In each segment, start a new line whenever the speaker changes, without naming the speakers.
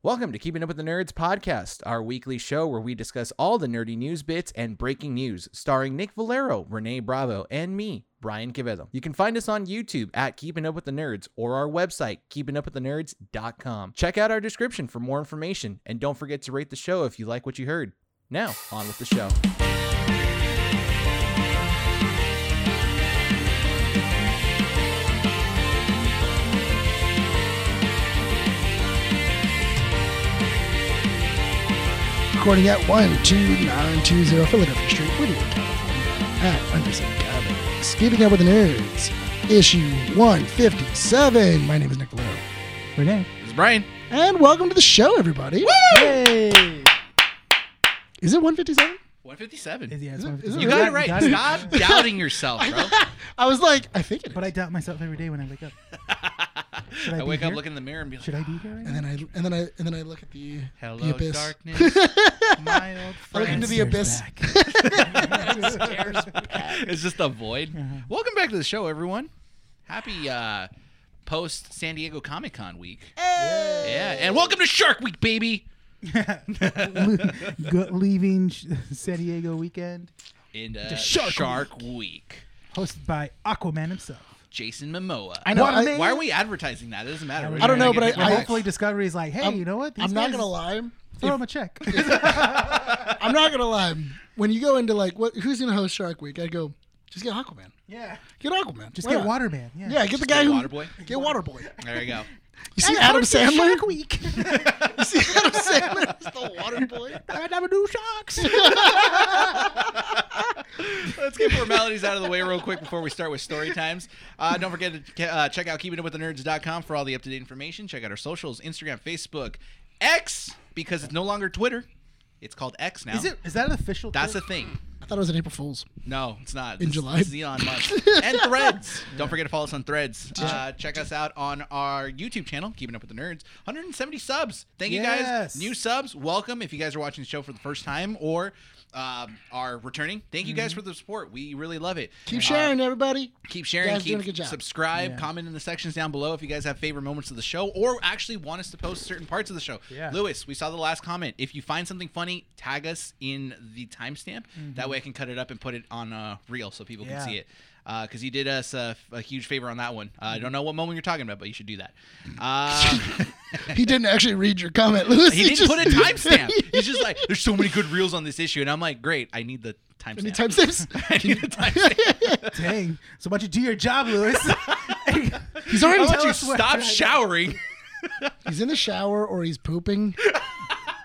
Welcome to Keeping Up with the Nerds podcast, our weekly show where we discuss all the nerdy news bits and breaking news, starring Nick Valero, Renee Bravo, and me, Brian Quevedo. You can find us on YouTube at Keeping Up with the Nerds or our website, keepingupwiththenerds.com. Check out our description for more information, and don't forget to rate the show if you like what you heard. Now, on with the show.
Recording at 12920 Philadelphia Street, Whittier, California, at Anderson Cabins. Keeping Up with the Nerds, issue 157. My name is Nick Valero.
Renee.
This is Brian.
And welcome to the show, everybody.
Hey.
Is it 157?
157.
Yeah,
Is it-
it's 157.
is it
You got it
You
right.
got it.
Stop doubting yourself, bro.
I was like, I think it is.
But I doubt myself every day when I wake up. Should I,
I
be
wake
here?
up, look in the mirror, and be like,
Should I be here? Right
and
now?
then I and then I and then I look at the the
"Hello,
abyss.
darkness, my old
I look
friend."
into the
Stares
abyss.
it's just a void.
Uh-huh.
Welcome back to the show, everyone. Happy uh, post San Diego Comic Con week. Yeah, and welcome to Shark Week, baby.
Go- leaving Sh- San Diego weekend,
And uh, Shark,
Shark
Week.
hosted by Aquaman himself.
Jason Momoa.
I know.
What a
I-
man.
Why are we advertising that? It doesn't matter.
I don't
know,
We're gonna
but
Well,
I-
get-
hopefully, Discovery is like, hey,
I'm-
you know what? These
I'm not
guys-
gonna lie.
Throw him a check.
I'm not gonna lie. When you go into like, what? Who's gonna host Shark Week? I go, just get Aquaman.
yeah.
Get Aquaman.
Just
Why
get
not?
Waterman. Yeah.
Yeah, get the
Just
guy
get
who
Waterboy.
Get Waterboy.
there you go.
You see Adam Sandler?
Shark Week.
You see Adam Sandler as the water boy?
I never do sharks.
Let's get formalities out of the way real quick before we start with story times. Uh, don't forget to ke- uh, check out keepingupwiththenerds.com for all the up-to-date information. Check out our socials, Instagram, Facebook, X, because it's no longer Twitter. It's called X now.
Is it? Is that an official?
That's
thing?
a thing.
I thought it was an April Fool's.
No, it's not.
Mm. In
This-
July?
this is Elon Musk. and Threads. Don't forget to follow us on Threads. Uh, check us out on our YouTube channel, Keeping Up with the Nerds. 170 subs. Thank you guys.
Yes.
New subs. Welcome. If you guys are watching the show for the first time or um, are returning, thank you guys for the support. We really love it.
Mm-hmm. Keep
Uh,
sharing, everybody.
keep sharing.
Guys,
keep
doing a good job.
subscribe.
Yeah.
Comment in the sections down below if you guys have favorite moments of the show or actually want us to post certain parts of the show.
Yeah.
Lewis, we saw the last comment. If you find something funny, tag us in the timestamp. That way, I can cut it up and put it on uh, reel so people
Yeah.
can see it. Because you did us a, a huge favor on that one. Uh, I don't know what moment you're talking about, but you should do that. Uh,
He didn't actually read your comment, Lewis.
he didn't
just-
put a timestamp. He's just like, there's so many good reels on this issue, and I'm like, great, I need the timestamp.
Any timestamps?
I need the timestamp.
Dang. So why don't you do your job, Lewis?
He's already.
How about
Tell
you
us where-
stop showering?
he's in the shower, or he's pooping,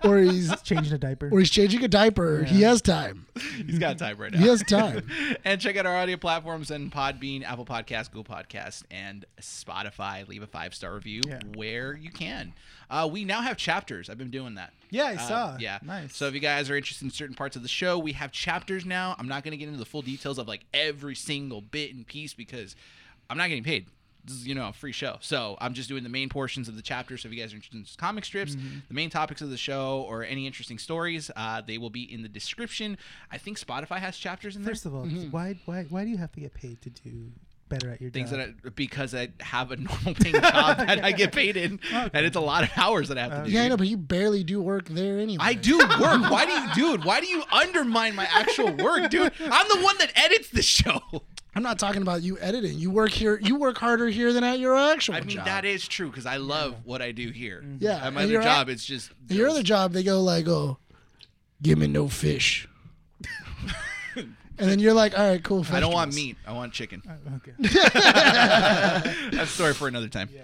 or he's
Changing a diaper.
or he's changing a diaper. He has time.
He's got time right now.
He has time.
and check out our audio platforms and Podbean, Apple Podcast, Google Podcast, and Spotify. Leave a five star review
Yeah.
where you can. Uh, we now have chapters. I've been doing that.
Yeah, I
Uh,
saw.
yeah.
Nice.
So if you guys are interested in certain parts of the show, we have chapters now. I'm not going to get into the full details of like every single bit and piece because I'm not getting paid. This is, you know, a free show. So I'm just doing the main portions of the chapters. So if you guys are interested in just comic strips,
Mm-hmm.
the main topics of the show, or any interesting stories, uh, they will be in the description. I think Spotify has chapters
Mm-hmm.
in there.
First of all, why why why do you have to get paid to do better at your
things
job?
that I, because I have a normal paying job that I get paid in, and it's a lot of hours that I have to do.
Yeah, I know, but you barely do work there anyway.
I do work. Why do you, dude? Why do you undermine my actual work, dude? I'm the one that edits the show.
I'm not talking about you editing. You work here. You work harder here than at your actual
I
job.
mean, that is true because I love what I do here.
Yeah,
At my
and
other
you're
job, it's just
At your other job, they go like, "Oh, give me no fish," and then you're like, "All right, cool."
I don't want
vegetables."
meat. I want chicken.
okay.
That's a story for another time.
Yeah.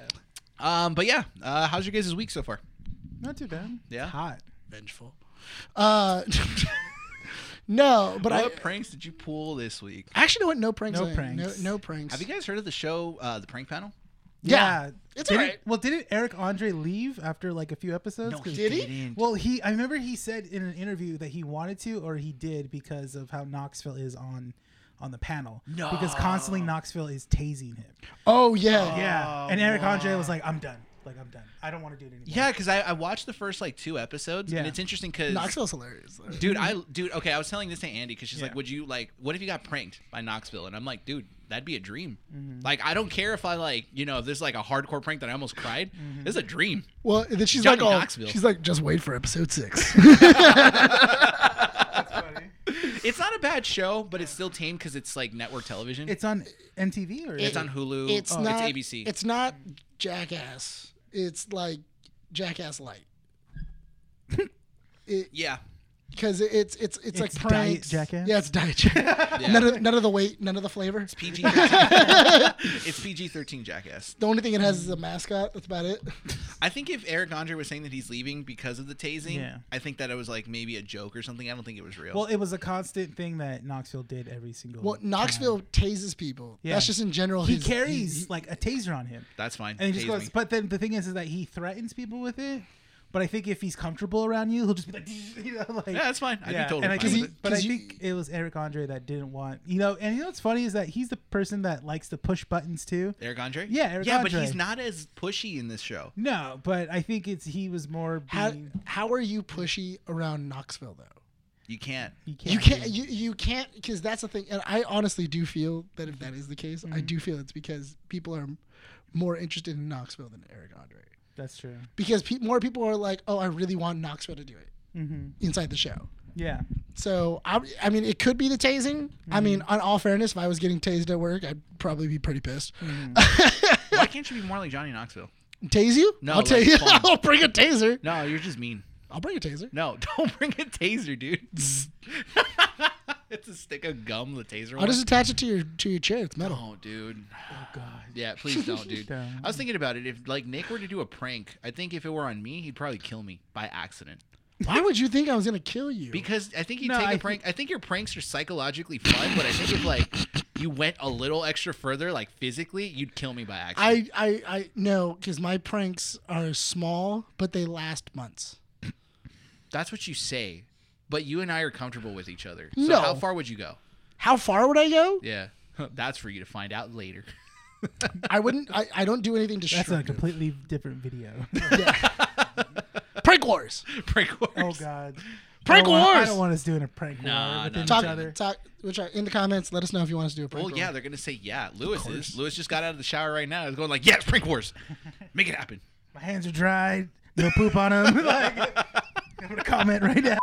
Um, but yeah, uh, how's your guys' week so far?
Not too bad.
Yeah.
It's hot.
vengeful. Uh, no, but
What
I
pranks did you pull this week?
actually know what no pranks.
No
I am.
pranks.
No, no pranks.
Have you guys heard of the show, uh, the Prank Panel?
Yeah, it's
Did
alright.
Well, didn't Eric Andre leave after like a few episodes? 'Cause-
did he?
didn't.
Well, he I remember he said in an interview that he wanted to or he did because of how Knoxville is on on the panel. No. Because constantly Knoxville is tasing him.
oh yeah.
yeah. And Eric Andre was like, I'm done. Like I'm done. I don't want to do it anymore.
Yeah, because I, I watched the first like two episodes, and
Yeah.
it's interesting because
Knoxville's hilarious. though.
dude, I dude, okay, I was telling this to Andy because she's like,
Yeah.
"Would you like? What if you got pranked by Knoxville?" And I'm like, "Dude, that'd be a dream.
Mm-hmm.
Like, I don't care if I like, you know, if there's like a hardcore prank that I almost cried.
Mm-hmm.
This is a dream.
Well, and then she's
Johnny
like, all,
Knoxville.
she's like, just wait for episode six.
That's funny.
It's not a bad show, but it's still tame because it's like network television. It's,
It's Oh, on MTV or
It's
on Hulu.
it's not
It's ABC.
It's not Jackass. It's like Jackass light
yeah,
because it's it's it's, like
It's Diet
pranks.
Jackass?
Yeah, it's diet Jackass.
Yeah.
None of none of the weight, none of the flavor.
PG. it's PG thirteen Jackass.
The only thing it has is a mascot. That's about it.
I think if Eric Andre was saying that he's leaving because of the tasing,
Yeah.
I think that it was like maybe a joke or something. I don't think it was real.
Well, it was a constant thing that Knoxville did every single.
Well, Knoxville
time.
tases people.
Yeah.
That's just in general.
He
his-
carries
he- he-
like a taser on him,
that's fine.
and he just
Tase
goes.
me.
But then the thing is, is that he threatens people with it. But I think if he's comfortable around you, he'll just be like, you know, like
yeah, that's fine. I'd
yeah,
be totally
and I
fine
think,
with
he-
it.
but I
'cause you-
think it was Eric Andre that didn't want you know. And you know what's funny is that he's the person that likes to push buttons too.
Eric Andre?
Yeah, Eric
yeah, but
Andre.
he's not as pushy in this show.
No, but I think it's he was more
How
being.
how are you pushy around Knoxville though?
You can't.
you can't.
You can't
be-
you, you can't because that's the thing. And I honestly do feel that if that is the case,
Mm-hmm.
I do feel it's because people are more interested in Knoxville than Eric Andre.
that's true.
because pe- more people are like, "Oh, I really want Knoxville to do it
Mm-hmm.
inside the show."
Yeah.
So I, I mean, it could be the tasing. I mean, on all fairness, if I was getting tased at work, I'd probably be pretty pissed.
Why can't you be more like Johnny Knoxville?
Tase you?
No,
I'll
like
tase you.
fun.
I'll bring a taser.
No, you're just mean.
I'll bring a taser.
No, don't bring a taser, dude. it's a stick of gum, the taser
I'll
one.
just attach it to your to your chair. It's metal.
Oh, dude.
Oh God.
Yeah, please don't, dude.
Don't.
I was thinking about it. If like Nick were to do a prank, I think if it were on me, he'd probably kill me by accident.
Why would you think I was gonna kill you?
Because I think you
No,
take a
I
prank. I think your pranks are psychologically fun, but I think if like you went a little extra further, like physically, you'd kill me by accident.
I I I no, because my pranks are small, but they last months.
That's what you say, but you and I are comfortable with each other. So
No.
how far would you go?
How far would I go?
Yeah, that's for you to find out later.
I wouldn't. I, I don't do anything
That's a
destructive.
completely different video.
prank wars.
prank wars.
oh God.
Prank
I don't want- I
wars.
don't want us doing a prank
Nah,
war
nah,
within
nah,
talk,
each other.
talk which are in the comments. Let us know if you want us to do a prank.
Well, yeah,
roll.
they're gonna say yeah. Lewis is. Lewis just got out of the shower right now. He's going like, yes, prank wars. Make it happen.
My hands are dried. No poop on them. like, I'm gonna comment right now.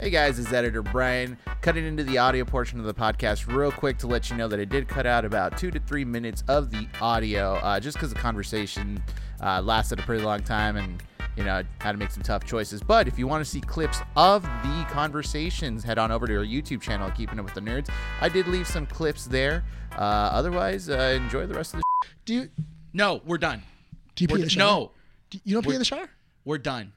Hey guys, it's editor Brian cutting into the audio portion of the podcast real quick to let you know that I did cut out about two to three minutes of the audio uh, just because the conversation uh, lasted a pretty long time and you know I had to make some tough choices. But if you want to see clips of the conversations, head on over to our YouTube channel, Keeping It With the Nerds. I did leave some clips there. Uh, otherwise, uh, enjoy the rest of the.
Do you
No, we're done.
do you pee
We're,
in the shower?
no,
Do, you don't pee in the shower?
we're done.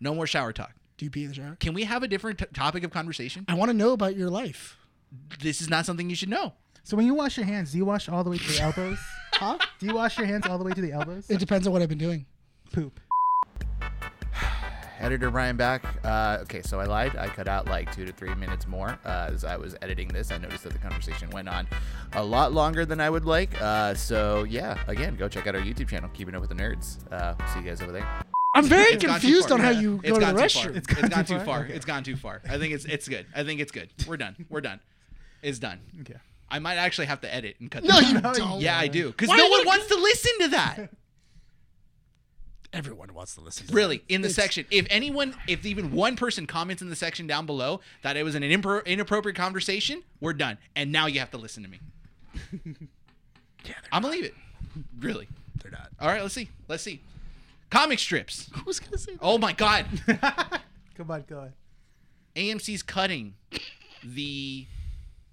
No more shower talk.
Do you pee in the shower?
Can we have a different t- topic of conversation?
I want to know about your life.
This is not something you should know.
So when you wash your hands, do you wash all the way to the elbows?
Huh?
Do you wash your hands all the way to the elbows?
it depends on what I've been doing.
poop.
editor Brian back. Uh, okay, so I lied. I cut out like two to three minutes more uh, as I was editing this. I noticed that the conversation went on a lot longer than I would like. Uh, so yeah, again, go check out our YouTube channel, Keeping Up with the Nerds. Uh, see you guys over there.
I'm very
It's gone too
confused
far.
on how
Yeah.
you
It's
go to the
gone too far.
restroom.
It's gone, too, far.
Okay.
It's gone too far. I think it's it's good. I think it's good. We're done. We're done. It's done.
Okay.
I might actually have to edit and cut.
No,
this
you
out.
don't.
Yeah, I do. Because
Why
no
would
one
it-
wants to listen to that.
Everyone wants to listen. To
Really, in the
It's-
section. If anyone, if even one person comments in the section down below that it was an impro- inappropriate conversation, we're done. And now you have to listen to me. I'm gonna leave it. Really.
that. They're not.
All right. Let's see. Let's see. Comic strips.
Who's gonna say? That?
Oh my god.
Come on, go on.
AMC's cutting the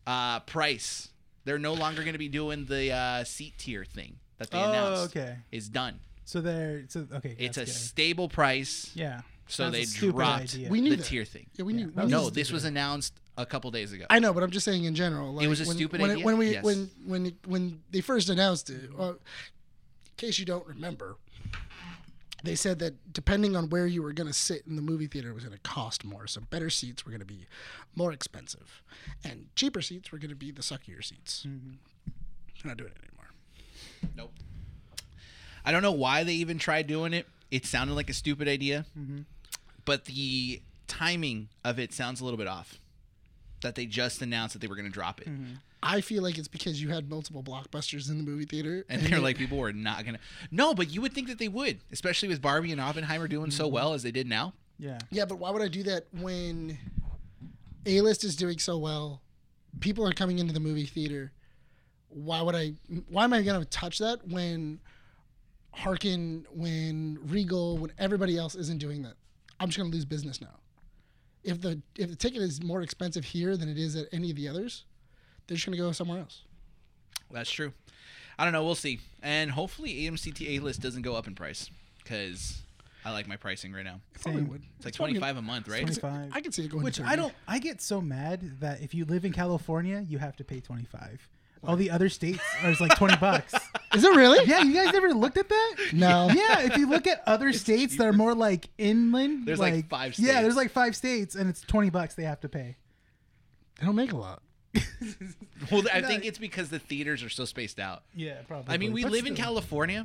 uh, price. They're no longer going to be doing the uh, seat tier thing that they
Oh,
announced.
okay.
It's done.
So there. So okay.
It's a
that's
stable price.
good. yeah.
So
That's a
they
stupid
dropped
idea.
We knew
the
that.
tier thing.
Yeah, we knew.
Yeah.
that was-
No, this was announced a couple days ago.
I know, but I'm just saying in general. Like,
was a
when,
stupid
when
idea?
when we
Yes.
when when when they first announced it, uh, in case you don't remember, they said that depending on where you were going to sit in the movie theater it was going to cost more. So better seats were going to be more expensive, and cheaper seats were going to be
Mm-hmm.
the suckier seats. They're not doing it anymore.
nope. I don't know why they even tried doing it. It sounded like a stupid idea,
Mm-hmm.
but the timing of it sounds a little bit off. That they just announced that they were going to drop it,
Mm-hmm.
I feel like it's because you had multiple blockbusters in the movie theater.
and they're like, people were not going to. No, but you would think that they would, especially with Barbie and Oppenheimer doing so
Mm-hmm.
well as they did now.
Yeah.
yeah, but why would I do that when A list is doing so well? People are coming into the movie theater. Why would I? Why am I gonna touch that when Harkin, when Regal, when everybody else isn't doing that? I'm just gonna lose business now. If the if the ticket is more expensive here than it is at any of the others, they're just gonna go somewhere else.
That's true. I don't know. We'll see. And hopefully, AMCT A list doesn't go up in price because I like my pricing right now.
Probably
Same.
would.
It's like
probably-
twenty five a month, right?
It's $25.
I can see it going. to
Which
30.
I don't. I get so mad that if you live in California, you have to pay twenty five. All the other states are just like twenty bucks.
Is it really?
Yeah, you guys never looked at that?
No.
Yeah, if you look at other states that are more like inland,
There's, like, five
Yeah,
states.
there's like five states, and it's twenty bucks they have to pay.
They don't make a lot.
Well, I
No.
think it's because the theaters are so spaced out.
Yeah, probably.
I mean, we live in California,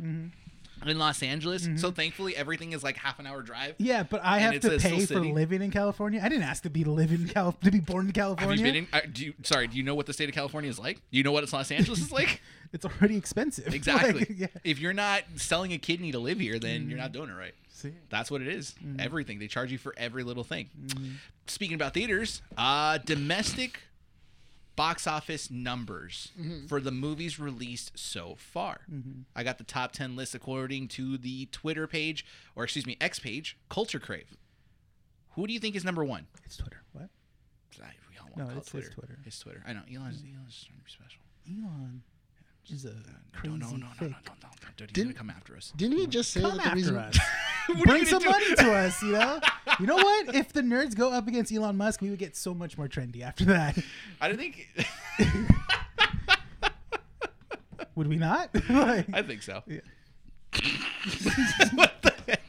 in Los Angeles, so thankfully everything is like half an hour drive.
Yeah, but I
And
have
it's
to
a still
pay for
city.
living in California. I didn't ask to be to live in Cal to be born in
Have
California.
you been in? Uh, do you, sorry, do you know what the state of California is like? Do you know what it's Los Angeles is like?
it's already expensive.
Exactly.
Like, yeah.
If you're not selling a kidney to live here, then you're not doing it right.
See?
That's what it is.
Mm-hmm.
Everything they charge you for every little thing. Speaking about theaters, uh, domestic box office numbers
Mm-hmm.
for the movies released so far. I got the top ten list according to the Twitter page, or excuse me, X page, Culture Crave. Who do you think is number one?
It's Twitter. What?
I- we all want
No,
to call it
it's his
Twitter.
Twitter. Mm-hmm.
It's Twitter. I know Elon's Elon's trying to be special.
Elon is a
No,
crazy
no, no, no, no, no,
thick.
no, no, Dude, he's gonna come after us.
Didn't he just say
Come
that the
after
reason?
us.
What are
Bring
you
some
gonna do?
money to us, you know? You know what? If the nerds go up against Elon Musk, we would get so much more trendy after that.
I don't think.
Would we not? Like-
I think so.
Yeah.
what the heck?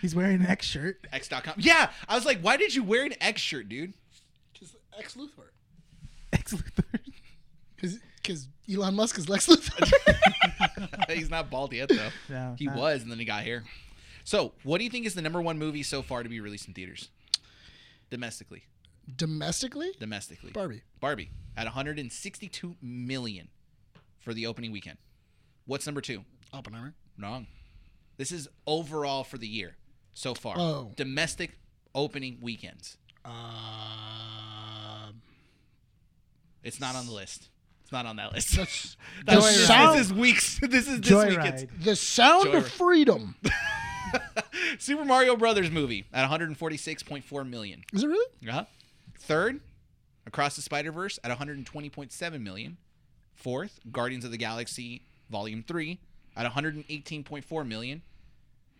He's wearing an X shirt.
X.com. Yeah, I was like, why did you wear an X shirt, dude?
Because Lex Luthor.
X Luthor.
Because Elon Musk is Lex Luthor.
He's not bald yet though.
No,
he
not-
was, and then he got hair. So, what do you think is the number one movie so far to be released in theaters? Domestically,
Domestically,
domestically,
Barbie.
Barbie at 162 million for the opening weekend. What's number two?
Oppenheimer.
Wrong. This is overall for the year so far.
Oh.
Domestic opening weekends.
Um,
It's not on the list. It's not on that list. That's,
Joyride.
this is weeks. This is this
Joyride.
weekend's
the Sound
Joyride.
of Freedom.
Super Mario Brothers movie at 146.4 million.
Is it really?
Uh-huh. Third, Across the Spider Verse at 120.7 million. Fourth, Guardians of the Galaxy Volume Three at 118.4 million.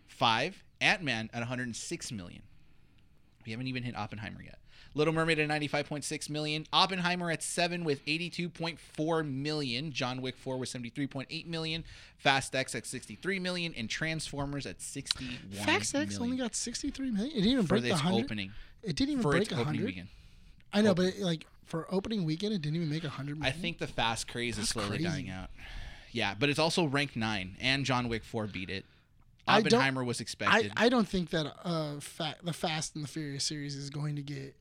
Five, Ant Man at 106 million. We haven't even hit Oppenheimer yet. Little Mermaid at 95.6 million. Oppenheimer at 7 with 82.4 million. John Wick 4 with 73.8 million. Fast X at 63 million. And Transformers at 61
Fax X
million
only got 63 million. It didn't even
for
break the
this
100.
opening.
It didn't even
For
break
its
break
opening
100.
weekend.
I know, but it, like for opening weekend, it didn't even make 100
I
million.
think the fast craze is slowly
crazy.
dying out. Yeah, but it's also ranked nine, and John Wick Four beat it.
I don't-
Oppenheimer was
I,
expected.
I don't think that uh fa- the Fast and the Furious series is going to get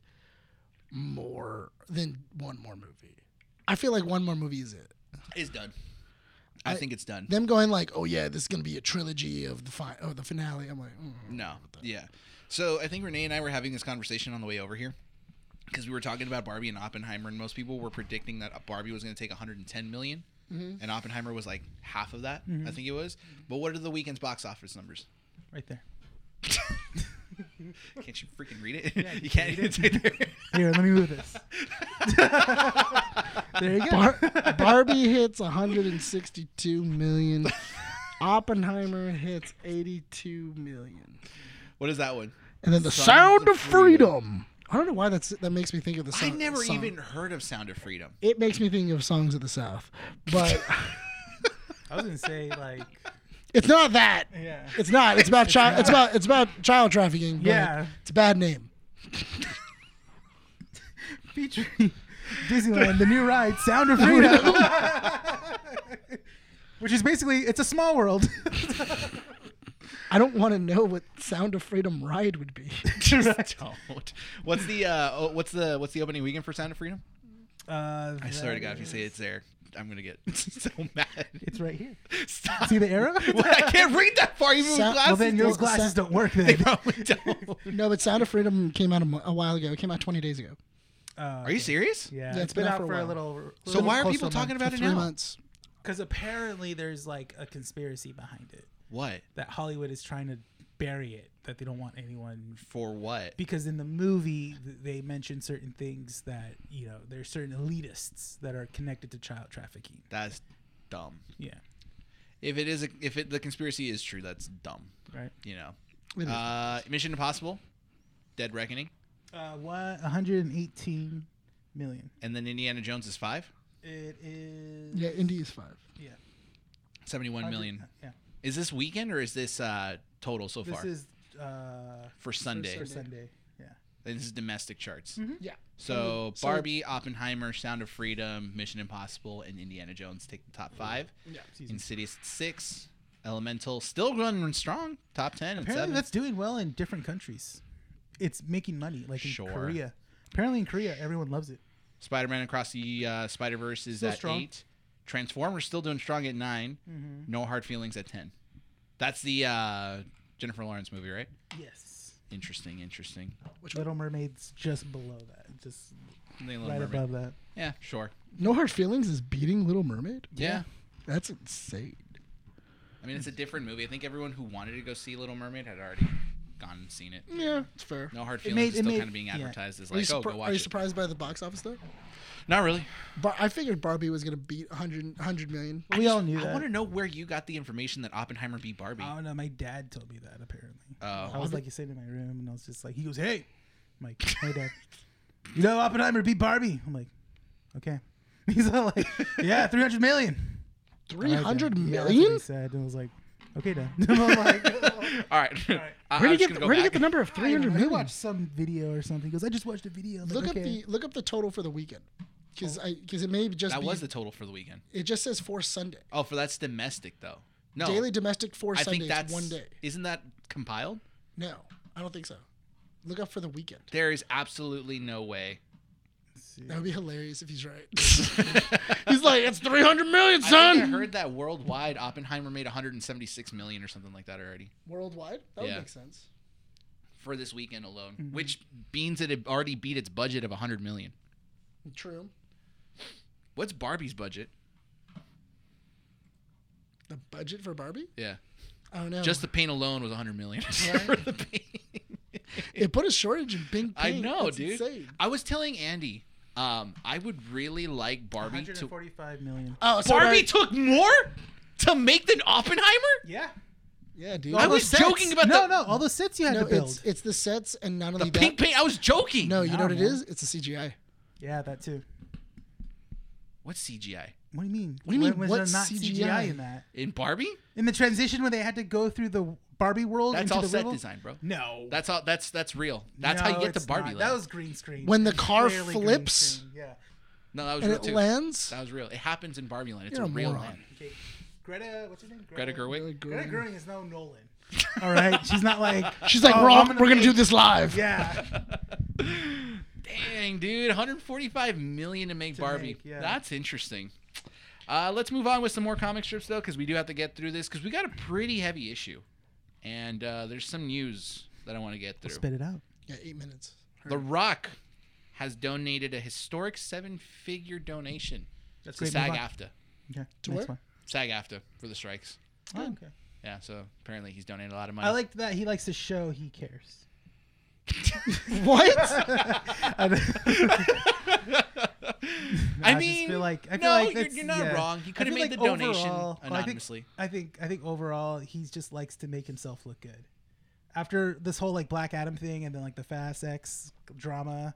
more than one more movie. I feel like one more movie is it.
it's done. I, think it's done.
Them going like, oh yeah, this is gonna be a trilogy of the fi- of the finale. I'm like, mm.
no, yeah. So I think Renee and I were having this conversation on the way over here because we were talking about Barbie and Oppenheimer, and most people were predicting that Barbie was going to take 110 million, and Oppenheimer was like half of that. I think it was. But what are the weekend's box office numbers?
Right there.
Can't you freaking read it? you can't. It's right there.
Here, let me move this. there you go.
Bar- Barbie hits 162 million. Oppenheimer hits 82 million.
What is that one?
And then the
Sons
Sound
of
of Freedom. I don't know why that's that makes me think of the
I
song.
never
song.
even heard of Sound of Freedom.
It makes me think of songs of the South, but
I was gonna say like,
it's not that.
yeah.
It's not. It's about child. It's about it's about child trafficking. but
Yeah.
it's a bad name.
featuring Disneyland, the new ride, Sound of Freedom. which is basically it's a small world.
I don't want to know what Sound of Freedom Ride would be.
Just don't. What's the uh, oh, what's the what's the opening weekend for Sound of Freedom?
Uh,
I swear to God, if you
that-
say it's there, I'm gonna get so mad.
it's right here.
Stop.
See the arrow?
Well, I can't read that far. Even with
Sound-
glasses.
well, then your
It's the
glasses
sa-
don't work
they
then.
probably don't.
no, but Sound of Freedom came out a, mo- a while ago. It came out 20 days ago.
Uh,
Are you
okay.
serious?
Yeah,
it's
it's been, out for, a,
while.
little.
So why are
Close
people
to a month,
talking
for
about it
three
now?
months.
Because apparently there's like a conspiracy behind it
What
that Hollywood is trying to bury it that they don't want anyone
for what?
because in the movie th- they mention certain things that you know there's certain elitists that are connected to child trafficking.
That's dumb.
Yeah,
If it is, a, if it, the conspiracy is true, that's dumb.
right.
You know.
It is.
Uh, Mission Impossible, Dead Reckoning,
Uh, what 118 million?
and then Indiana Jones is five.
It is
yeah, Indy is five.
yeah
71 million.
Yeah,
Is this weekend or is this uh, total so
this
far?
is uh,
for Sunday.
for Sunday. Yeah,
This is domestic charts.
Yeah.
Mm-hmm.
So
So-
Barbie, Oppenheimer, Sound of Freedom, Mission Impossible, and Indiana Jones take the top five. Insidious at six, Elemental still running strong, top ten and
apparently
seven.
that's doing well in different countries. It's making money, like in
Sure.
Korea. Apparently in Korea, everyone loves it.
Spider-Man Across the uh, Spider-Verse is
Still
at
strong. Mm-hmm.
eight. Transformers still doing strong at 9 No Hard Feelings at ten. That's the uh, Jennifer Lawrence movie, right?
Yes.
Interesting, interesting.
Which
Little Mermaid's just below that, just
They love
right
Mermaid.
above that.
Yeah, sure.
No Hard Feelings is beating Little Mermaid?
yeah.
That's insane.
I mean, it's a different movie. I think everyone who wanted to go see Little Mermaid had already gone and seen it.
Yeah, it's fair.
No hard
It
feelings
made-
is
it
still
made-
kind of being
yeah.
advertised as
Are, you
like, oh,
surpri-
go
are
watch
you
it.
surprised by the box office though?
Not really.
Bar- I figured Barbie was gonna beat 100, 100 million.
We all knew
I
that.
want to know where you got the information that Oppenheimer beat Barbie.
Oh.
I don't know. My dad told me that apparently. I
Oh,
was like sitting in my room and I was just like, he goes, "Hey," I'm like, "Hey, dad, you know Oppenheimer beat Barbie." I'm like, "Okay." He's all like, "Yeah, three hundred million.
Three hundred
Yeah, that's what
million?
he said, and I was like, "Okay, dad." I'm like,
all right. I-
Where
I'm
do you
just
get
gonna
the,
go
where do you
back.
get the number of three hundred
I
million?
watched some video or something. He goes, "I just watched a video." I'm like,
Look up
"Okay."
the look up the total for the weekend, because I because it may just
Oh. That
be
was the total for the weekend.
it just says for Sunday
Oh, for that's domestic though. No,
daily domestic for
I
Sunday
think that's
one day.
Isn't that compiled?
No, I don't think so. Look up for the weekend.
There is absolutely no way.
Let's see.
That would be hilarious if he's right. he's like it's three hundred million,
I, think I
son.
heard that worldwide Oppenheimer made 176 million or something like that already
Worldwide, that would
Yeah.
make sense.
for this weekend alone,
Mm-hmm.
which means it had already beat its budget of 100 million.
True.
What's Barbie's budget?
The budget for Barbie?
Yeah.
I don't
Oh.
know.
Just the paint alone was 100 million. For the paint.
it put a shortage in Bing. Bing.
I know,
That's
dude.
insane.
I was telling Andy, um, I would really like Barbie to.
145 million.
Oh, so
Barbie
Barbie.
took more to make than Oppenheimer.
Yeah.
yeah, dude.
I
All
was
those sets.
joking about
no,
the-
no, all the sets you had
no,
to build.
it's, it's the sets and not only
The
that.
pink paint. I was joking.
No, you know
Nah,
what it
man.
is? It's the CGI.
yeah, that too.
What's CGI
What do you mean?
What do you
When
mean,
Was
what
there not
CGI?
CGI in that?
in Barbie?
In the transition when they had to go through the Barbie world.
That's
into
all
the
set
real-
design, bro.
No.
That's all. That's that's real. That's how you
No,
get to
it's
Barbie.
not.
Land.
That was green screen.
When the car
Clearly green
flips.
screen, Yeah.
no, that was
And
real
it
too.
lands.
That was real. It happens in Barbie land. It's
You're
a
a
real
moron.
land.
Okay. Greta, what's her name?
Greta Gerwig.
Greta Gerwig is no Nolan. All right. She's not like.
She's like,
"Oh,
we're all,
I'm gonna
we're gonna
make-"
do this live.
Yeah.
Dang, dude, 145 million to make Barbie.
make, yeah.
That's interesting. Uh, let's move on with some more comic strips though, because we do have to get through this because we got a pretty heavy issue, and uh, there's some news that I want to get through.
Spit it out.
Yeah, eight minutes.
The Rock has donated a historic seven-figure donation
That's
to
great. Move on.
SAG-AFTRA.
Okay.
To
next
where?
SAG-AFTRA for the strikes.
one. Oh, okay.
Yeah, so apparently he's donated a lot of money.
I liked that he likes to show he cares.
What?
I
just
mean,
feel like- I feel
no,
like
you're,
that's-
you're not
yeah.
wrong. He
I
could have
feel
made
like
the donation
overall- well,
anonymously.
I think, I think I think overall he just likes to make himself look good. After this whole like Black Adam thing and then like the Fast X drama,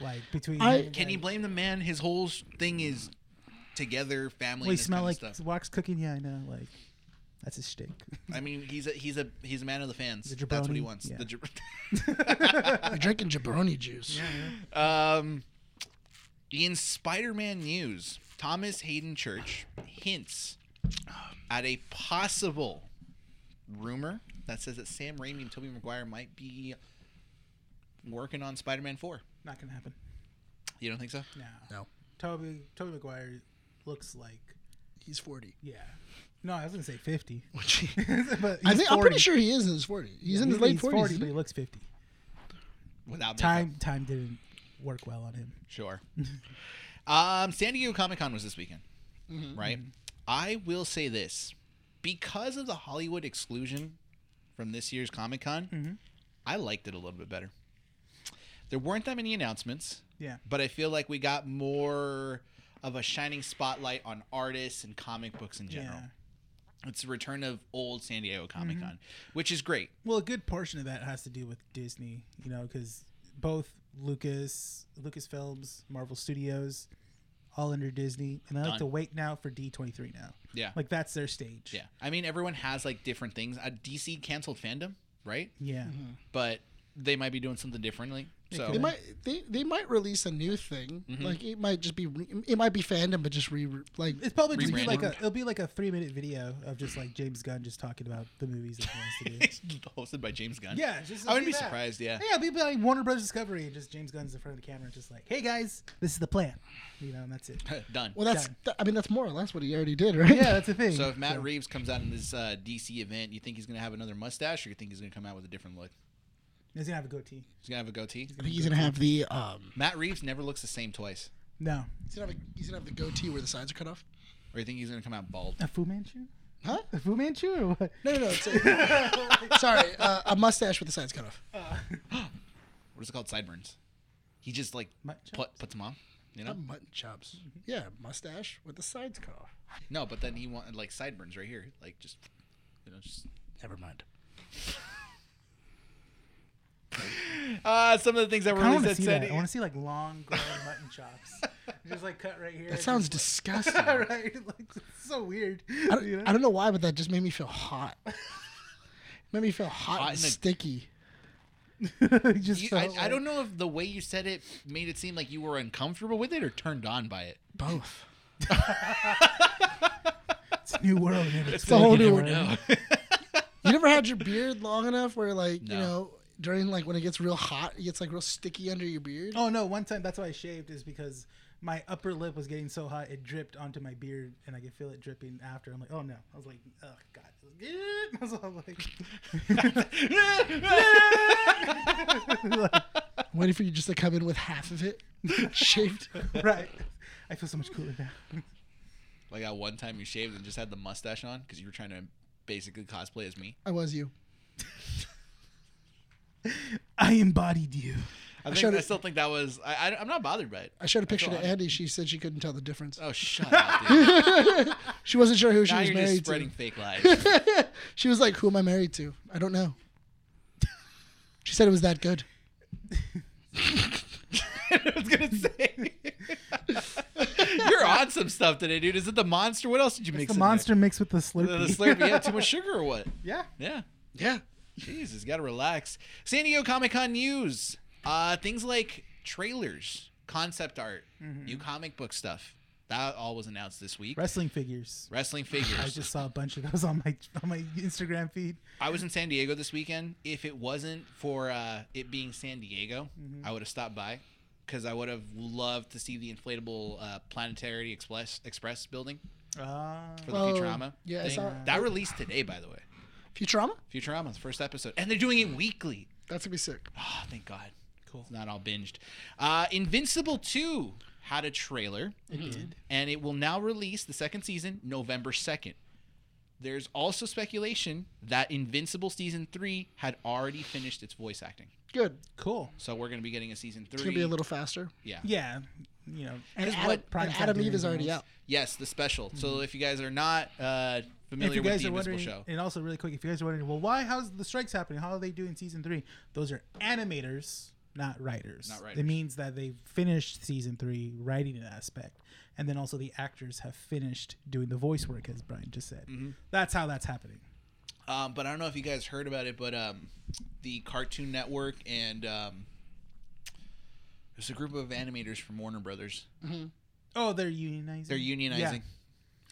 like between
I-
him and,
Can you
like,
blame the man? His whole s- thing is together, family.
well, he
and this
smell
kind
like
of stuff.
wax cooking? Yeah, I know. Like that's his shtick.
I mean, he's a he's a he's a man of the fans.
The
That's what he
jabroni,
wants.
yeah.
The jab-
You're drinking jabroni juice.
um, in Spider-Man news, Thomas Hayden Church hints at a possible rumor that says that Sam Raimi and Tobey Maguire might be working on Spider-Man 4.
Not gonna happen.
You don't think so?
No.
No.
Toby Toby Maguire looks like
He's 40.
yeah. No, I was gonna say fifty. but
I
he's
think, I'm
40.
pretty sure he is in his 40s. He's in his
He's-
late
he's
40s.
40, but he looks fifty.
Without makeup.
Time time didn't work well on him.
Sure. um, San Diego Comic Con was this weekend, right? I will say this because of the Hollywood exclusion from this year's Comic Con, I liked it a little bit better. There weren't that many announcements,
Yeah.
but I feel like we got more of a shining spotlight on artists and comic books in general.
Yeah.
It's the return of old San Diego Comic Con, which is great.
Well, a good portion of that has to do with Disney, you know, because both Lucas, Lucasfilms, Marvel Studios, all under Disney, and I like
Done.
to wait now for D twenty three now.
Yeah.
Like that's their stage.
yeah. I mean, everyone has like different things. Uh, DC canceled fandom, right?
Yeah.
Mm-hmm.
but they might be doing something differently. So
They might they, they might release a new thing.
Mm-hmm.
Like it might just be re, it might be fandom, but just re like
It's probably just be
Rebranding.
like a it'll be like a three minute video of just like James Gunn just talking about the movies that he wants to do.
it's hosted by James Gunn.
Yeah, just
I wouldn't
do
be
that.
surprised. Yeah,
Yeah, it'll be like Warner Bros. Discovery and just James Gunn's in front of the camera, just like, "Hey guys, this is the plan," you know, and that's it.
done.
well that's
done.
th- I mean that's more or less what he already did, right?
Yeah, that's the thing.
so if Matt Reeves comes out in this uh, DC event, you think he's gonna have another mustache, or you think he's gonna come out with a different look?
He's gonna have a goatee.
He's gonna have a goatee.
I think he's gonna have the um
Matt Reeves never looks the same twice.
No,
he's gonna have, a, he's gonna have the goatee where the sides are cut off.
Or you think he's gonna come out bald?
a Fu Manchu,
Huh?
a Fu Manchu, or what?
No, no, no. It's a, sorry, uh, a mustache with the sides cut off.
Uh-huh.
What is it called? Sideburns. He just like
Mutton
put, puts them on. You
Um,
know?
Not mutton chops.
Mm-hmm.
Yeah, mustache with the sides cut off.
No, but then he wanted like sideburns right here, like just you know just
Never mind.
uh, some of the things that were
I want
released
to
at
see
San
that. I
Diego.
want to see like long, grown mutton chops, just like cut right here.
That sounds
just,
disgusting.
like, right. Like it's so weird.
I don't,
you know?
I don't know why, but that just made me feel hot. made me feel hot,
Hot
and
in a-
sticky.
just
You-
so,
I, I
like-
don't know if the way you said it made it seem like you were uncomfortable with it or turned on by it.
Both.
It's a new world. and It's
a whole new
world.
world. You never had your beard long enough where, like,
No.
you know, during like when it gets real hot, it gets like real sticky under your beard.
Oh no! One time, that's why I shaved is because my upper lip was getting so hot it dripped onto my beard, and I could feel it dripping after. I'm like, oh no! I was like, oh god, I was all
I'm waiting for you just to come in with half of it shaved.
like, right. I feel so much cooler now.
Like that one time you shaved and just had the mustache on because you were trying to basically cosplay as me.
I was you.
I embodied you.
I, think,
showed
I
it-
still think that was. I, I, I'm not bothered by it.
I showed a picture
feel
to
honored.
Andy. She said she couldn't tell the difference.
Oh, shut up, dude.
She wasn't sure who she
now
was
you're just
married
spreading
to.
fake lies.
She was like, "Who am I married to? I don't know." She said it was that good.
I was gonna say. you're on some stuff today, dude. Is it the monster? What else did you mix?
It's the
in there?
monster mixed with the Slurpee.
The, the Slurpee. Yeah, too much sugar or what?
yeah.
Yeah.
Yeah.
Jesus, gotta relax. San Diego Comic Con news. Uh, things like trailers, concept art,
Mm-hmm.
new comic book stuff. That all was announced this week.
Wrestling figures.
Wrestling
I
figures.
just saw a bunch of those on my on my Instagram feed.
I was in San Diego this weekend. If it wasn't for uh, it being San Diego,
Mm-hmm.
I would have stopped by because I would have loved to see the inflatable uh, Planetary Express Express building
Uh,
for the
Oh,
Futurama.
yeah, I
thing.
saw-
Uh-huh.
that released today, by the way.
Futurama.
Futurama's first episode, and they're doing it weekly.
That's gonna be sick.
Oh, thank God. Cool. It's not all binged. Uh, Invincible 2 had a trailer. It did. And it will now release the second season November 2nd. There's also speculation that Invincible Season 3 had already finished its voice acting.
Good.
cool.
So we're going to be getting a Season 3.
It's gonna be a little faster.
Yeah.
Yeah. You know.
And
Because
Adam,
what
and
Prime time
Adam
doing
Eve is
anything
already
else.
out.
Yes, the special. So if you guys are not uh,
if
familiar
you
with
guys
the
are
Invincible
wondering,
show,
and also really quick, if you guys are wondering, well, why? How's the strikes happening? How are they doing season three? Those are animators, not writers.
Not
It
writers.
means that they've finished season three writing an aspect, and then also the actors have finished doing the voice work, as Brian just said.
Mm-hmm.
That's how that's happening.
Um, but I don't know if you guys heard about it, but um, the Cartoon Network and um, there's a group of animators from Warner Brothers.
Oh, they're unionizing.
They're unionizing.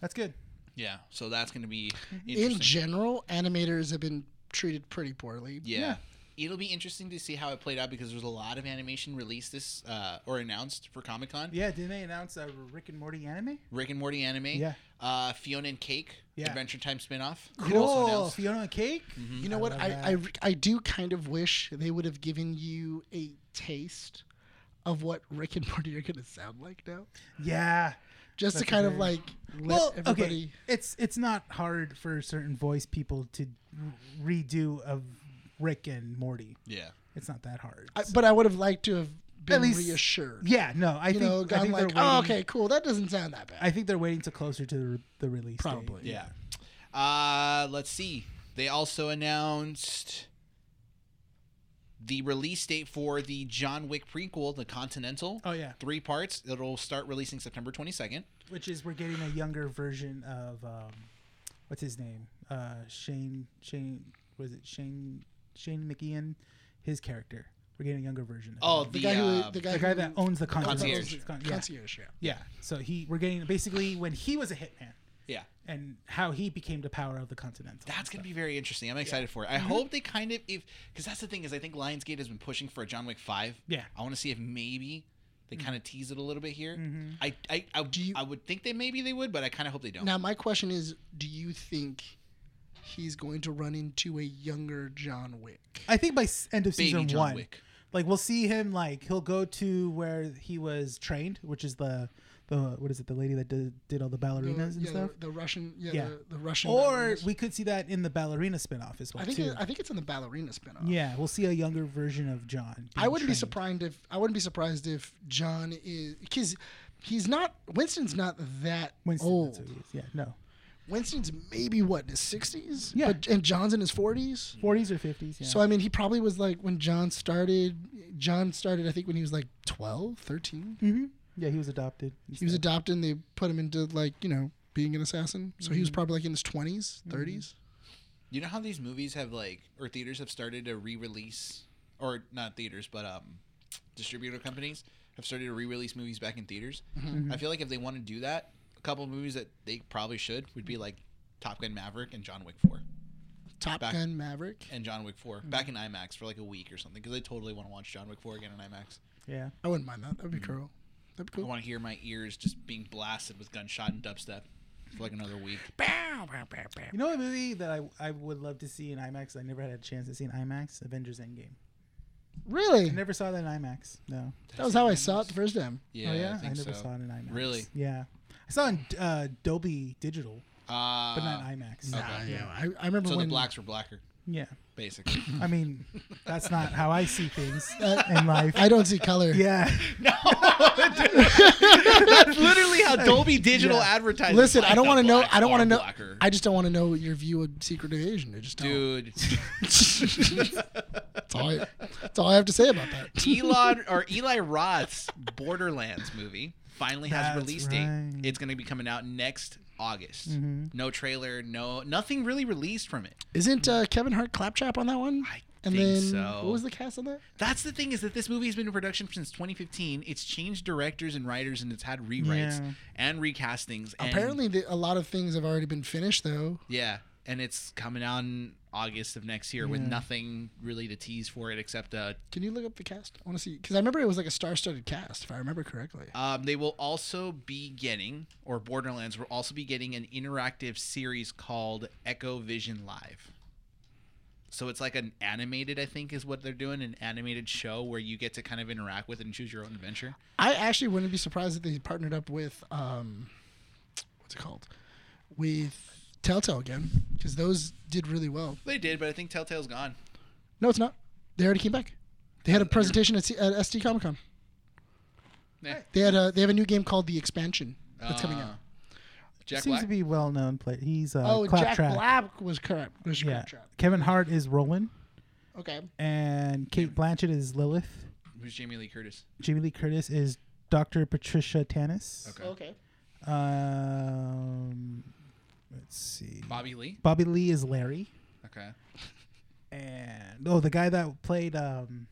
That's good.
Yeah. So that's going to be
In
interesting.
general, animators have been treated pretty poorly.
yeah. It'll be interesting to see how it played out because there's a lot of animation released this uh, or announced for Comic Con.
Yeah, didn't they announce a Rick and Morty anime?
Rick and Morty anime.
Yeah.
Uh, Fiona and Cake.
Yeah.
Adventure Time spinoff.
Cool. Oh, Fiona and Cake.
You know what?
Mm, love
I,
that.
I, re- I do kind of wish they would have given you a taste of what Rick and Morty are going to sound like now.
Yeah.
Just
That's
to kind of
very-
like let
well,
everybody.
okay. It's it's not hard for certain voice people to redo of Rick and Morty.
Yeah.
It's not that hard.
I, but I would have liked to have been
least-
reassured.
yeah, no, I
you
think
know,
I
gone
think
like,
they're
oh,
waiting-
okay, cool. That doesn't sound that bad.
I think they're waiting till closer to the, re- the release. date.
Probably.
Yeah. Uh, let's see. They also announced the release date for the John Wick prequel, The Continental.
Oh yeah,
Three parts. It'll start releasing September 22nd.
which is we're getting a younger version of um, what's his name? Uh, Shane Shane was it Shane Shane McGeehan? His character. We're getting a younger version. Of
Oh,
him.
the,
guy who-
uh,
the guy
the guy that owns the
who-
concierge.
Concierge.
Yeah.
Concierge, yeah.
yeah. So he we're getting basically when he was a hitman.
yeah.
and how he became the power of the Continental.
That's gonna be very interesting. I'm excited for it. I hope they kind of if because that's the thing is I think Lionsgate has been pushing for a John Wick five.
Yeah.
I want to see if maybe they kind of tease it a little bit here. I I I,
you-
I would think they maybe they would, but I kind of hope they don't.
Now, my question is do you think he's going to run into a younger John Wick?
I think by s- end of
Baby
season
John
one,
Wick.
like we'll see him like he'll go to where he was trained, which is the the what is it the lady that did, did all the
The-
ballerinas and
yeah,
stuff.
The, the Russian, yeah,
Yeah.
The, the Russian.
Or
ballerinas.
we could see that in the ballerina spinoff as well
I think
too.
it, I think it's in the ballerina spinoff.
yeah, we'll see a younger version of John.
I
being
wouldn't be
trained.
surprised if I wouldn't be surprised if John is because he's not Winston's not that
Winston, that's
old.
who he is. Yeah, no,
Winston's maybe what in his sixties.
Yeah.
but, and John's in his forties.
forties or fifties. Yeah.
So I mean, he probably was like when John started. John started, I think, when he was like 12, 13.
hmm yeah, he was adopted. and
He was
stuff.
adopted. and They put him into like you know being an assassin. So he
Mm-hmm.
was probably like in his twenties, 30s
You know how these movies have like or theaters have started to re-release or not theaters but um distributor companies have started to re-release movies back in theaters. I feel like if they want to do that, a couple of movies that they probably should would be like Top Gun Maverick and John Wick four.
Top
Back-
Gun Maverick.
and John Wick 4 back
Mm-hmm.
in IMAX for like a week or something because I totally want to watch John Wick 4 again in IMAX.
Yeah,
I wouldn't mind that. That'd be cool. That'd be
Mm-hmm. I
cool.
want to hear my ears just being blasted with gunshot and dubstep for like another week.
you know a movie that I I would love to see in IMAX. I never had a chance to see in IMAX. Avengers Endgame.
Really?
I never saw that in IMAX. No.
That was how I saw it the first time.
Yeah,
oh yeah,
I,
I,
think
never
so.
saw it in IMAX.
Really?
Yeah, I saw it in uh, Dolby Digital,
Uh,
but not IMAX.
Nah, yeah, I, I remember
so the
when
blacks were blacker,
Yeah,
basically.
I mean, that's not how I see things
Uh,
in life.
I don't see color.
yeah,
That's literally how Dolby Digital
Yeah.
advertising.
Listen, I don't want to know. I don't want to
to
know. I just don't want to know your view of Secret Invasion. I just don't.
Dude,
That's all, I, that's all I have to say about that.
Elon or Eli Roth's Borderlands movie finally has
That's
release
right. Mm-hmm.
date. It's going to be coming out next August. No trailer, no nothing really released from it.
Isn't uh, Kevin Hart claptrap on that one?
I
and
think
then
so.
what was the cast on that?
That's the thing is that this movie has been in production since 2015. It's changed directors and writers, and it's had rewrites
Yeah.
and recastings. And,
Apparently, the, a lot of things have already been finished though.
yeah. And it's coming out in August of next year with nothing really to tease for it except uh,
Can you look up the cast? I want to see because I remember it was like a star-studded cast, if I remember correctly.
um, they will also be getting, or Borderlands will also be getting an interactive series called Echo Vision Live. So it's like an animated, I think, is what they're doing, an animated show where you get to kind of interact with it and choose your own adventure.
I actually wouldn't be surprised if they partnered up with um, what's it called? With Telltale again because those did really well.
They did, but I think Telltale's gone.
No, it's not. They already came back. They
Oh,
had a presentation at, C- at SD Comic Con.
Yeah.
They had a, they have a new game called The Expansion that's coming
Ah.
out.
Uh, Jack
seems
Black.
to be well known. Play he's uh,
Oh, Jack
Claptrap.
Black was corrupt. Was
Yeah,
Claptrap.
Kevin Hart is Roland,
Okay.
and Kate Blanchett is Lilith.
Who's Jamie Lee Curtis?
Jamie Lee Curtis is Dr. Patricia Tanis.
Okay.
Okay.
Um, let's see.
Bobby Lee.
Bobby Lee is Larry.
Okay.
and oh, the guy that played um,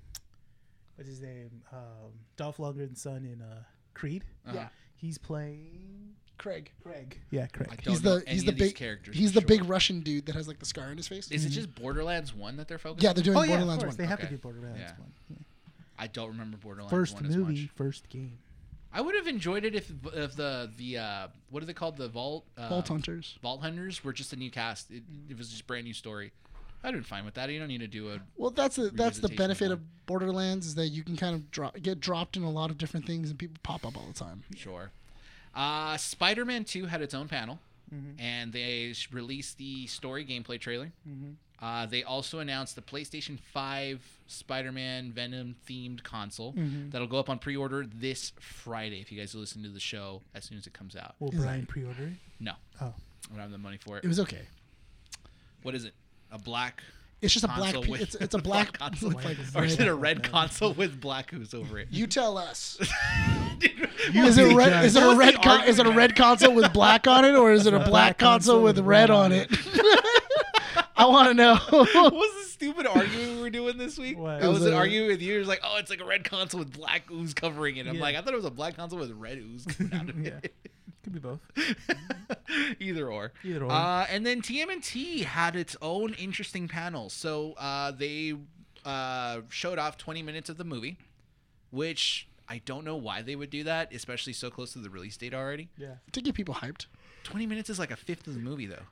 what's his name? Um, Dolph Lundgren's son in uh, Creed.
Uh-huh.
Yeah.
He's playing
Craig.
Craig. Yeah,
I
Craig.
don't
He's
know
the
any
he's the
of these
big
characters.
he's
for
the
sure.
big Russian dude that has like the scar on his face.
Is it just Borderlands One that they're focusing?
Mm-hmm. Yeah, they're doing
Oh yeah, of
Borderlands
course. They
one.
have to
Okay.
do Borderlands
Yeah.
one. Yeah.
I don't remember Borderlands
First
One as
movie,
much.
first game.
I would have enjoyed it if if the the uh, what are they called the vault uh,
Vault Hunters.
Vault Hunters were just a new cast. It, it was just a brand new story. I'd been fine with that. You don't need to do a
Well, that's the that's the
Revisitation of
benefit
one.
of Borderlands is that you can kind of drop get dropped in a lot of different things and people pop up all the time.
Sure. Uh, Spider Man 2 had its own panel,
Mm-hmm.
and they s- released the story gameplay trailer.
Mm-hmm.
Uh, they also announced the PlayStation 5 Spider Man Venom themed console
Mm-hmm.
that'll go up on pre order this Friday if you guys listen to the show as soon as it comes out.
Will
Is
Brian
that-
pre-order it?
No,
Oh,
I don't have the money for it.
It was okay.
What is it? A black.
It's just a black.
console
Pe-
with-
it's, it's a black. it's
console.
like
or is it a
red.
red console with black who's over it?
You tell us.
Dude,
Is it red? Is it
That
a
was
red?
the
Con- is it a
argument.
red console with black on it, or is it a black
black
console
console
with
with
red
red
on
on
it? I want to know.
what was the stupid argument we were doing this week?
What?
I was
It was
an
a-
arguing with you. It was like, oh, it's like a red console with black ooze covering it. I'm
Yeah.
like, I thought it was a black console with red ooze coming out of
yeah.
it.
Could be both.
Either or.
Either or.
Uh, and then TMNT had its own interesting panel. So uh, they uh, showed off 20 minutes of the movie, which I don't know why they would do that, especially so close to the release date already.
yeah.
to get people hyped.
20 minutes is like a fifth of the movie, though.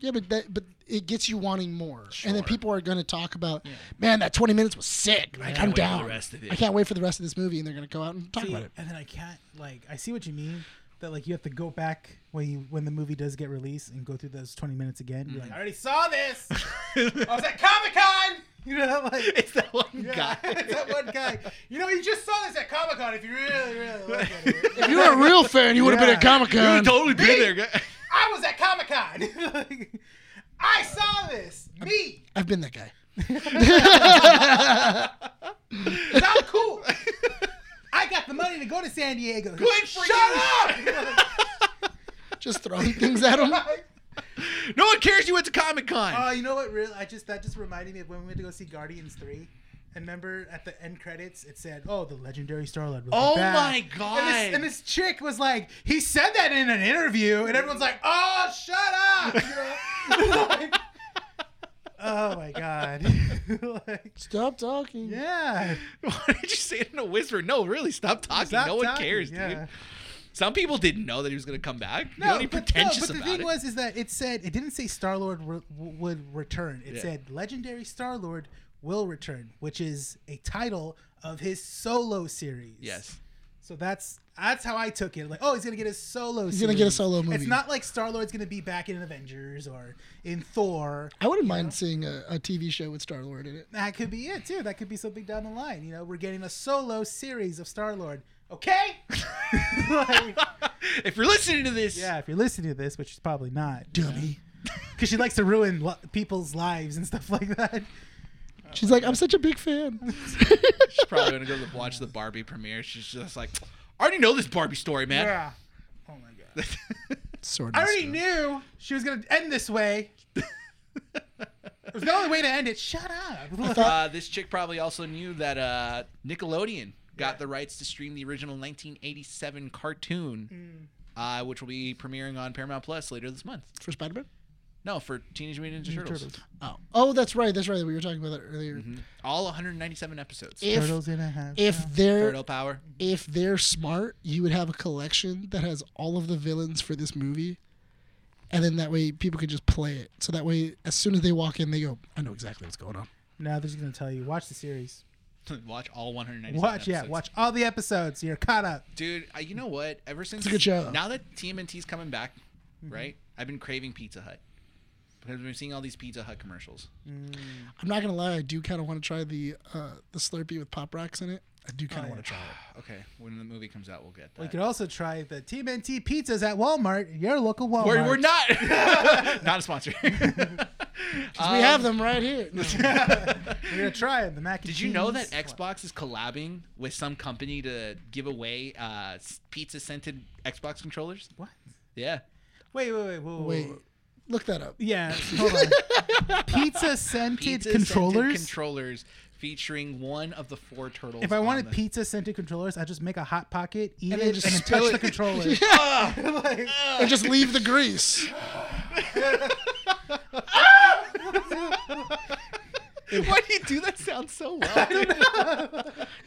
Yeah, but that but it gets you wanting more, and then
Sure.
people are going to talk about, man, that twenty minutes was sick. Like
can't
I'm
wait for the
down.
rest of it."
I can't wait for the rest of this movie, and they're going to go out and talk
See,
about it.
And then I can't like I see what you mean that like you have to go back when you when the movie does get released and go through those twenty minutes again. You're
Mm.
like, I already saw this. I was at Comic Con. You know, like
It's that one
yeah,
guy.
it's that one guy. You know, you just saw this at Comic Con. If you really, really look at it,
If you were a real fan, you would have been at
Yeah.
Comic
You
Con.
would've totally been there, guy.
I was at Comic Con. Like, I saw this. Me,
I've been that guy.
I'm cool. I got the money to go to San Diego.
Good for
Shut
you.
up.
Just throwing things at him.
No one cares you went to Comic Con.
Oh, you know what? Really, I just that just reminded me of when we went to go see Guardians Three, and remember at the end credits it said, "Oh, the legendary Starlord." will be
Oh
back."
my
And
God.
this, and this chick was like, "He said that in an interview," and everyone's like, "Oh, shut up!" You know? Like, oh my god. Like,
Stop talking.
yeah.
Why did you say it in a whisper? No, really, stop talking.
Stop
no one
talking,
cares,
yeah.
dude. Some people didn't know that he was going to come back. No,
No,
Don't be
but, no,
pretentious
but the
about
thing
it.
was, is that it said it didn't say Star Lord re- w- would return. It
Yeah.
said legendary Star Lord will return, which is a title of his solo series.
yes.
So that's that's how I took it. Like, oh, he's gonna get his solo.
He's gonna get a
series.
solo movie.
It's not like Star Lord's gonna be back in Avengers or in Thor.
I wouldn't mind seeing a, a TV show with Star Lord in it.
That could be it too. That could be something down the line. You know, we're getting a solo series of Star Lord. Okay. Like,
if you're listening to this,
yeah, if you're listening to this, which is probably not,
Dummy.
because she likes to ruin lo- people's lives and stuff like that.
She's like, I'm such a big fan.
she's probably going to go to watch the Barbie premiere. She's just like, I already know this Barbie story, man.
Yeah. Oh my god.
sort of.
I already knew she was gonna end this way. it was the only way to end it. Shut up.
uh, this chick probably also knew that uh, Nickelodeon got the rights to stream the original 1987 cartoon, uh, which will be premiering on Paramount Plus later this month.
for Spider Man.
No, for Teenage Mutant Ninja Turtles. Mm.
Oh, oh, that's right, that's right. We were talking about that earlier.
Mm-hmm.
All 197 episodes.
If
in a half.
if they're
Turtle power.
if they're smart, you would have a collection that has all of the villains for this movie, and then that way people could just play it. So that way, as soon as they walk in, they go, "I know exactly what's going on."
Now they're just gonna tell you watch the series.
watch all 197
Watch yeah,
episodes.
watch all the episodes. You're caught up.
Dude, I, you know what? Ever since
a good show.
now that TMNT's coming back, right? I've been craving Pizza Hut because we've been seeing all these Pizza Hut commercials.
I'm not gonna lie, I do kind of want to try the uh, the Slurpee with Pop Rocks in it. I do kind of want to try it.
Okay, when the movie comes out, we'll get
We
that.
could also try the TMNT pizzas at Walmart, your local Walmart.
We're, we're not not a sponsor. Um,
'Cause we have them right here. No.
We're gonna try it. The mac and
Did you know that
cheese.
Xbox is collabing with some company to give away uh, pizza scented Xbox controllers?
What?
Yeah.
Wait, wait, wait, whoa, whoa,
Wait,
whoa.
Look that up.
Yeah, hold on. pizza scented
Pizza-scented
controllers.
controllers featuring one of the four turtles.
if I
on
wanted
the-
pizza scented controllers, I just make a hot pocket, eat
And
it,
then just
and then
spill
touch
it.
the controller.
And just leave the grease.
why do you do that sound so well? dude?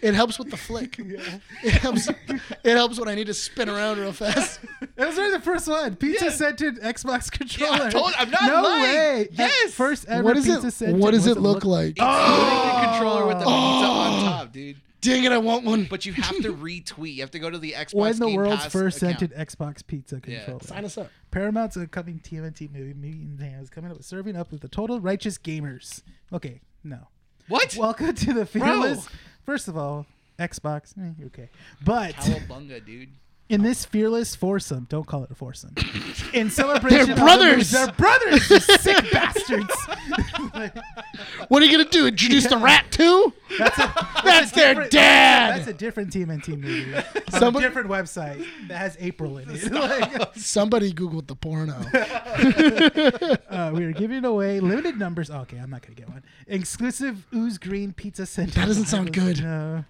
It helps with the flick. It helps. It helps when I need to spin around real fast.
That was already the first one. Pizza scented Xbox controller.
told- I'm not
no
lying.
way.
Yes.
At first ever
What does
pizza
it?
scented.
What does
What's
it look like?
It's literally the controller
Oh.
with the pizza on top, dude.
Dang it! I want one.
But you have to retweet. You have to go to the Xbox.
When the
Game
world's
Pass
first
account.
scented Xbox pizza controller.
sign us up.
Paramount's upcoming TMNT movie Meeting Hands coming up with serving up with the total righteous gamers. Okay, no.
What?
Welcome to the fearless. First of all, Xbox. eh, okay, but
Cowabunga, dude.
in this fearless foursome, don't call it a foursome. In
They're
celebration, of the
brothers!
news- they're brothers. You sick bastards.
What are you gonna do? Introduce the rat too?
That's a
That's their
different-
dad.
That's a different TMNT movie. on a
Somebody-
different website that has April in it. Like,
Somebody googled the porno.
uh, we are giving away limited numbers. okay, I'm not gonna get one. Exclusive ooze green pizza center.
That doesn't sound good.
No.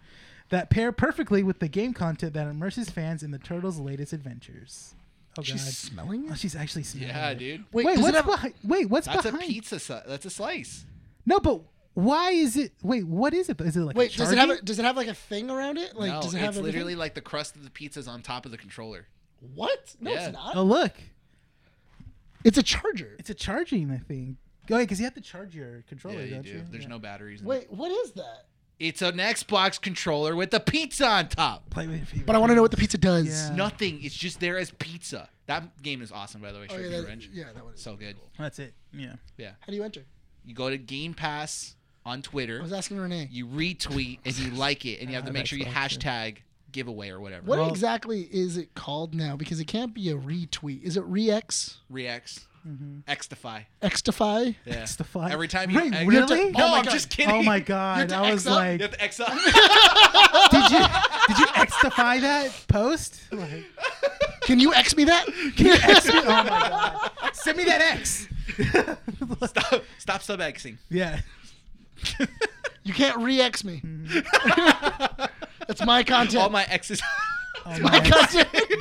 That pair perfectly with the game content that immerses fans in the turtles' latest adventures. Oh
She's
god.
smelling
Oh,
it.
she's actually smelling.
Yeah,
it.
dude.
Wait,
does
what's
it have-
behind? Wait, what's
That's a
behind?
pizza. Su- that's a slice.
No, but why is it? Wait, what is it? Is it like
Wait,
A
does it have?
Sharpie?
A, does it have like a thing around it? Like,
no,
does it
it's
have everything?
literally like the crust of the pizza's on top of the controller.
What? No,
Yeah.
it's not.
Oh look,
It's a charger.
it's a charging thing. Oh, because you have to charge your controller,
yeah, you
don't
do.
you?
There's
Yeah.
no batteries. in it.
Wait, what is that?
It's an Xbox controller with a pizza on top.
play with your favorite.
But I want to know what the pizza does.
Yeah.
Nothing. It's just there as pizza. That game is awesome, by the way.
Oh,
Shredder's
yeah, that,
Revenge.
yeah, that one.
So good.
That's it. Yeah.
Yeah.
How do you enter?
You go to Game Pass on
I
Twitter.
was asking Renee.
You retweet and you like it, and you have to
Ah,
make sure you
that's
hashtag giveaway or whatever.
What
What?
exactly is it called now? Because it can't be a retweet. Is it rex?
Reacts. Xtify.
Xtify?
Yeah.
It's the fire.
Every time you-
Wait,
every-
really?
Oh, I'm just kidding.
Oh my
You have
god!
to
I
X
was
up?
like,
You have to X up.
did you did you extify that post? Like,
Can you X me that? Can you X me?
oh my god! Send me that X.
stop, stop sub-Xing.
Yeah.
You can't re-X me.
Mm.
That's my content.
All my X's.
Oh
my content.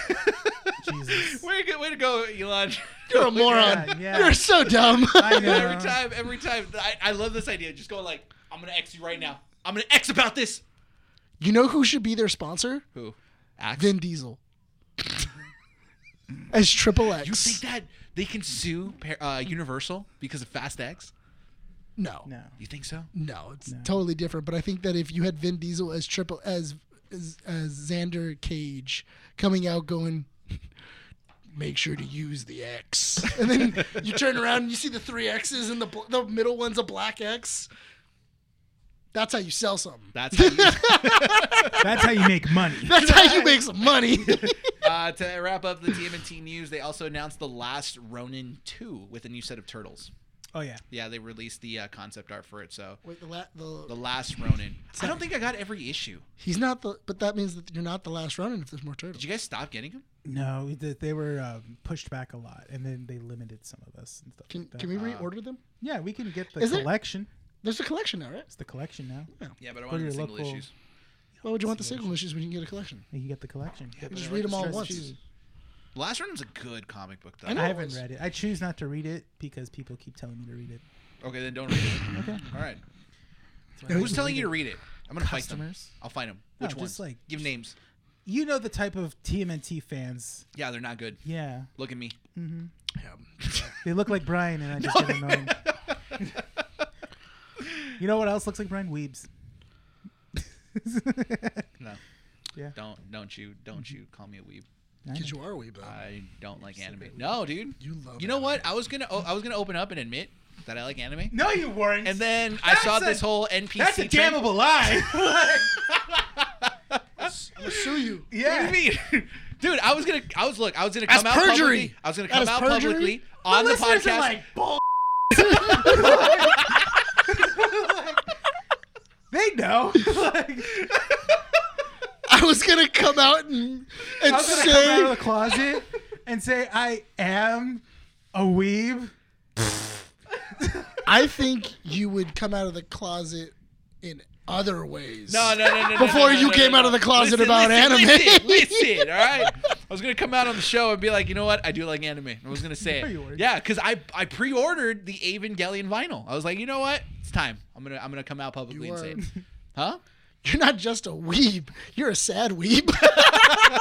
Jesus.
way, to go, way to go, Elon.
You're a moron.
Yeah, yeah.
You're so dumb.
I uh, know.
every time, every time. I, I love this idea. Just go like, I'm going to X you right now. I'm going to X about this.
you know who should be their sponsor?
Who? Axe?
Vin Diesel. As triple X.
you think that they can sue Par- uh, Universal because of Fast X?
No.
No.
You think so?
No, it's totally different. But I think that if you had Vin Diesel as triple as as, as Xander Cage coming out going, make sure to use the X, and then you turn around and you see the three X's and the bl- the middle one's a black X. That's how you sell something.
That's how you-
That's how you make money.
That's how you make some money.
uh, to wrap up the TMNT news, they also announced the last Ronin 2 with a new set of turtles.
Oh yeah.
Yeah, they released the uh, concept art for it. So
Wait, the la-
the
the,
last Ronin. I don't think I got every issue.
he's not the, but that means that you're not the last running if there's more turtles.
Did you guys stop getting them?
No, th- they were um, pushed back a lot, and then they limited some of us and stuff.
Can,
like that.
can we reorder them?
yeah, we can get the
Is it-
collection.
There's a collection now, right?
It's the collection now.
Yeah, but I
Go to
wanted the
your
single
local-
issues.
Why would you want the single issues when you can get a collection?
You can get the collection.
You
but
just
I like
read them
the
all
stress
once.
issues. The last Ronin's a good comic book, though.
I know.
I
it
haven't
was-
read it. I choose not to read it because people keep telling me to read it.
Okay, then don't read it. okay. All right.
I
Who's
read
telling
it.
you to read it? I'm gonna fight
Customers.
them. I'll fight them.
No,
Which
just
ones?
like-
Give names.
You know the type of TMNT fans.
Yeah, they're not good.
Yeah, Mm-hmm.
Look at me.
they look like Brian, and I just didn't know him. you know what else looks like Brian? Weebs.
No.
Yeah.
Don't don't you don't you call me a weeb.
Because you are a wee bit.
I don't like anime. No, dude.
You love
You know what? I was gonna oh, I was gonna open up and admit that I like anime.
no, you weren't.
And then I saw
That's a-
this whole NPC.
that's a
trend.
damnable lie.
I'm gonna sue you.
yeah.
What do you mean? Dude, I was gonna, I was look, I was gonna
That's
come out publicly.
perjury.
I was gonna
That
come
is
out
perjury.
publicly
The
on the
listeners are
podcast.
like, They know. like,
I was gonna come out and and
I was gonna come out of
say
the closet. and say I am a weeb?
I think you would come out of the closet in other ways.
No, no, no, no. no,
Before
no, no,
you
no,
came
no,
out of
no.
the closet about anime.
Listen, listen, all right. I was gonna come out on the show and be like, you know what? I do like anime. I was gonna say
No,
it.
you weren't.
Yeah, because I I pre-ordered the Evangelion vinyl. I was like, you know what? It's time. I'm gonna I'm gonna come out publicly
You
and say,
are-
it. huh?
You're not just a weeb. You're a sad weeb.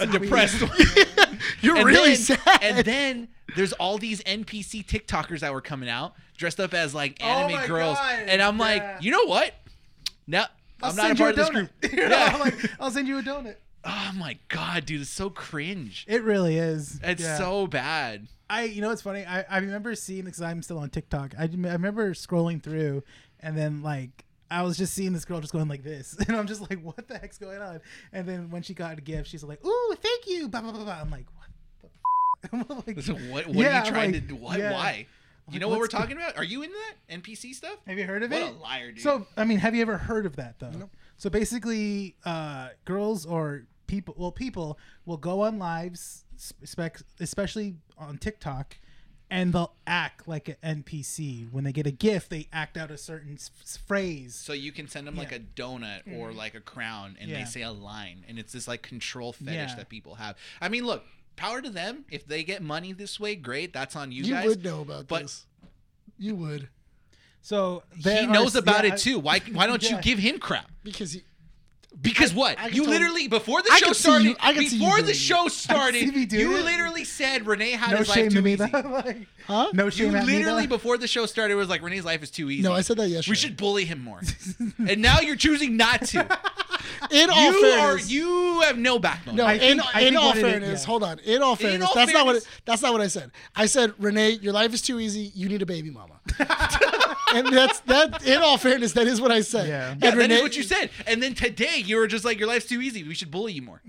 A depressed.
You're
And
really
then-
sad.
And then there's all these NPC TikTokers that were coming out dressed up as like anime
Oh my
girls,
God,
and I'm like,
yeah.
you know what? No,
I'll
am
send
not a
you
part of
a
this group.
donut. You know,
Yeah.
I'm like, I'll send you a donut.
oh my god, dude, it's so cringe.
It really is.
It's
Yeah.
so bad.
I you know it's funny. I, I remember seeing because I'm still on TikTok. I, rem- I remember scrolling through and then like I was just seeing this girl just going like this, and I'm just like, what the heck's going on? And then when she got a gift, she's like, ooh, thank you, blah blah blah. blah. I'm like, what the? F-? I'm like,
So what what
Yeah,
are
I'm
you trying
like,
to do? What,
yeah.
Why? You
Like,
know what we're
what's go-
talking about? Are you into that NPC stuff?
Have you heard of
What
it?
a liar, dude.
So, I mean, have you ever heard of that though? So basically, uh, girls or people, well, people will go on lives, spec, especially on TikTok, and they'll act like an NPC. When they get a gift, they act out a certain s- s- phrase.
so you can send them like a donut
Mm-hmm.
or like a crown, and
Yeah.
they say a line, and it's this like control fetish
Yeah.
that people have. I mean, look, power to them. If they get money this way, great. That's on you,
You
guys.
would know about
but-
this. You would.
So
he
there are-
knows about
yeah,
it too. Why why don't
Yeah.
you give him crap?
Because he,
Because what?
I can
you
tell-
literally before the
I
show
can see you-
started,
I can see you
before
doing
the
it.
show
I
started,
can see me doing
you
it.
literally said Renee had
I- No
his life
shame
too
to me
easy.
though. like,
Huh?
No shame
you
at me,
literally
though.
before the show started was like Renee's life is too easy.
no, I said that
we
yesterday.
should bully him more. and now you're choosing not to.
In all
you are
fairness,
you have no backbone.
no.
I
in
think- I
in
think
all
what it is-
fairness,
yeah.
hold on. In all fairness,
all
that's not what. It,
fairness-
that's not what I said. I said, Renee, your life is too easy. You need a baby mama. and that's that. In all fairness, that is what I said.
Yeah.
And
yeah, that
Renee-
is what you said. And then today you were just like your life's too easy. We should bully you more.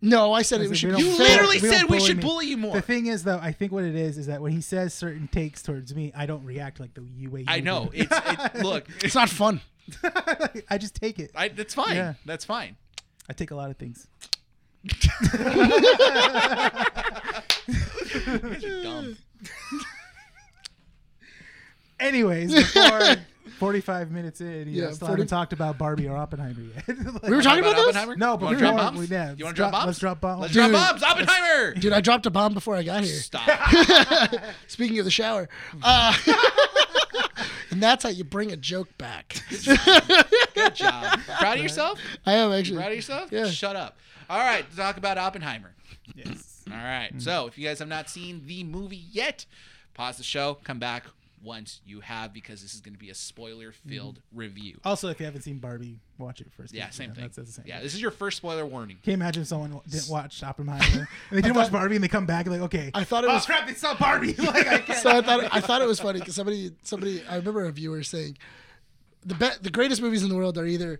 No, I said it.
I
We
said,
should.
we
be
You
don't
fair.
bully-
literally
we don't
said we
bully
should
me.
bully you more.
The thing is, though, I think what it is is that when he says certain takes towards me, I don't react like the you way.
I
you
know.
do.
It's it, look.
It's not fun.
I just take it.
I, that's fine.
Yeah.
That's fine.
I take a lot of things.
You guys are dumb.
Anyways, before 45 minutes in, you
Yeah,
know, still
40
haven't talked about Barbie or Oppenheimer yet. Like-
We were talking about, this,
Oppenheimer?
No, but
you
we
drop
were-
bombs?
we- yeah,
you want
let's
to drop
drop-
bombs?
let's drop bombs.
Let's
Dude.
drop bombs. Oppenheimer.
dude. I dropped a bomb before I got here.
Stop.
Speaking of the shower, uh, and that's how you bring a joke back.
Good job. Proud of yourself?
I am actually.
Proud of yourself?
Yeah.
Shut up. All right. to Talk about Oppenheimer.
Yes.
All right. So if you guys have not seen the movie yet, pause the show. Come back once you have because this is going to be a spoiler-filled review.
Also, if you haven't seen Barbie, watch it first.
Yeah, same thing.
Oh, That's, that's the same.
Yeah, this is your first spoiler warning.
Can you imagine if someone didn't watch Oppenheimer and they didn't watch Barbie and they come back and like, okay,
I thought it was
oh crap, they saw Barbie. like, I can't.
so I thought I thought it was funny because somebody somebody I remember a viewer saying the be- the greatest movies in the world are either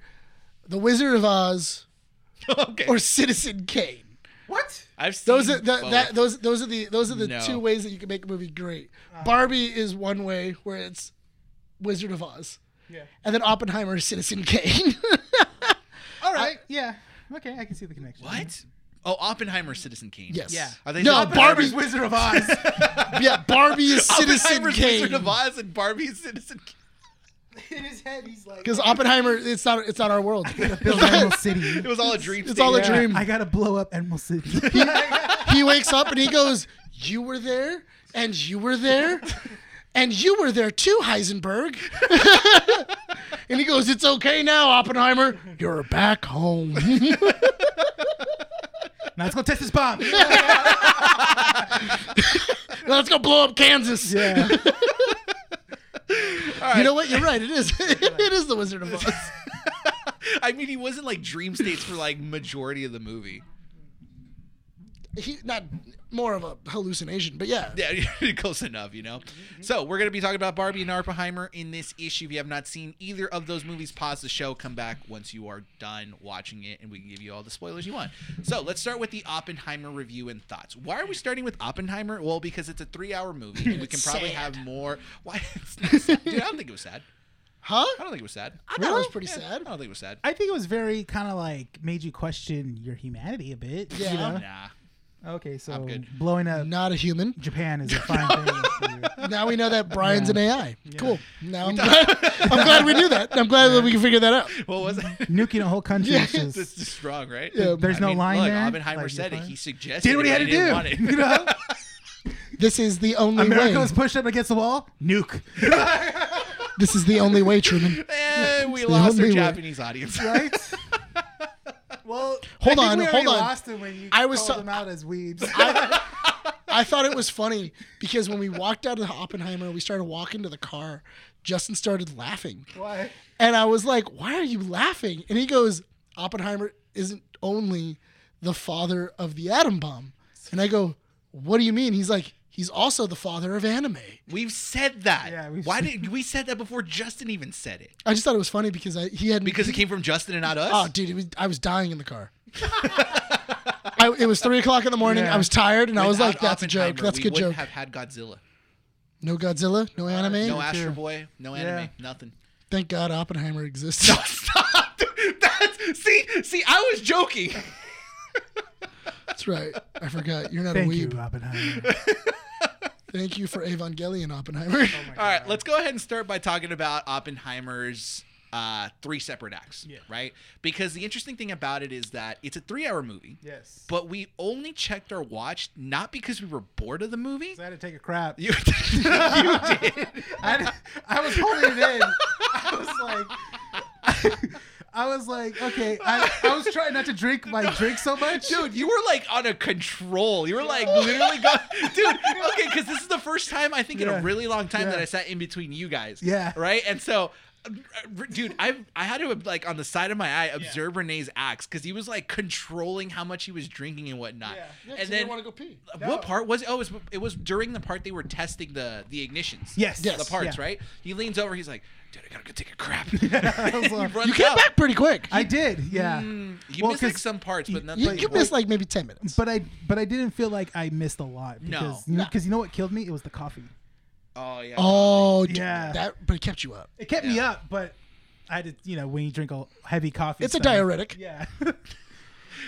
The Wizard of Oz
okay.
or Citizen Kane.
what?
I've seen
Those are the,
both.
that those those are the those are the
No. Uh-huh.
two ways that you can make a movie great. Barbie is one way where it's Wizard of Oz,
Yeah.
and then Oppenheimer is Citizen Kane.
All right. yeah. Okay, I can see the connection.
What? Oh, Oppenheimer, Citizen Kane.
yes.
Yeah.
Are they
no,
still-
Barbie.
Barbie's Wizard of Oz.
Yeah, Barbie is Citizen
Oppenheimer's Wizard
Kane.
of Oz and Barbie's Citizen Kane.
In his head, he's like,
Because Oppenheimer, it's not it's not our world.
build Animal City.
It was all a dream.
It's all a
state.
dream.
I gotta blow up Animal City.
he wakes up and he goes, "You were there, and you were there, and you were there too, Heisenberg." and he goes, "It's okay now, Oppenheimer. You're back home."
now let's go test this bomb.
Let's go blow up Kansas.
yeah.
You know what? You're right. It is. it is the Wizard of Oz.
I mean, he wasn't like dream states for like majority of the movie.
He not more of a hallucination, but yeah.
Yeah, close enough, you know.
Mm-hmm.
So we're gonna be talking about Barbie and Oppenheimer in this issue. If you have not seen either of those movies, pause the show, come back once you are done watching it, and we can give you all the spoilers you want. So let's start with the Oppenheimer review and thoughts. Why are we starting with Oppenheimer? Well, because it's a three-hour movie, and we can
It's
probably
sad.
have more. Why? It's not sad. Dude, I don't think it was sad.
Huh?
I don't think it was sad.
I thought it was pretty
Yeah, I don't
sad.
think it was sad.
I think it was very kind of like made you question your humanity a bit. you
Yeah.
know?
Nah.
Okay, so
I'm good.
blowing up
Not a human.
Japan is a fine thing. for you.
Now we know that Brian's an AI.
Yeah.
Cool. Now I'm glad, I'm glad we knew that. I'm glad that we can figure that out.
What was it?
Nuking a whole country.
Yeah.
is just-
That's just wrong, right?
Yeah.
there's no line
look,
there.
Oppenheimer
Like,
said
you're
it.
fine.
He suggested
did what he had to
it, but he
do. You
didn't want
know?
it.
This is the only
America
way.
was pushed up against the wall. Nuke.
This is the only way, Truman.
Eh, we
the
lost our
only way.
Japanese audience.
right? well,
Hold
I think
on,
we
hold
already
on.
Lost them when you
I was
called
so-
them out as weebs.
I thought it was funny because when we walked out of Oppenheimer, we started walking to the car. Justin started laughing.
Why?
And I was like, why are you laughing? And he goes, Oppenheimer isn't only the father of the atom bomb. And I go, what do you mean? He's like, he's also the father of anime.
We've said that.
Yeah, we've
Why did we said that before Justin even said it?
I just thought it was funny because I, he had
Because it came from Justin and not us.
Oh, dude, it was, I was dying in the car. I, it was three o'clock in the morning.
Yeah.
I was tired, and I was
Without
like, "That's a joke.
Oppenheimer,
That's a
we
good
wouldn't
joke."
Have had Godzilla,
No Godzilla, no anime.
no Astro
true.
Boy, no anime, nothing.
Thank God Oppenheimer exists.
Stop! That's see, see. I was joking.
That's right. I forgot. You're not
Thank
a
you,
weeb.
Oppenheimer.
Thank you for Evangelion Oppenheimer.
All right, let's go ahead and start by talking about Oppenheimer's uh, three separate acts,
Yeah.
right? Because the interesting thing about it is that it's a three-hour movie,
Yes.
but we only checked our watch not because we were bored of the movie.
So I had to take a crap.
You, you did.
I, I was holding it in. I was like, I was like, okay. I, I was trying not to drink my drink so much.
Dude, you were like on a control. You were like literally going, dude. Okay, because this is the first time I think in
Yeah.
a really long time that
Yeah.
I sat in between you guys.
Yeah.
Right. And so, uh, r- dude, I I had to like on the side of my eye observe Renee's acts because he was like controlling how much he was drinking and whatnot.
Yeah.
and then
go pee.
what part was? Oh, it was, it was during the part they were testing the the ignitions.
Yes.
Yes.
The parts,
Yeah.
right? He leans over. He's like, dude, I gotta go take a crap.
I was like,
You Mm. came back pretty quick.
I did. Yeah.
You
Well,
missed like
'cause
some parts, but nothing.
you you missed like maybe ten minutes.
But I but I didn't feel like I missed a lot because
No.
because you know what killed me it was the coffee.
oh yeah.
oh, d-
Yeah.
That, but it kept you up.
It kept me up, but I had to you know when you drink a heavy coffee,
It's a
stuff.
diuretic.
Yeah. so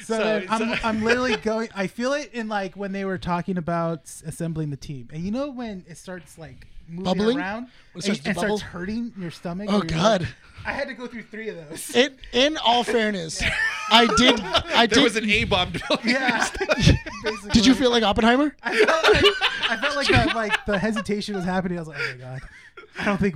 So-
then I'm,
so-
I'm literally going. I feel it in like when they were talking about s- assembling the team, and you know when it starts like moving
Bubbling?
around
When it
and,
starts to
and
bubble?
starts hurting your stomach.
Oh,
or your-
God.
I had to go through three of those.
It, in all fairness, I did.
There
I did.
was an A bomb.
yeah. Basically.
did you feel like Oppenheimer?
I felt like, I felt like that, like the hesitation was happening. I was like, oh my god, I don't think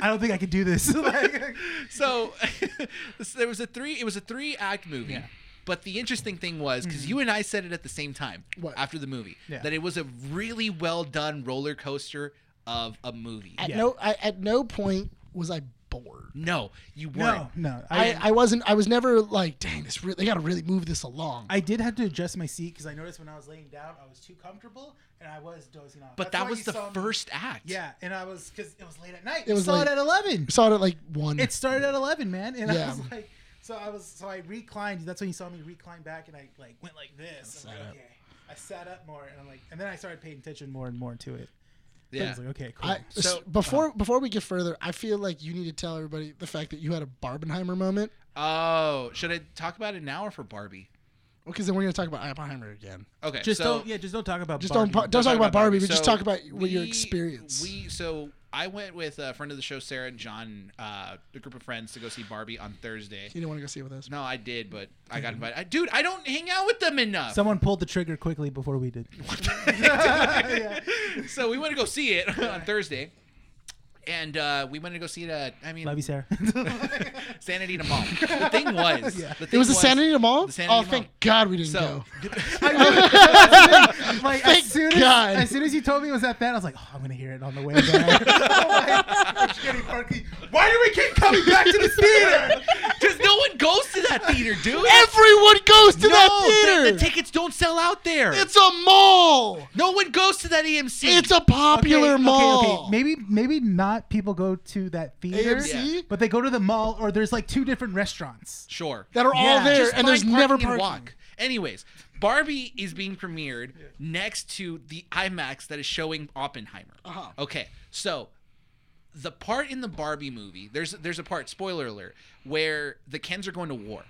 I don't think I could do this. like,
so so there was a three it was a three act movie but the interesting thing was because you and i said it at the same time
What?
after the movie
Mm-hmm. Yeah.
that it was a really well done roller coaster of a movie
At
Yeah.
no, I, at no point was I bored.
no you weren't
no, no.
I, I wasn't. I was never like, dang, this re- they got to really move this along.
I did have to adjust my seat because I noticed when I was laying down, I was too comfortable and I was dozing off.
but
That's
that
why
was
you
the
saw me-
first act
Yeah, and I was because it was late at night.
It
It
was
was saw
late.
it at eleven.
saw it at like one.
It started at eleven, man, and
Yeah.
I was like, so I was so I reclined. That's when you saw me recline back, and I like went like this. I'm like, okay, I sat up more, and I'm like, and then I started paying attention more and more to it. Yeah. I
yeah
was like, okay, cool.
I,
So- uh,
s- before before we get further, I feel like you need to tell everybody the fact that you had a Barbenheimer moment.
oh should i talk about it now or for barbie
Because then we're gonna talk about Oppenheimer again.
okay
just
so
don't, yeah, just don't talk about.
Just
Barbie.
don't pa- don't talk about Barbie, but just
So
talk about what your
we-
experience.
We so I went with a friend of the show, Sarah and John, uh, a group of friends, to go see Barbie on Thursday.
you didn't want to go see it with us.
No, I did, but I got invited. I, dude, I don't hang out with them enough.
Someone pulled the trigger quickly before we did.
so we went to go see it on Thursday, and uh, we went to go see it. At, I mean,
Love you, Sarah.
Sanity to Mall. The thing was,
Yeah.
the thing
It was the Sanity Mall.
the Sanity
oh,
Mall.
thank God we didn't
So,
go.
like
Thank
as soon as,
God.
as soon as you told me it was at that, I was like, oh, I'm gonna hear it on the way back. I'm like, Jenny Parkley, Why do we keep coming back to the theater?
because no one goes to that theater, dude.
Everyone goes to
no,
that
the-
theater.
The, tickets don't sell out there.
it's a mall.
no one goes to that E EMC.
It's a popular mall.
Maybe maybe not people go to that theater,
AMC?
but they go to the mall or there's like two different restaurants.
sure.
that are all
Yeah.
there,
Just
and there's
find
never
parking and
parking.
walk. Anyways, Barbie is being premiered next to the IMAX that is showing Oppenheimer.
Uh-huh.
Okay, so the part in the Barbie movie, there's there's a part, spoiler alert, where the Kens are going to war.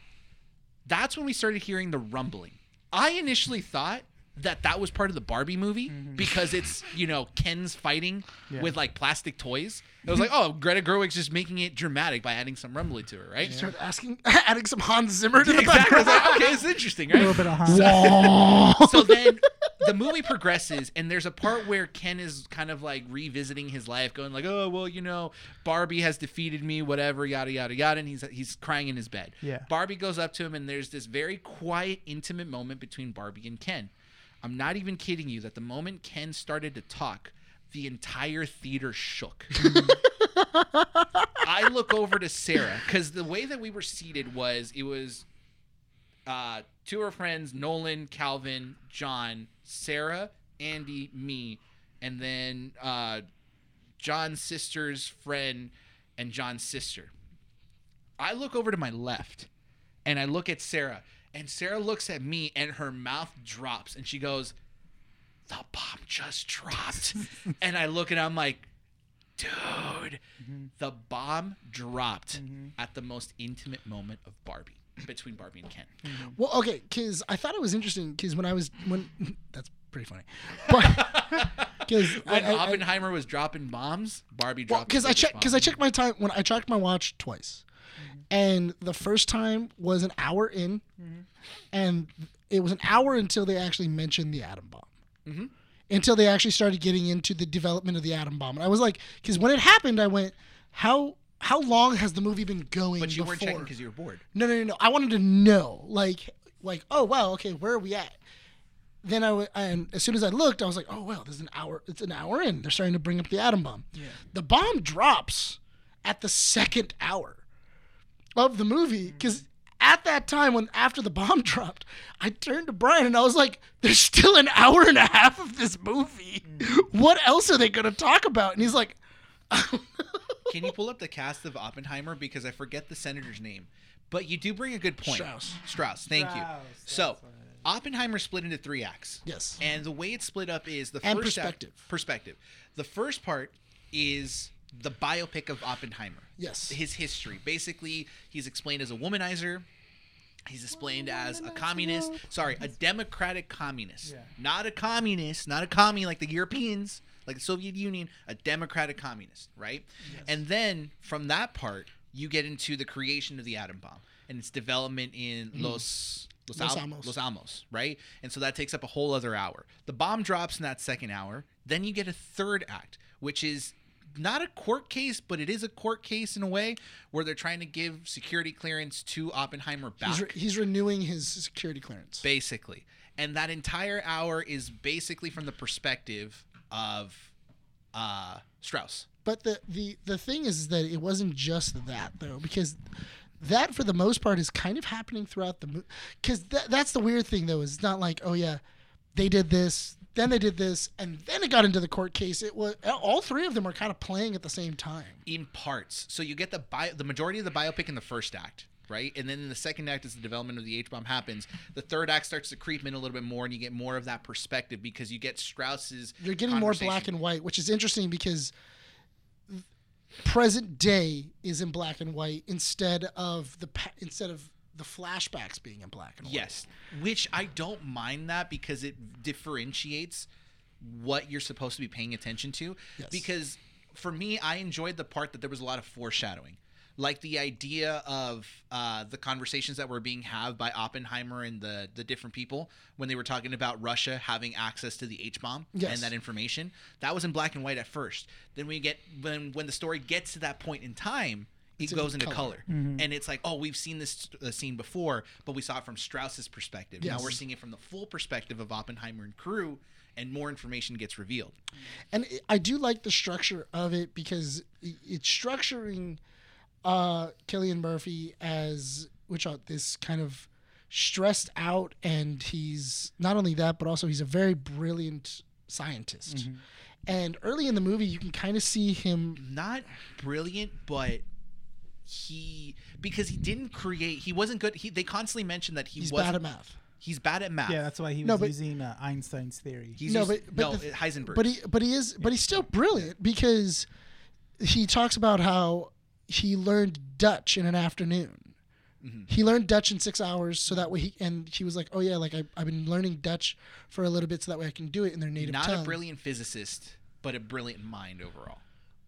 That's when we started hearing the rumbling. I initially thought that that was part of the Barbie movie
Mm-hmm.
because it's you know Ken's fighting
Yeah.
with like plastic toys. I was like, oh, Greta Gerwig's just making it dramatic by adding some rumbly to it, right?
Start asking, adding some Hans Zimmer to the
Exactly. I was
background.
like, okay, it's interesting,
A little
right?
bit of Hans.
Wah.
so then the movie progresses and there's a part where ken is kind of like revisiting his life going like oh well you know barbie has defeated me whatever yada yada yada and he's he's crying in his bed
Yeah.
barbie goes up to him and there's this very quiet intimate moment between barbie and ken i'm not even kidding you that the moment ken started to talk the entire theater shook i look over to sarah because the way that we were seated was it was uh, two of our friends, Nolan, Calvin, John, Sarah, Andy, me, and then uh, John's sister's friend and John's sister. I look over to my left and I look at Sarah, and Sarah looks at me and her mouth drops and she goes, The bomb just dropped. and I look and I'm like, Dude, the bomb dropped at the most intimate moment of Barbie between Barbie and Ken.
well, okay, because I thought it was interesting because when I was when that's pretty funny, but because
when Oppenheimer was dropping bombs, Barbie dropped.
because
the
I
biggest
checked because I
bomb.
checked my time when I tracked my watch twice,
Mm-hmm.
and the first time was an hour in,
Mm-hmm.
and it was an hour until they actually mentioned the atom bomb.
Mm-hmm.
Until they actually started getting into the development of the atom bomb, and I was like, because when it happened, I went, how how long has the movie been going?
But you
before?
weren't checking because you were bored.
No, no, no, no. I wanted to know, like, like, oh wow, okay, where are we at? Then I w- and as soon as I looked, I was like, oh wow, there's an hour. It's an hour in. They're starting to bring up the atom bomb. Yeah. The bomb drops at the second hour of the movie because at that time when after the bomb dropped, I turned to Brian and I was like, "There's still an hour and a half of this movie. What else are they gonna talk about?" And he's like,
Can you pull up the cast of Oppenheimer because I forget the senator's name, but you do bring a good point.
Strauss.
Strauss. Thank
Strauss,
you. So,
that's what
Oppenheimer split into three acts.
"Yes."
And the way it's split up is the
And
first act-
perspective.
perspective. The first part is the biopic of Oppenheimer.
Yes.
His history. Basically, he's explained as a womanizer. He's explained as a communist. Sorry, a democratic communist.
Yeah.
Not a communist, not a commie like the Europeans, like the Soviet Union, a democratic communist, right? And then from that part, you get into the creation of the atom bomb and its development in Los Los,
Mm. Los
Al-
Alamos.
Los Alamos, right? And so that takes up a whole other hour. The bomb drops in that second hour. Then you get a third act, which is not a court case, but it is a court case in a way where they're trying to give security clearance to Oppenheimer back
He's, re- he's renewing his security clearance.
basically. And that entire hour is basically from the perspective of uh, Strauss.
But the the the thing is that it wasn't just that though, because that for the most part is kind of happening throughout the movie. Because that that's the weird thing though. Is it's not like oh yeah, they did this, then they did this, and then it got into the court case. It was all three of them are kind of playing at the same time.
in parts. So you get the bio, the majority of the biopic in the first act, right? And then in the second act, as the development of the H bomb happens, the third act starts to creep in a little bit more, and you get more of that perspective because you get Strauss's.
You're getting more
conversation.
black and white, which is interesting because present day is in black and white instead of the pa- instead of the flashbacks being in black and white.
Yes, which I don't mind that because it differentiates what you're supposed to be paying attention to.
Yes.
Because for me, I enjoyed the part that there was a lot of foreshadowing, like the idea of uh, the conversations that were being had by Oppenheimer and the the different people when they were talking about Russia having access to the H bomb
Yes.
and that information. That was in black and white at first. Then we get when when the story gets to that point in time. It
in
goes into
color. Mm-hmm.
color, and it's like, oh, we've seen this uh, scene before, but we saw it from Strauss's perspective. Now
Yes.
we're seeing it from the full perspective of Oppenheimer and crew, and more information gets revealed.
and it- I do like the structure of it because i- it's structuring uh Killian Murphy as which are this kind of stressed out and he's not only that but also he's a very brilliant scientist. And early in the movie you can kind of see him
Not brilliant, but he because he didn't create. He wasn't good. He they constantly mentioned that he
he's
was
bad at math.
he's bad at math.
Yeah, that's why he was
No, but-
using uh, Einstein's theory.
he's
No,
no,
but- but
no uh,
the-
Heisenberg.
But he but he is but he's still brilliant because he talks about how he learned Dutch in an afternoon.
Mm-hmm.
He learned Dutch in six hours, so that way he and he was like, "Oh yeah, like I, I've been learning Dutch for a little bit, so that way I can do it in their native
Not
tongue."
a brilliant physicist, but a brilliant mind overall.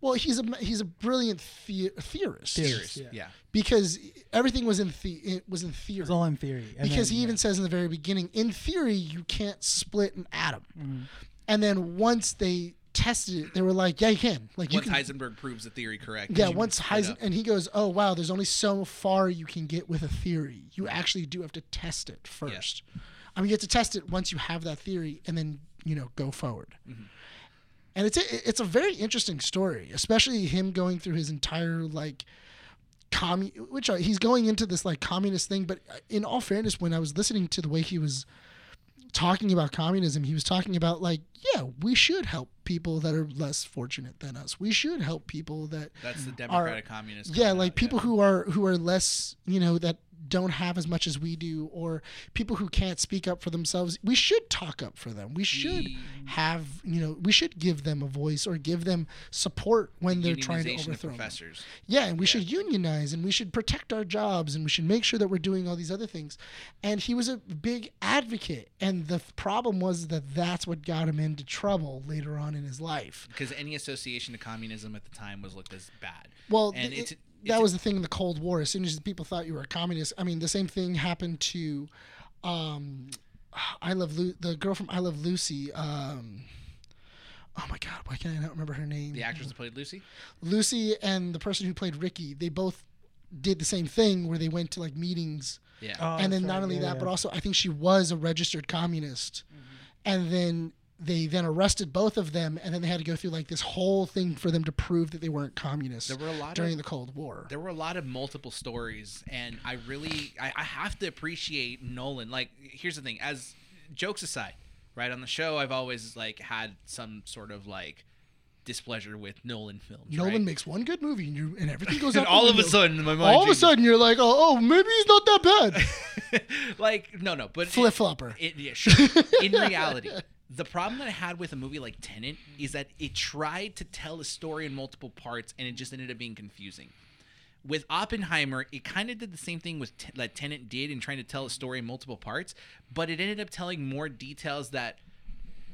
well, he's a he's a brilliant the- theorist,
Theorist.
Yeah.
Yeah.
because everything was in the it was in theory.
It's all in theory. And
because
then,
he even
yeah.
says in the very beginning, in theory, you can't split an atom.
Mm-hmm.
And then once they tested it, they were like, yeah, you can. Like you
Once
can.
Heisenberg proves the theory correct.
yeah,
you can
once
split
Heisen,
up.
and he goes, oh wow, there's only so far you can get with a theory. You actually do have to test it first. I mean, you have to test it once you have that theory, and then you know go forward. And it's a, it's a very interesting story, especially him going through his entire like commun which are, he's going into this like communist thing but uh, in all fairness when i was listening to the way he was talking about communism he was talking about like yeah we should help people that are less fortunate than us we should help people that
That's the
are-
Democratic Communist.
yeah
coming
like
out,
people who are who are less you know that don't have as much as we do or people who can't speak up for themselves we should talk up for them we should
Ye-
have you know we should give them a voice or give them support when they're trying to
unionization of
overthrow them.
professors.
Yeah, and we should unionize and we should protect our jobs and we should make sure that we're doing all these other things. And he was a big advocate. And the f- problem was that that's what got him into trouble later on in his life.
Because any association to communism at the time was looked as bad.
Well,
and
th-
it's,
it-
it's
that was the thing in the Cold War. As soon as people thought you were a communist, I mean, the same thing happened to um, I Love Lu- the girl from I Love Lucy. Um, oh my God, why can't I not remember her name?
the actress that played Lucy.
Lucy and the person who played Ricky, they both did the same thing where they went to like meetings.
Yeah.
Oh,
and then
that's
not
right,
only
yeah,
that,
yeah. Mm-hmm.
but also I think she was a registered communist. And then they then arrested both of them, and then they had to go through like this whole thing for them to prove that they weren't communists
There were a lot
during
of-
the Cold War.
there were a lot of multiple stories and i really I, I have to appreciate nolan like here's the thing as jokes aside right on the show i've always like had some sort of like displeasure with nolan films
Nolan
right?
makes one good movie, and you and everything goes
and
out the
all of a
window.
sudden my mind
all of a
changes.
sudden, you're like, oh, oh, maybe he's not that bad.
like no no but it-
Flip flopper.
It, yeah, sure. In reality, the problem that I had with a movie like Tenant is that it tried to tell a story in multiple parts, and it just ended up being confusing. With Oppenheimer, it kind of did the same thing with T- that Tenant did in trying to tell a story in multiple parts, but it ended up telling more details that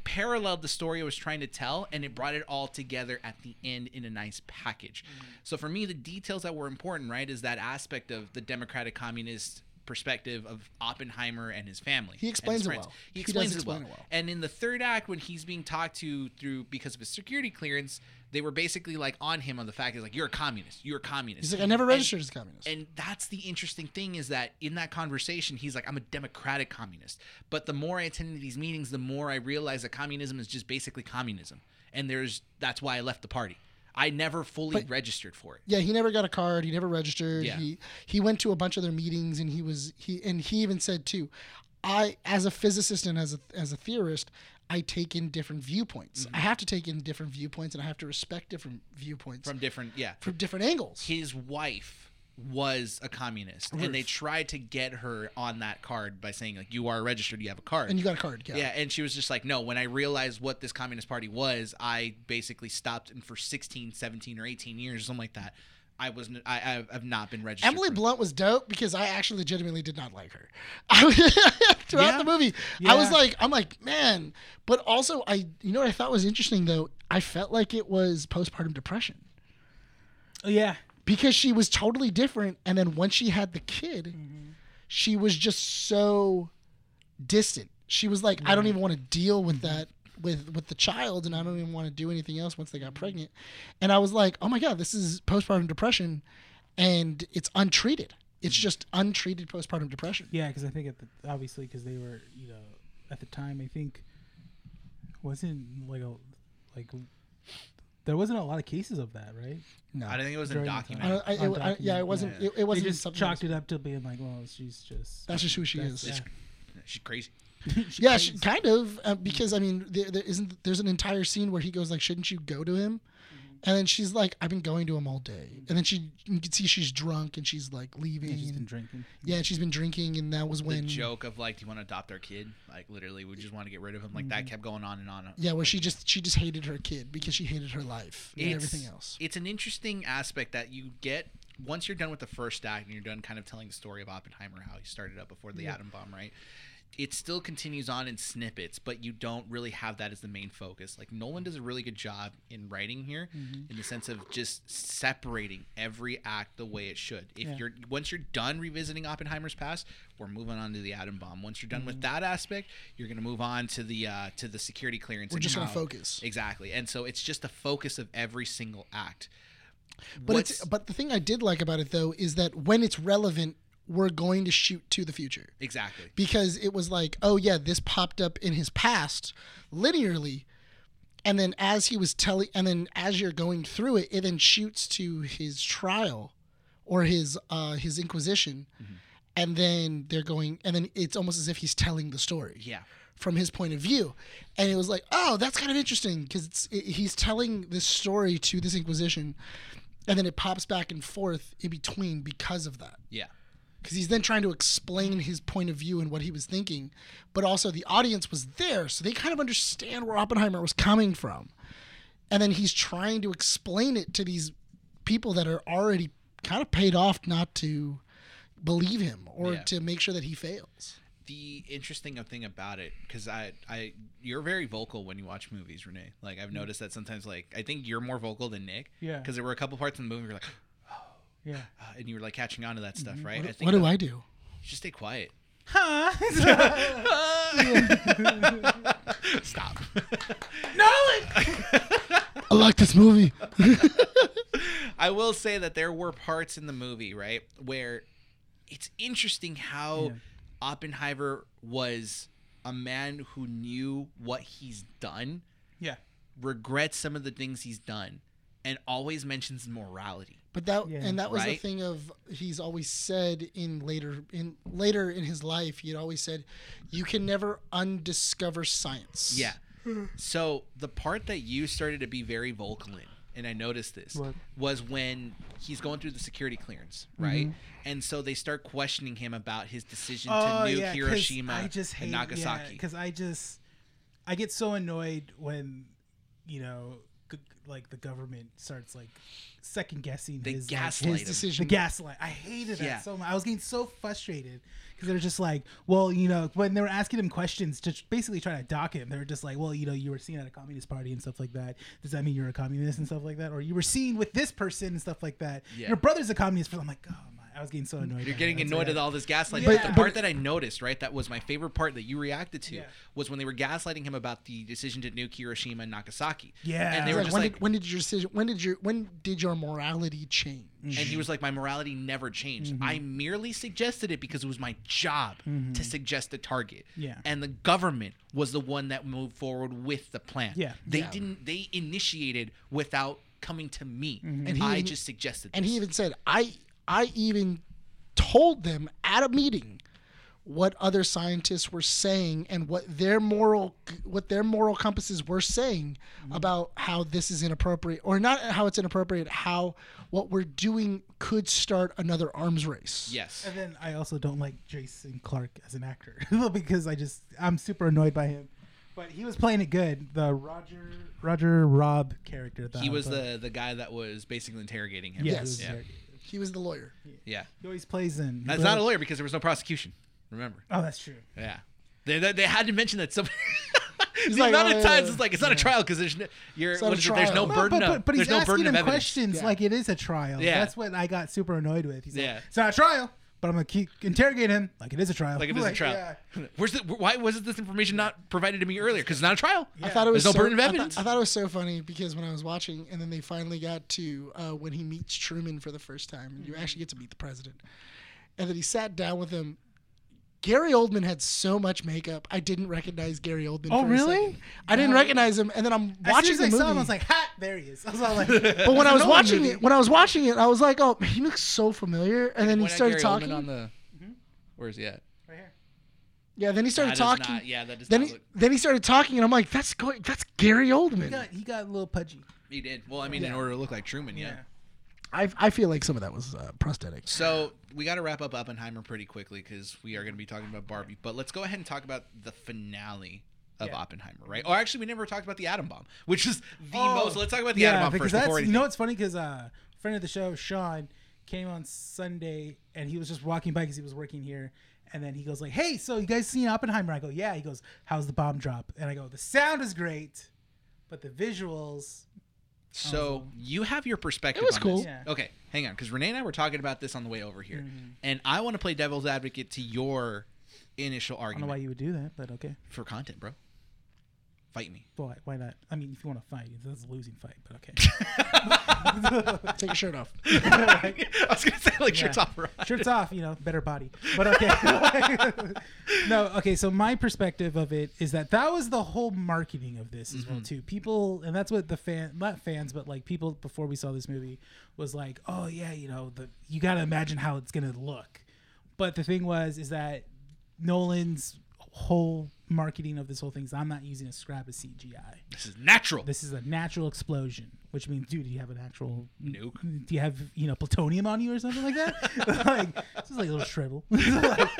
paralleled the story I was trying to tell, and it brought it all together at the end in a nice package.
Mm-hmm.
So for me, the details that were important, right, is that aspect of the democratic communist perspective of Oppenheimer and his family.
He
and his
explains it
friends.
well.
He
He
explains
does
it, well.
explain it well.
And in the third act, when he's being talked to through because of his security clearance, they were basically like on him on the fact that like you're a communist, you're a communist.
He's like, I never
And-
registered as a communist.
and that's the interesting thing is that in that conversation, he's like, I'm a democratic communist. But the more I attended these meetings, the more I realized that communism is just basically communism. And there's that's why I left the party. I never fully registered for it.
Yeah, he never got a card. He never registered.
Yeah.
He he went to a bunch of their meetings, and he was he and he even said too, I as a physicist and as a as a theorist, I take in different viewpoints.
Mm-hmm.
I have to take in different viewpoints, and I have to respect different viewpoints
From
from,
different yeah.
different angles.
His wife was a communist and they tried to get her on that card by saying like you are registered, you have a card.
and you got a card. Yeah.
yeah, and she was just like, "No, when I realized what this communist party was, I basically stopped and for 16, 17 or 18 years, something like that, I was n- I I've- I've not been registered."
Emily
for
Blunt was dope because I actually legitimately did not like her. I was- Throughout
Yeah.
the movie, I was
Yeah.
like, I'm like, man. But also, I you know what I thought was interesting though. I felt like it was postpartum depression.
Oh, yeah.
because she was totally different and then once she had the kid she was just so distant she was like i don't even want to deal with that with with the child and i don't even want to do anything else once they got pregnant and i was like oh my god this is postpartum depression and it's untreated it's just untreated postpartum depression
Yeah, because I think at the obviously because they were you know at the time I think wasn't like a like there wasn't a lot of cases of that right.
no
I don't think it was
During the
I
undocumented.
don't- I- it- I- yeah it wasn't
Yeah.
it, it wasn't
they just
something
chalked
that
it up to being like, well, she's just
That's just who she
that's-
is.
She's crazy.
Yeah,
was- yeah she, kind of uh, because i mean there, there isn't there's an entire scene where he goes like shouldn't you go to him
Mm-hmm.
And then she's like, I've been going to him all day. And then she, you can see she's drunk and she's like leaving.
she's been
and-
drinking.
yeah, and she's been drinking, and that was
the
when.
joke of like, do you want to adopt our kid? Like literally, we just want to get rid of him. Like
Mm-hmm.
that kept going on and on.
Yeah, where she just she just hated her kid because she hated her life and
It's-
everything else.
It's an interesting aspect that you get once you're done with the first act and you're done kind of telling the story of Oppenheimer, how he started up before the atom bomb, right? It still continues on in snippets, but you don't really have that as the main focus. Like Nolan does a really good job in writing here,
Mm-hmm.
in the sense of just separating every act the way it should. If
Yeah.
you're once you're done revisiting Oppenheimer's past, we're moving on to the atom bomb. Once you're done with
Mm-hmm.
that aspect, you're gonna move on to the uh, to the security clearance.
We're
and
just gonna
how-
focus.
Exactly, and so it's just the focus of every single act.
But
What's-
it's but the thing I did like about it though is that when it's relevant, we're going to shoot to the future.
exactly.
because it was like, oh yeah, this popped up in his past linearly, and then as he was telling, and then as you're going through it, it then shoots to his trial, or his uh, his inquisition, and then they're going, and then it's almost as if he's telling the story
Yeah.
from his point of view, and it was like, oh, that's kind of interesting because it's it, he's telling this story to this inquisition. And then it pops back and forth in between because of that
Yeah.
because he's then trying to explain his point of view and what he was thinking, but also the audience was there, so they kind of understand where Oppenheimer was coming from. And then he's trying to explain it to these people that are already kind of paid off not to believe him or
Yeah.
to make sure that he fails.
The interesting thing about it, because I, I, you're very vocal when you watch movies, Renee. Like
Mm.
I've noticed that sometimes, like I think you're more vocal than Nick.
Yeah.
Because there were a couple parts in the movie where you're like,
Yeah.
"Ah," and you were like catching on to that stuff, right? I think
Mm-hmm. What do I do?
Just stay quiet.
Huh?
Stop.
Nolan.
I like this movie.
I will say that there were parts in the movie, right, where it's interesting how
Yeah.
Oppenheimer was a man who knew what he's done.
Yeah.
regrets some of the things he's done and always mentions morality.
But that
Yeah.
and that was the
Right?
thing of he's always said in later in later in his life he had always said you can never undiscover science.
Yeah. So the part that you started to be very vocal in, and I noticed this,
What?
was when he's going through the security clearance, right? And so they start questioning him about his decision
Mm-hmm. Oh
to nuke
yeah. 'cause
Hiroshima
I just hate
and Nagasaki.
Because I just, I get so annoyed when, you know, g- like the government starts like second guessing
They
his like,
gaslight
his
him.
decision.
The gaslight. I hated that
Yeah.
so much. I was getting so frustrated because they were just like, well, you know, when they were asking him questions to tr- basically try to dock him, they were just like, well, you know, you were seen at a communist party and stuff like that. Does that mean you're a communist and stuff like that? Or you were seen with this person and stuff like that.
Yeah.
Your brother's a communist. I'm like, oh my. I was getting so annoyed.
You're
by
getting
that. It's
annoyed at
like-
all this gaslighting.
Yeah.
But the
But-
part that I noticed, right, that was my favorite part that you reacted to
Yeah.
was when they were gaslighting him about the decision to nuke Hiroshima and Nagasaki.
Yeah.
And they were
It's
Like,
just
when,
like,
did, when did your decision? When did your when did your morality change?
And he was like, My morality never changed. I merely suggested it because it was my job to suggest the target.
Yeah.
And the government was the one that moved forward with the plan.
Yeah.
They
Yeah.
didn't they initiated without coming to me.
And
And
he
I
even-
just suggested
And
this.
he even said, "I I even told them at a meeting what other scientists were saying and what their moral what their moral compasses were saying
Mm-hmm.
about how this is inappropriate or not how it's inappropriate, how what we're doing could start another arms race."
Yes.
And then I also don't like Jason Clark as an actor because I just I'm super annoyed by him. But he was playing it good. The Roger Roger Rob character. that
He
I
was
thought-
the the guy that was basically interrogating him.
Yeah, he
Yes.
was
Yeah.
very-
He was the lawyer.
Yeah.
He always plays in.
That's not a lawyer because there was no prosecution. Remember.
Oh, that's true.
Yeah. They, they, they had to mention that some The
like,
amount
"Oh,
of
yeah,
times
yeah."
it's like it's not a trial because there's no, you're,
not
what
a
is it, there's no
trial.
No,
burden
but,
of
but, but he's
there's no
asking
burden of
him
evidence.
questions
Yeah.
like it is a trial.
Yeah.
That's what I got super annoyed with. He's
Yeah.
like, it's not a trial, but I'm gonna keep interrogate him like it is a trial.
Like it is a trial.
yeah.
Where's the, why wasn't this information not provided to me earlier? Because it's not a trial.
I thought it was
There's no
so,
burden of
I thought-
evidence.
I thought, it was so funny because when I was watching, and then they finally got to uh, when he meets Truman for the first time, and you
Mm-hmm.
actually get to meet the president, and then he sat down with him. Gary Oldman had so much makeup, I didn't recognize Gary Oldman.
Oh,
for a
really?
second. I didn't recognize him, and then I'm
As soon
watching
as
the
I
movie.
saw him, I was like, "Ha, there he is." I was all like, "But
but when I was
Nolan
watching
movie.
it, when I was watching it, I was like, "Oh, he looks so familiar," and then he
Point out
started
Gary Oldman
talking.
on the.
Mm-hmm.
Where's he at?
right here."
yeah, then he started
That does
talking.
not- yeah, that does
then
not
he,
look-
then he started talking, and I'm like, "That's going. That's Gary Oldman."
He got, he got a little pudgy.
He did. Well, I mean, in
Yeah.
order to look like Truman, yeah.
I, I feel like some of that was uh, prosthetic.
So we got to wrap up Oppenheimer pretty quickly because we are going to be talking about Barbie. But let's go ahead and talk about the finale of
Yeah.
Oppenheimer, right? Or actually, we never talked about the atom bomb, which is the
Oh.
most. Let's talk about the
yeah,
atom bomb
because
first.
that's
Before
you
anything.
know it's funny because uh, friend of the show Sean came on Sunday and he was just walking by because he was working here. And then he goes like, "Hey, so you guys seen Oppenheimer?" I go, "Yeah." He goes, "How's the bomb drop?" And I go, "The sound is great, but the visuals."
So
Oh.
you have your perspective.
It was
on
cool.
this.
Yeah. Mm-hmm.
Okay, hang on, because Renee and I were talking about this on the way over here, and I want to play devil's advocate to your initial
I don't know
argument
why you would do that, but okay.
for content, bro. Fight me.
Why? Why not? I mean, if you want to fight, it's a losing fight, but okay.
Take your shirt off.
I was gonna say like shirts
Yeah.
off, right?
Shirts off, you know, better body. But okay. no, okay. So my perspective of it is that that was the whole marketing of this as
Mm-hmm.
well too. People, and that's what the fan, not fans, but like people before we saw this movie was like, oh yeah, you know, the you gotta imagine how it's gonna look. But the thing was, is that Nolan's whole marketing of this whole thing is I'm not using a scrap of CGI.
This is natural.
This is a natural explosion, which means, dude, do you have an actual
Nuke.
Do you have you know plutonium on you or something like that? like this is like a little shrivel. Like-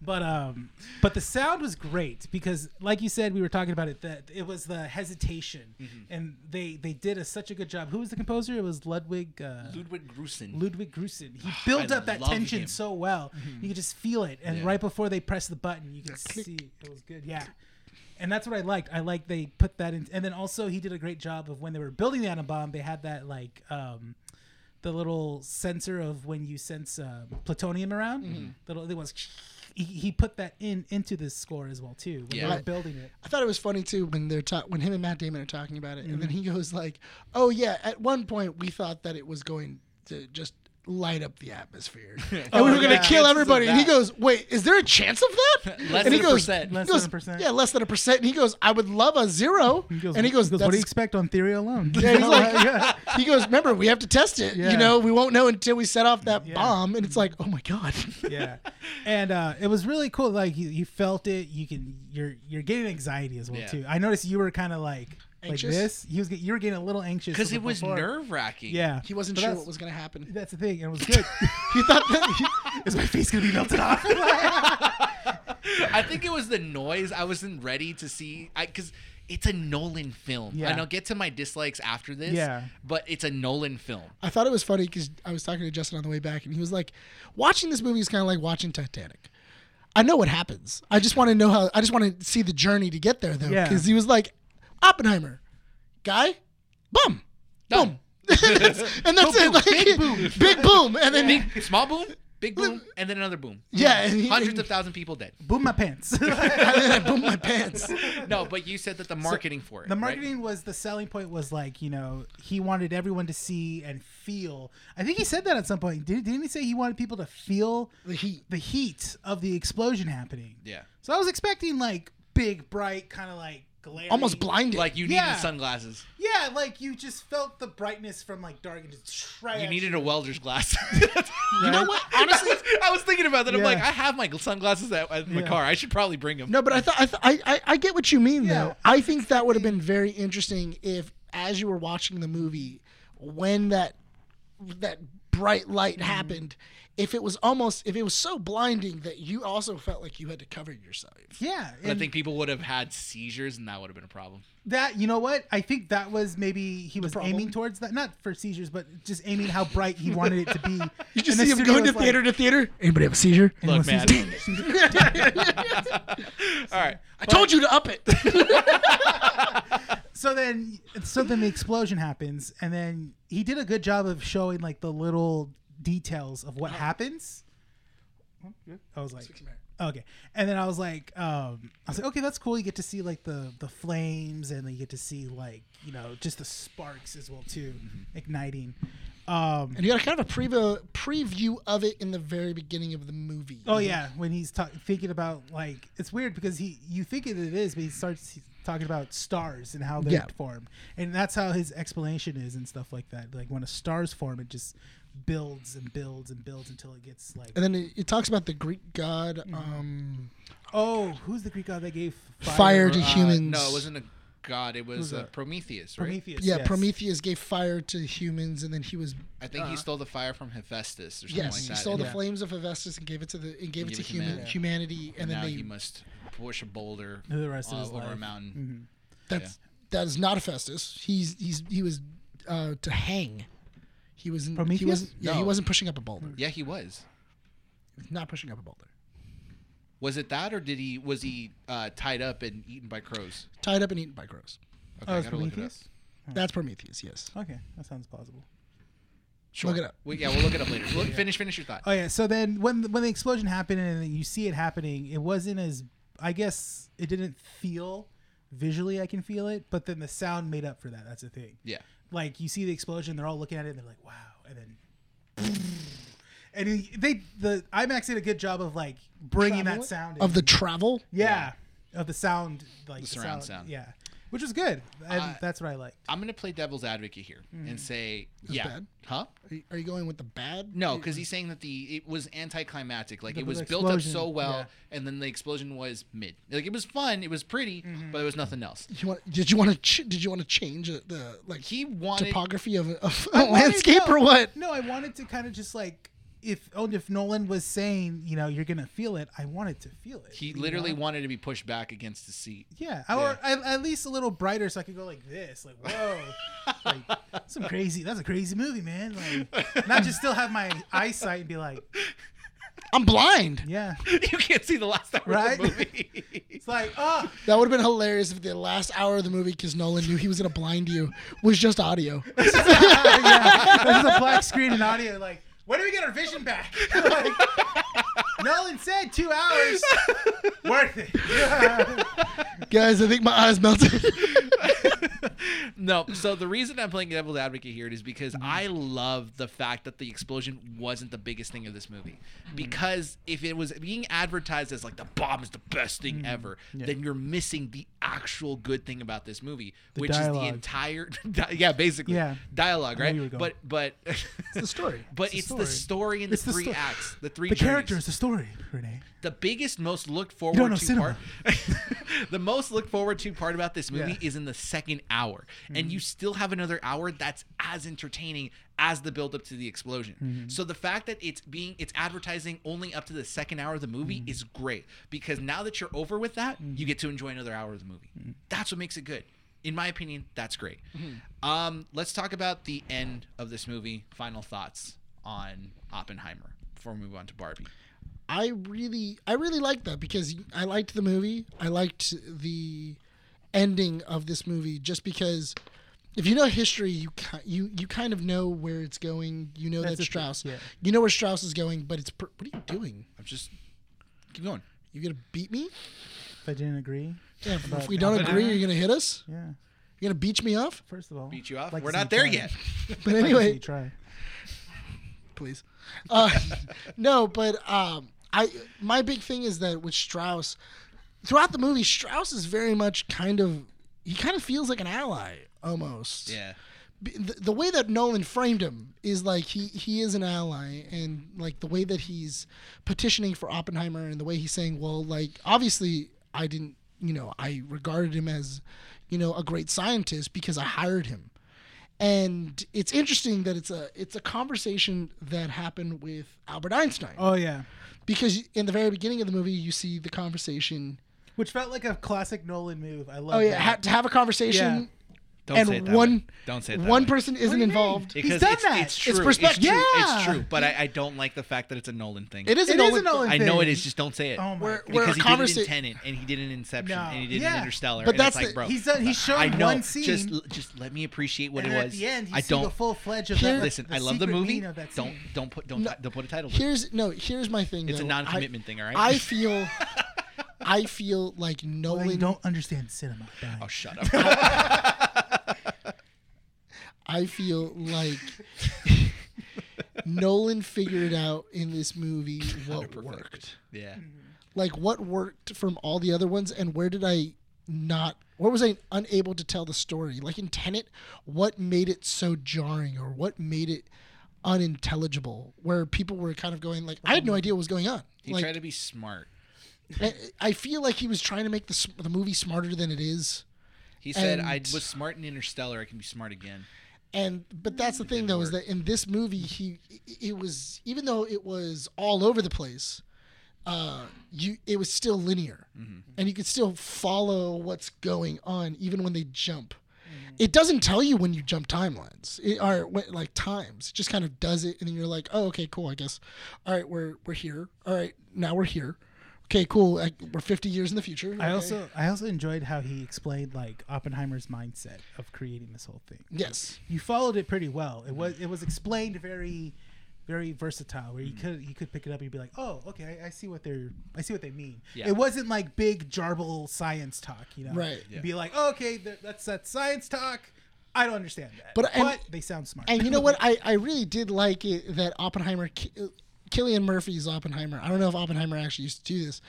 but um, but the sound was great because, like you said, we were talking about it. That it was the hesitation, and they they did a, such a good job. Who was the composer? It was Ludwig. Uh,
Ludwig Grusin.
Ludwig Grusin. He built
Ah, I
up that
love
tension
him. Mm-hmm.
so well. You could just feel it. And
Yeah.
right before they press the button, you could see it was good. Yeah. And that's what I liked. I liked they put that in. And then also, he did a great job of when they were building the atom bomb, they had that like. Um, the little sensor of when you sense um, plutonium around,
Mm-hmm.
the little it was, he, he put that in into this score as well too. When
Yeah.
they were building it,
I thought it was funny too when they're ta- when him and Matt Damon are talking about it, and
Mm-hmm.
then he goes like, "Oh yeah." At one point, we thought that it was going to just light up the atmosphere, and we
Oh,
were going to
yeah,
kill
it's
everybody.
so
And he
bad.
goes, "Wait, is there a chance of that?"
Less
and
than
he
a
goes,
percent.
he
Less
goes,
than a percent.
Yeah, less than a percent. And he goes, "I would love a zero. and he goes,
"What do you
"That's-
expect on theory alone?"
Yeah, he's like-
Yeah.
he goes, remember, we have to test it.
Yeah.
You know, we won't know until we set off that
Yeah.
bomb. And it's like, oh my God.
yeah and uh it was really cool like you, you felt it you can you're you're getting anxiety as well
Yeah.
too i noticed you were kind of like
Anxious?
like this he was get- you were getting a little anxious
Because it
before-
was nerve wracking.
yeah
He wasn't
But
sure
that's-
what was going to happen.
that's the thing and it was good
He thought that
is my face gonna be melted off
I think it was the noise. I wasn't ready to see. I Because it's a Nolan film.
Yeah.
And I'll get to my dislikes after this.
Yeah.
But it's a Nolan film.
I thought it was funny because I was talking to Justin on the way back, and he was like, "Watching this movie is kind of like watching Titanic. I know what happens. I just want to know how. I just want to see the journey to get there, though.
Yeah.
Because he was like, Oppenheimer, guy, boom, boom, and that's it. Like, big boom, big boom, and then
Big, small boom, big boom, and then another boom.
Yeah, and he-
Hundreds of thousands of people dead.
boom my pants
and then I boom my pants.
No, but you said that the marketing for it.
The
right?
marketing was the selling point. Was like you know he wanted everyone to see and feel. I think he said that at some point. Did, didn't he say he wanted people to feel
The heat.
the heat of the explosion happening?
Yeah.
So I was expecting like big, bright, kind of like glaring,
Almost blinded.
Like you needed
Yeah.
sunglasses.
Yeah, like you just felt the brightness from like dark and just right.
You
at
needed a welder's glass. you
know what? Honestly-
I was, I was thinking about that. I'm
Yeah.
like, I have my sunglasses at, at my
Yeah.
car. I should probably bring them.
No, but I thought I, th- I, I I get what you mean
Yeah.
though. I think that would have been very interesting if, as you were watching the movie, when that that bright light happened, if it was almost if it was so blinding that you also felt like you had to cover yourself.
Yeah,
I
and
think people would have had seizures, and that would have been a problem.
that you know what? I think that was maybe he was
problem?
aiming towards that, not for seizures, but just aiming how bright he wanted it to be.
You just
And the
see him
studio
going to
was like,
theater to theater. Anybody have a seizure?
Look, man.
Anyone
All right.
I told you to up it.
so then so then the explosion happens and then he did a good job of showing like the little details of what happens i was like okay and then i was like um i was like okay that's cool you get to see like the the flames and then you get to see like you know just the sparks as well too igniting um
and you got kind of a preview preview of it in the very beginning of the movie.
Oh yeah, when he's ta- thinking about like it's weird because he you think it is, but he starts he's talking about stars and how they
Yeah.
form, and that's how his explanation is and stuff like that. Like when a stars form, it just builds and builds and builds until it gets like
And then it, it talks about the Greek god um,
oh, who's the Greek god that gave fire,
fire to
Uh,
humans.
no, it wasn't a god. It was
Who's
uh,
that?
Prometheus, right?
Prometheus?
yeah,
yes.
Prometheus gave fire to humans, and then he was
I think
Uh-huh.
he stole the fire from Hephaestus or something
yes,
like
he
that.
stole
and
the
then-
flames of Hephaestus and gave it to the and gave
gave it
it to
to
human,
humanity.
humanity, and,
And
then
now
they
he must push a boulder
For the rest of
uh,
his
over a
life.
mountain.
Mm-hmm. that's that is not Hephaestus. He's he's he was uh, to hang. He wasn't. He
Prometheus?
wasn't. Yeah, he
No.
wasn't pushing up a boulder.
Yeah, he was.
Not pushing up a boulder.
Was it that, or did he was he uh, tied up and eaten by crows?
Tied up and eaten by crows.
Okay,
Oh,
I
it's
gotta look it up.
Prometheus.
That's Prometheus. Yes.
Okay, that sounds plausible.
Sure.
Look it up.
Well, yeah, we'll look it up later. Look, Finish, finish your thought.
Oh yeah. So then when the, when the explosion happened and you see it happening, it wasn't as I guess it didn't feel visually. I can feel it, but then the sound made up for that. That's the thing.
Yeah.
Like you see the explosion, they're all looking at it, and they're like, "Wow!" And then. And he- they the IMAX did a good job of like bringing
Travel
that
it?
sound in.
Of the travel.
yeah, of the sound like
The surround sound.
yeah, which was good and
Uh,
that's what I liked.
I'm gonna play devil's advocate here and say,
was
yeah,
Mm. bad.
huh?
Are you, are you going with the bad?
No, because he's saying that the it was anticlimactic. Like
The-
it was
the
built up
explosion,
so well,
yeah.
and then the explosion was mid. Like it was fun, it was pretty,
Mm-hmm.
but there was nothing else.
You want, did you want to? Ch- did you want to change the- the like
He wanted.
topography of, a- of
I
a
wanted-
landscape
no,
or what?
No, I wanted to kind of just like if oh, if Nolan was saying, you know, you're gonna feel it. I wanted to feel it.
he
you
literally
know?
wanted to be pushed back against the seat.
yeah, or at, at least a little brighter, so I could go like this, like whoa, like some crazy. That's a crazy movie, man. Like, not just still have my eyesight and be like,
I'm blind.
yeah,
you can't see the last hour
Right?
of the movie.
it's like oh,
That would have been hilarious if the last hour of the movie, because Nolan knew he was gonna blind you, was just audio.
yeah, there's a black screen and audio. Like, when do we get our vision back? like, Nolan said two hours, worth it.
Guys, I think my eyes melted.
no, so the reason I'm playing devil's advocate here is because
Mm-hmm.
I love the fact that the explosion wasn't the biggest thing of this movie.
Mm-hmm.
Because if it was being advertised as like the bomb is the best
Mm-hmm.
thing ever, then you're missing the actual good thing about this movie, which is the
dialogue.
entire di- yeah, basically
Yeah.
dialogue,
I knew
right?
you were going.
But but
the story.
but it's, the story in the
It's the
three
sto-
acts, the three
The
journeys.
character is the story, Renee.
the biggest most looked forward
don't know
to
cinema.
part the most looked forward to part about this movie
Yeah. Mm-hmm.
is in the second hour and you still have another hour that's as entertaining as the build up to the explosion
Mm-hmm.
so the fact that it's being it's advertising only up to the second hour of the movie
Mm-hmm.
is great because now that you're over with that you get to enjoy another hour of the movie
Mm-hmm.
that's what makes it good in my opinion that's great
Mm-hmm.
um, let's talk about the end of this movie final thoughts on oppenheimer before we move on to barbie
I really, I really liked that because I liked the movie. I liked the ending of this movie just because if you know history, you ki- you you kind of know where it's going. You know that
the thing,
Strauss.
yeah.
You know where Strauss is going, but it's pr- what are you doing?
i'm just keep going
You gonna beat me?
If I didn't agree,
Yeah, if, if
But-
we don't agree,
Oppenheimer?
you're gonna hit us.
yeah.
You're gonna beach me off.
First of all,
beat you off.
like to
We're
see
not
you
there
try.
yet.
But
Like to see
anyway,
you try.
please. Uh, no, but um, I my big thing is that with Strauss, throughout the movie, Strauss is very much kind of he kind of feels like an ally almost.
yeah.
B- The, the way that Nolan framed him is like he he is an ally, and like the way that he's petitioning for Oppenheimer, and the way he's saying, well, like obviously I didn't, you know, I regarded him as, you know, a great scientist because I hired him and it's interesting that it's a it's a conversation that happened with Albert Einstein
Oh yeah,
because in the very beginning of the movie you see the conversation.
which felt like a classic Nolan move. I love.
Oh yeah,
that.
ha- to have a conversation
Don't
and
say it that
one
way. Don't say it that
one
way.
person isn't
do you mean?
involved.
Because
done
it's,
that.
It's true. It's
perspective.
It's true.
Yeah.
It's true. But I, I don't like the fact that it's a Nolan thing.
It is a
It
Nolan.
is a Nolan.
I know it
thing.
is. Just don't say it.
Oh my.
Where-
God.
where
because
a
he
conversa-
did it in Tenet and he did it in Inception
No.
and he did it
Yeah.
in Interstellar.
But
and it's
that's
like,
the-
bro.
He's done. He's shown
I know.
one scene.
Just l- just let me appreciate what
and
it
then
was.
At the end, you
I
see
don't
the full fledged of that.
listen. I love the
secret
movie.
meaning Of that
Don't
scene.
don't put don't,
No.
don't put a title. to it.
Here's no. Here's my thing.
It's a
though.
non-commitment
I,
thing. All right.
I feel, I feel like
Well,
Nolan.
you don't understand cinema. Brian.
oh shut up.
I feel like Nolan figured out in this movie what worked.
yeah.
Mm-hmm.
like what worked from all the other ones and where did I not where was I unable to tell the story? Like in Tenet, what made it so jarring or what made it unintelligible where people were kind of going like I had no idea what was going on.
Um, He
like
tried to be smart.
I, I feel like he was trying to make the s- the movie smarter than it is.
He said,
and-
"I was smart in Interstellar. I can be smart again."
And but that's the thing though is that in this movie he it was even though it was all over the place, uh, you it was still linear, and you could still follow what's going on even when they jump. It doesn't tell you when you jump timelines it, or what, like times. It just kind of does it, and then you're like, oh, okay, cool. I guess. All right, we're we're here. All right, now we're here. Okay, cool. I, we're 50 years in the future.
I
Okay.
also I also enjoyed how he explained like Oppenheimer's mindset of creating this whole thing.
yes,
You followed it pretty well.
Mm-hmm.
It was it was explained very very versatile where you
Mm-hmm.
could you could pick it up and be like, "Oh, okay, I, I see what they're I see what they mean."
Yeah.
It wasn't like big jarble science talk, you know.
Right.
Yeah.
Be like, oh, "Okay, th- that's that science talk. I don't understand that."
But-
But,
and-
they sound smart.
and you know what? I I really did like it that Oppenheimer, Ki- uh, Killian Murphy's Oppenheimer. I don't know if Oppenheimer actually used to do this.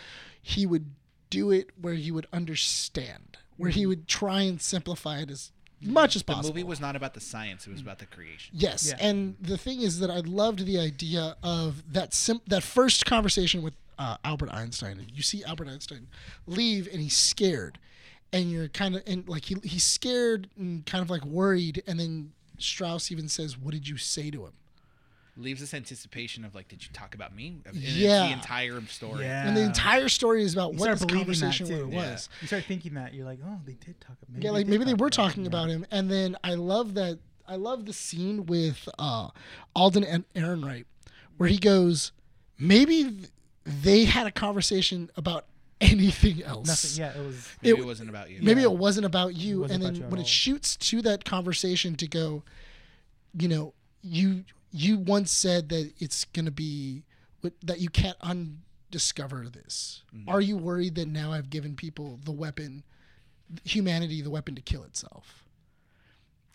He would do it where you would understand, where he would try and simplify it as much as
Mm-hmm. The
possible.
movie was not about the science; it was about the creation.
Yes,
Yeah.
and the thing is that I loved the idea of that sim- that first conversation with uh, Albert Einstein. You see Albert Einstein leave, and he's scared, and you're kind of and like he he's scared and kind of like worried, and then Strauss even says, "What did you say to him?"
Leaves this anticipation of like, did you talk about me? And
Yeah.
It's the entire story.
yeah.
And the entire story is about
You
what
start
this
believing that,
conversation
too.
really
Yeah.
was.
you start thinking that you're like, "Oh, they did talk about
Yeah, like
did
maybe they
talk
were
about him,
talking
yeah.
about him. And then I love that I love the scene with uh Alden and Ehrenreich where he goes, Maybe th- they had a conversation about anything else.
Nothing. Yeah, it was
Maybe
It-
it, wasn't about you.
Maybe it wasn't about you.
wasn't
and
about you
then
at
when it
all.
shoots to that conversation to go, you know, you you once said that it's gonna be that you can't undiscover this.
Mm-hmm.
Are you worried that now I've given people the weapon, humanity the weapon to kill itself?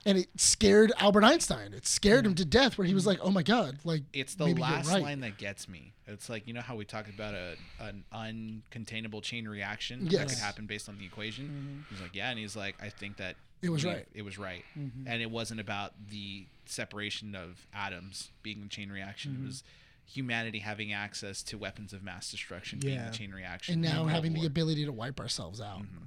And it scared Albert Einstein. It scared him to death, where he was like, "Oh my God!" Like
Mm-hmm. It's the
maybe you're
last
right.
line that gets me. It's like you know how we talked about a an uncontainable chain reaction that could
Yes. Mm-hmm.
happen based on the equation. He's like, yeah, and he's like, I think that
It was
we-
right. Mm-hmm.
It was right, and it wasn't about the separation of atoms being the chain reaction.
Mm-hmm.
It was humanity having access to weapons of mass destruction being
Yeah.
the chain reaction,
and
in the
now
Cold
having the
War.
ability to wipe ourselves out
Mm-hmm.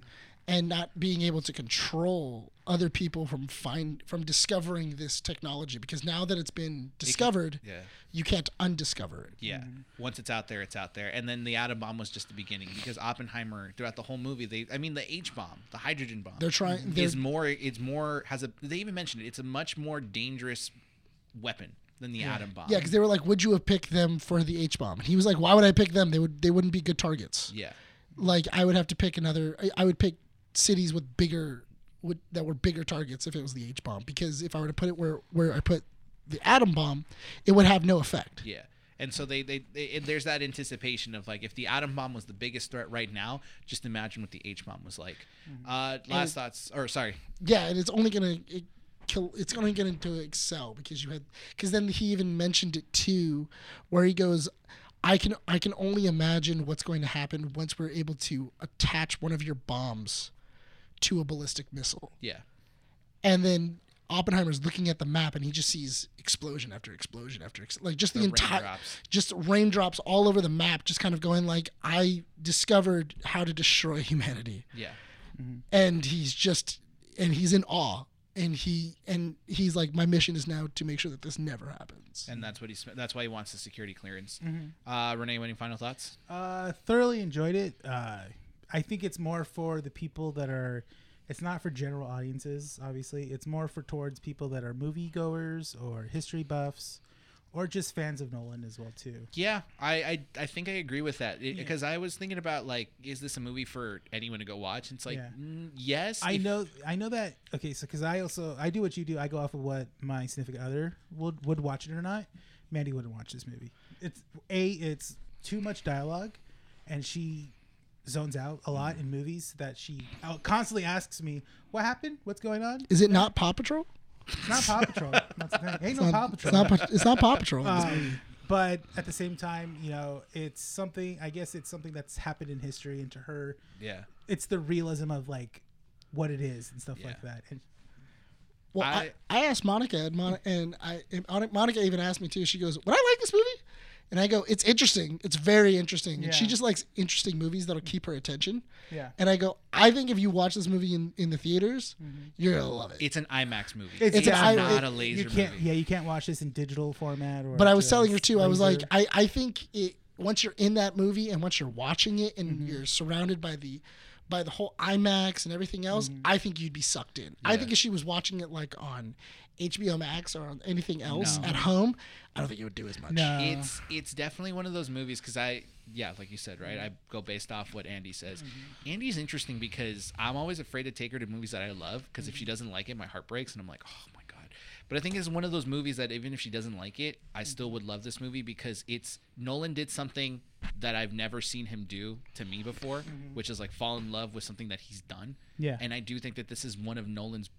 and not being able to control other people from find from discovering this technology because now that it's been discovered
yeah.
you can't undiscover it
Yeah.
Mm-hmm.
Once it's out there, it's out there. And then the atom bomb was just the beginning because Oppenheimer throughout the whole movie, they I mean the H bomb, the hydrogen bomb.
They're trying-
is
they're-
more it's more has a they even mentioned it. It's a much more dangerous weapon than the atom bomb.
yeah because they were like would you have picked them for the h-bomb and he was like why would i pick them they would they wouldn't be good targets
Yeah.
like i would have to pick another I- i would pick cities with bigger would that were bigger targets if it was the h-bomb because if i were to put it where where i put the atom bomb it would have no effect
Yeah. And so they, they, they and there's that anticipation of like if the atom bomb was the biggest threat right now, just imagine what the H bomb was like.
Mm-hmm.
Uh, last thoughts or sorry,
Yeah, and it's only gonna it kill. It's only gonna to excel because you had because then he even mentioned it too, where he goes, I can I can only imagine what's going to happen once we're able to attach one of your bombs to a ballistic missile,
yeah.
and then. Oppenheimer's looking at the map and he just sees explosion after explosion after ex- like just the, entire
raindrops.
just raindrops all over the map just kind of going like I discovered how to destroy humanity
Yeah.
and he's just and he's in awe and he and he's like my mission is now to make sure that this never happens
And that's what he's that's why he wants the security clearance.
Mm-hmm.
Uh, Renee, any final thoughts?
Uh, thoroughly enjoyed it. Uh, I think it's more for the people that are. It's not for general audiences, obviously. It's more for towards people that are moviegoers or history buffs, or just fans of Nolan as well too.
Yeah, I, I, I think I agree with that because I was thinking about like, is this a movie for anyone to go watch? And it's like,
Yeah.
mm, yes,
I
if-
know, I know that. Okay, so because I also I do what you do. I go off of what my significant other would would watch it or not. Mandy wouldn't watch this movie. It's a it's too much dialogue, and she zones out a lot in movies that she constantly asks me, "What happened? What's going on?"
is it not paw patrol
It's not Paw Patrol. That's the thing. Ain't no
It's
Paw
not-
Patrol.
it's not, Pa- it's not paw patrol
Um, but at the same time, you know, it's something. I guess it's something that's happened in history, and to her,
yeah,
it's the realism of like what it is and stuff like
Yeah.
that. And
well I, I asked monica and, Mon- and i and Mon- monica even asked me too she goes would i like this movie and i go it's interesting it's very interesting and she
Yeah.
just likes interesting movies that'll keep her attention
yeah,
and i go i think if you watch this movie in, in the theaters
Mm-hmm.
you're gonna love it
it's an IMAX movie.
It's-
It's,
It's an I-
not
it-
a laser
you can't.
movie.
Yeah, you can't watch this in digital format. Or
But I was telling her
just
too. I was like,
laser.
Mm-hmm.
I, I think it once you're in that movie and once you're watching it and you're surrounded by the by the whole IMAX and everything else, I think you'd be sucked in. I
Mm-hmm. Yeah.
think if she was watching it like on HBO Max or on anything else
No.
at home, I don't think it would do as much.
No.
it's it's definitely one of those movies because I yeah like you said right I go based off what Andy says. Andy's interesting because I'm always afraid to take her to movies that I love because if she doesn't like it my heart breaks and I'm like oh my god. But I think it's one of those movies that even if she doesn't like it I still would love this movie because it's Nolan did something that I've never seen him do to me before which is like fall in love with something that he's done.
Yeah.
And I do think that this is one of Nolan's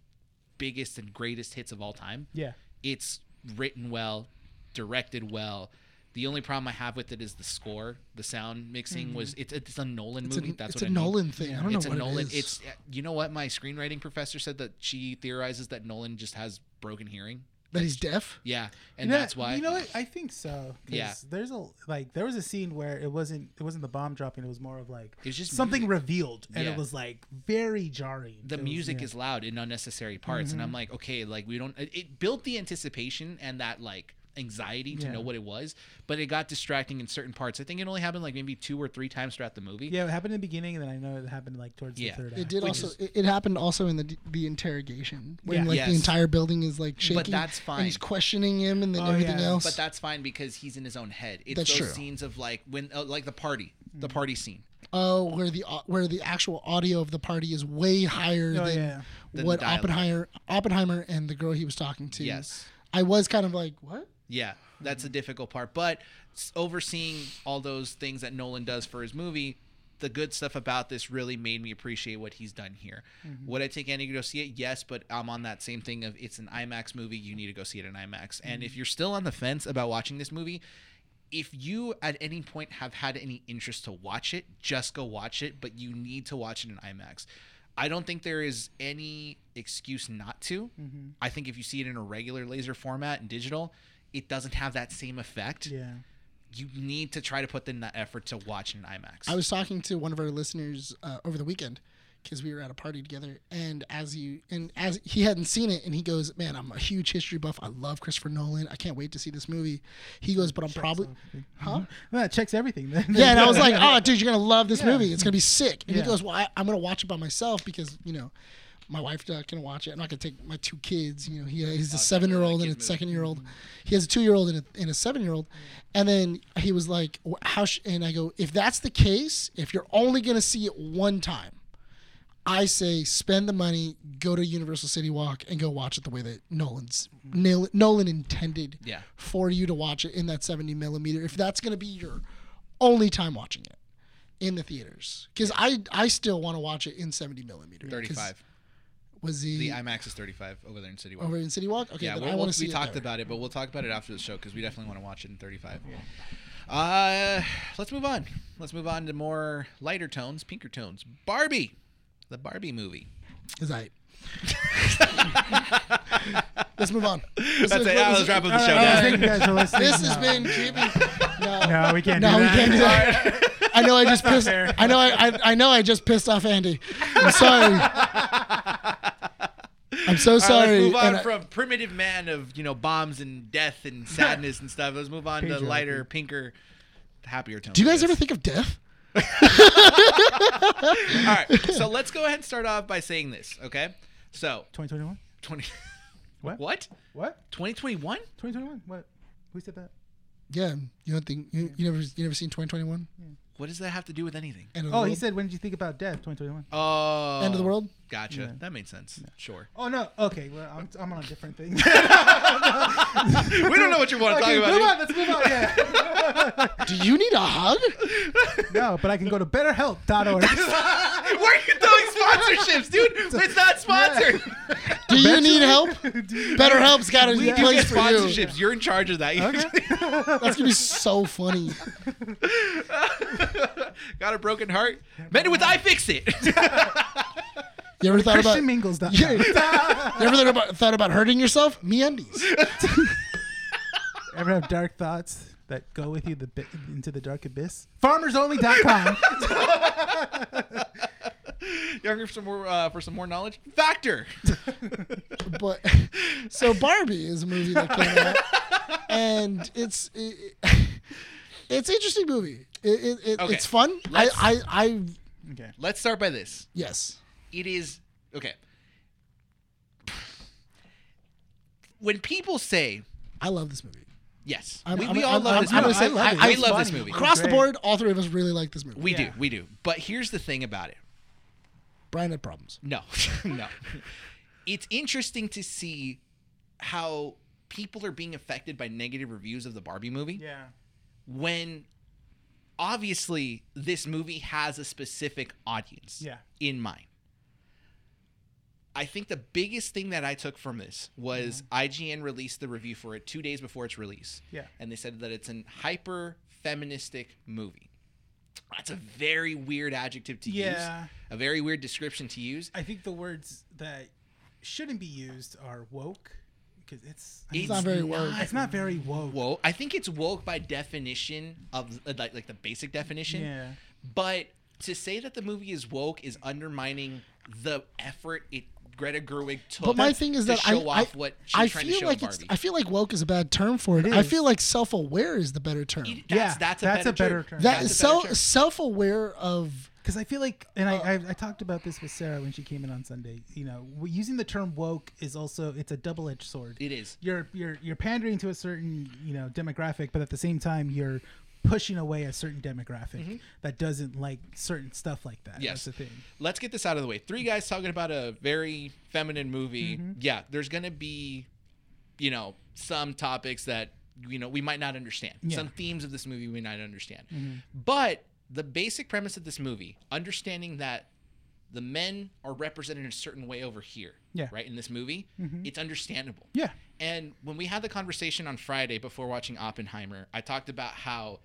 biggest and greatest hits of all time
yeah.
it's written well, directed well. The only problem I have with it is the score. The sound mixing was it's it's a Nolan
Mm. It's
movie.
a,
That's what
it's a
I mean.
Nolan thing. I don't
It's
know
a
what
Nolan.
it is.
It's you know what my screenwriting professor said that she theorizes that Nolan just has broken hearing.
that he's deaf.
Yeah, and
You know-
that's why
you know what I think so. 'cause
Yeah.
there's a like there was a scene where it wasn't it wasn't the bomb dropping. It was more of like
It's just
something revealed, and
Yeah.
it was like very jarring.
the
It was-
music
yeah.
is loud in unnecessary parts,
Mm-hmm.
and I'm like, okay, like we don't. It, it built the anticipation and that like anxiety to
Yeah.
know what it was, but it got distracting in certain parts. I think it only happened like maybe two or three times throughout the movie.
yeah. It happened in the beginning, and then I know it happened like towards
Yeah.
the third.
It
act.
did
Which
also.
is-
it, it happened also in the the interrogation when
Yeah.
like the
Yes.
entire building is like shaking.
that's
And
fine.
he's questioning him and then
Oh,
everything
yeah.
else.
But that's fine because he's in his own head. It's
That's
those
true.
scenes of like when, uh, like the party, the party scene.
oh, where the au- where the actual audio of the party is way higher
Oh,
than
yeah.
Than
what
the dialogue.
Oppenheimer Oppenheimer and the girl he was talking to.
Yes.
I was kind of like, what?
Yeah, that's a difficult part. But s- overseeing all those things that Nolan does for his movie, the good stuff about this really made me appreciate what he's done here.
Mm-hmm.
Would I take Andy to go see it? Yes, but I'm on that same thing of it's an IMAX movie. You need to go see it in IMAX.
Mm-hmm.
And if you're still on the fence about watching this movie, if you at any point have had any interest to watch it, just go watch it, but you need to watch it in IMAX. I don't think there is any excuse not to.
Mm-hmm.
I think if you see it in a regular laser format and digital, it doesn't have that same effect.
Yeah.
You need to try to put in that effort to watch it in IMAX.
I was talking to one of our listeners uh, over the weekend because we were at a party together, and as you and as he hadn't seen it, and he goes, "Man, I'm a huge history buff. I love Christopher Nolan. I can't wait to see this movie." He goes, "But I'm probably, huh?"
Well, that checks everything. Then.
Yeah, and I was like, "Oh, dude, you're gonna love this
Yeah.
movie. It's gonna be sick." And
Yeah.
he goes, "Well, I, I'm gonna watch it by myself because you know." My wife's not gonna watch it. I'm not gonna take my two kids. You know, he he's a seven year old and a second year old. He has a two year old and a, and a seven year old. And then he was like, "Wh- "How?" Sh-? And I go, "If that's the case, if you're only gonna see it one time, I say spend the money, go to Universal City Walk, and go watch it the way that Nolan's Nol- Nolan intended
Yeah.
for you to watch it in that 70 millimeter. If that's going to be your only time watching it in the theaters, because I I still want to watch it in 70 millimeter. 'cause
35.
was the,
The IMAX is 35 over there in City Walk.
over in City Walk. Okay,
yeah,
then
we'll,
I want
we'll-
to see
we
it
talked
there.
about it, but we'll talk about it after the show because we definitely want to watch it in 35. Uh, let's move on. Let's move on to more lighter tones, pinker tones. Barbie, the Barbie movie.
Is that? Let's move on. This
That's
is-
it. Yeah, let's wrap up the
All
show
right, guys,
now.
thank you guys for listening.
This has
No.
been keeping.
No, we can't.
No,
do
we
that.
can't do that. I know I just
not
pissed.
fair.
I know I, I I know I just pissed off Andy. I'm sorry. I'm so
All right,
sorry.
let's move on
and I-
from primitive man of you know bombs and death and sadness and stuff. Let's move on to
Patriarchy.
lighter, pinker, happier tones.
do you
I
guys ever
guess.
think of death?
All right, so let's go ahead and start off by saying this, okay? So
2021.
twenty.
What?
What?
What?
Twenty twenty one?
2021. What? Who said that?
Yeah, you don't think you, you never you never seen 2021?
What does that have to do with anything?
End of the
Oh,
world?
he said, uh, when did you think about death? 2021.
Oh,
end of the world.
Gotcha.
Yeah.
That made sense. Sure.
Oh no. Okay. Well, I'm, I'm on a different thing.
we don't know what you want to
okay,
talk
move on.
about.
Let's move on. Yeah.
Do you need a hug?
no, but I can go to BetterHelp.org.
dude. Where are you throwing sponsorships, dude? It's not sponsored.
Do you need help?
Dude,
BetterHelp's got a
We do
place
get
for you.
sponsorships. You're in charge of that.
That's gonna be so funny.
Got a broken heart? Mend it with I fix it.
You ever thought about? You
ChristianMingles.com.
ever thought about thought about hurting yourself? Me undies.
Ever have dark thoughts that go with you the bit into the dark abyss? FarmersOnly.com.
You're hungry for some more uh, for some more knowledge? Factor.
but so Barbie is a movie that came out, and it's it, it's an interesting movie. It, it, it,
Okay,
It's fun. I,
let's-
I I
Okay.
Let's start by this.
Yes.
it is okay. When people say
I love this movie.
yes,
I'm-
we,
I'm-
we all
I'm-
love
I'm-
this
I'm
movie.
gonna say
I,
love
I-
it.
I
It's
love
funny.
this movie.
Across the
Great.
board, all three of us really like this movie.
We
Yeah.
do, we do. But here's the thing about it.
Brian had problems.
No, no. It's interesting to see how people are being affected by negative reviews of the Barbie movie.
Yeah.
when obviously this movie has a specific audience
Yeah.
in mind. I think the biggest thing that I took from this was IGN released the review for it two days before its release.
Yeah.
And they said that it's an hyper feministic movie. That's a very weird adjective to
Yeah.
use, a very weird description to use.
I think the words that shouldn't be used are woke because it's I mean,
It's
It's not very well.
it's not very woke.
Woke. I think it's woke by definition of uh, like, like the basic definition.
Yeah.
But to say that the movie is woke is undermining the effort it Greta Gerwig took.
But my thing is
to
that I,
show
I,
off what she's
I
trying to
feel
show
like
in
it's,
Barbie.
I feel like woke is a bad term for it.
It
I
is.
feel like self-aware is the better term.
It-
Yeah,
that's, that's a
that's
better
a better
term.
term.
that
That's
is
a better
so
term.
self-aware of
Because I feel like, and I,
Uh,
I I talked about this with Sarah when she came in on Sunday. You know, w- using the term woke is also it's a double edged sword.
It is.
You're you're you're pandering to a certain you know demographic, but at the same time you're pushing away a certain demographic that doesn't like certain stuff like that.
Mm-hmm. Yes.
That's the thing.
Let's get this out of the way. Three guys talking about a very feminine movie.
Mm-hmm.
Yeah, there's going to be, you know, some topics that, you know, we might not understand.
Yeah. Mm-hmm.
Some themes of this movie we might not understand. But the basic premise of this movie, understanding that the men are represented in a certain way over here,
Yeah. Mm-hmm.
right, in this movie, it's understandable.
Yeah.
And when we had the conversation on Friday before watching Oppenheimer, I talked about how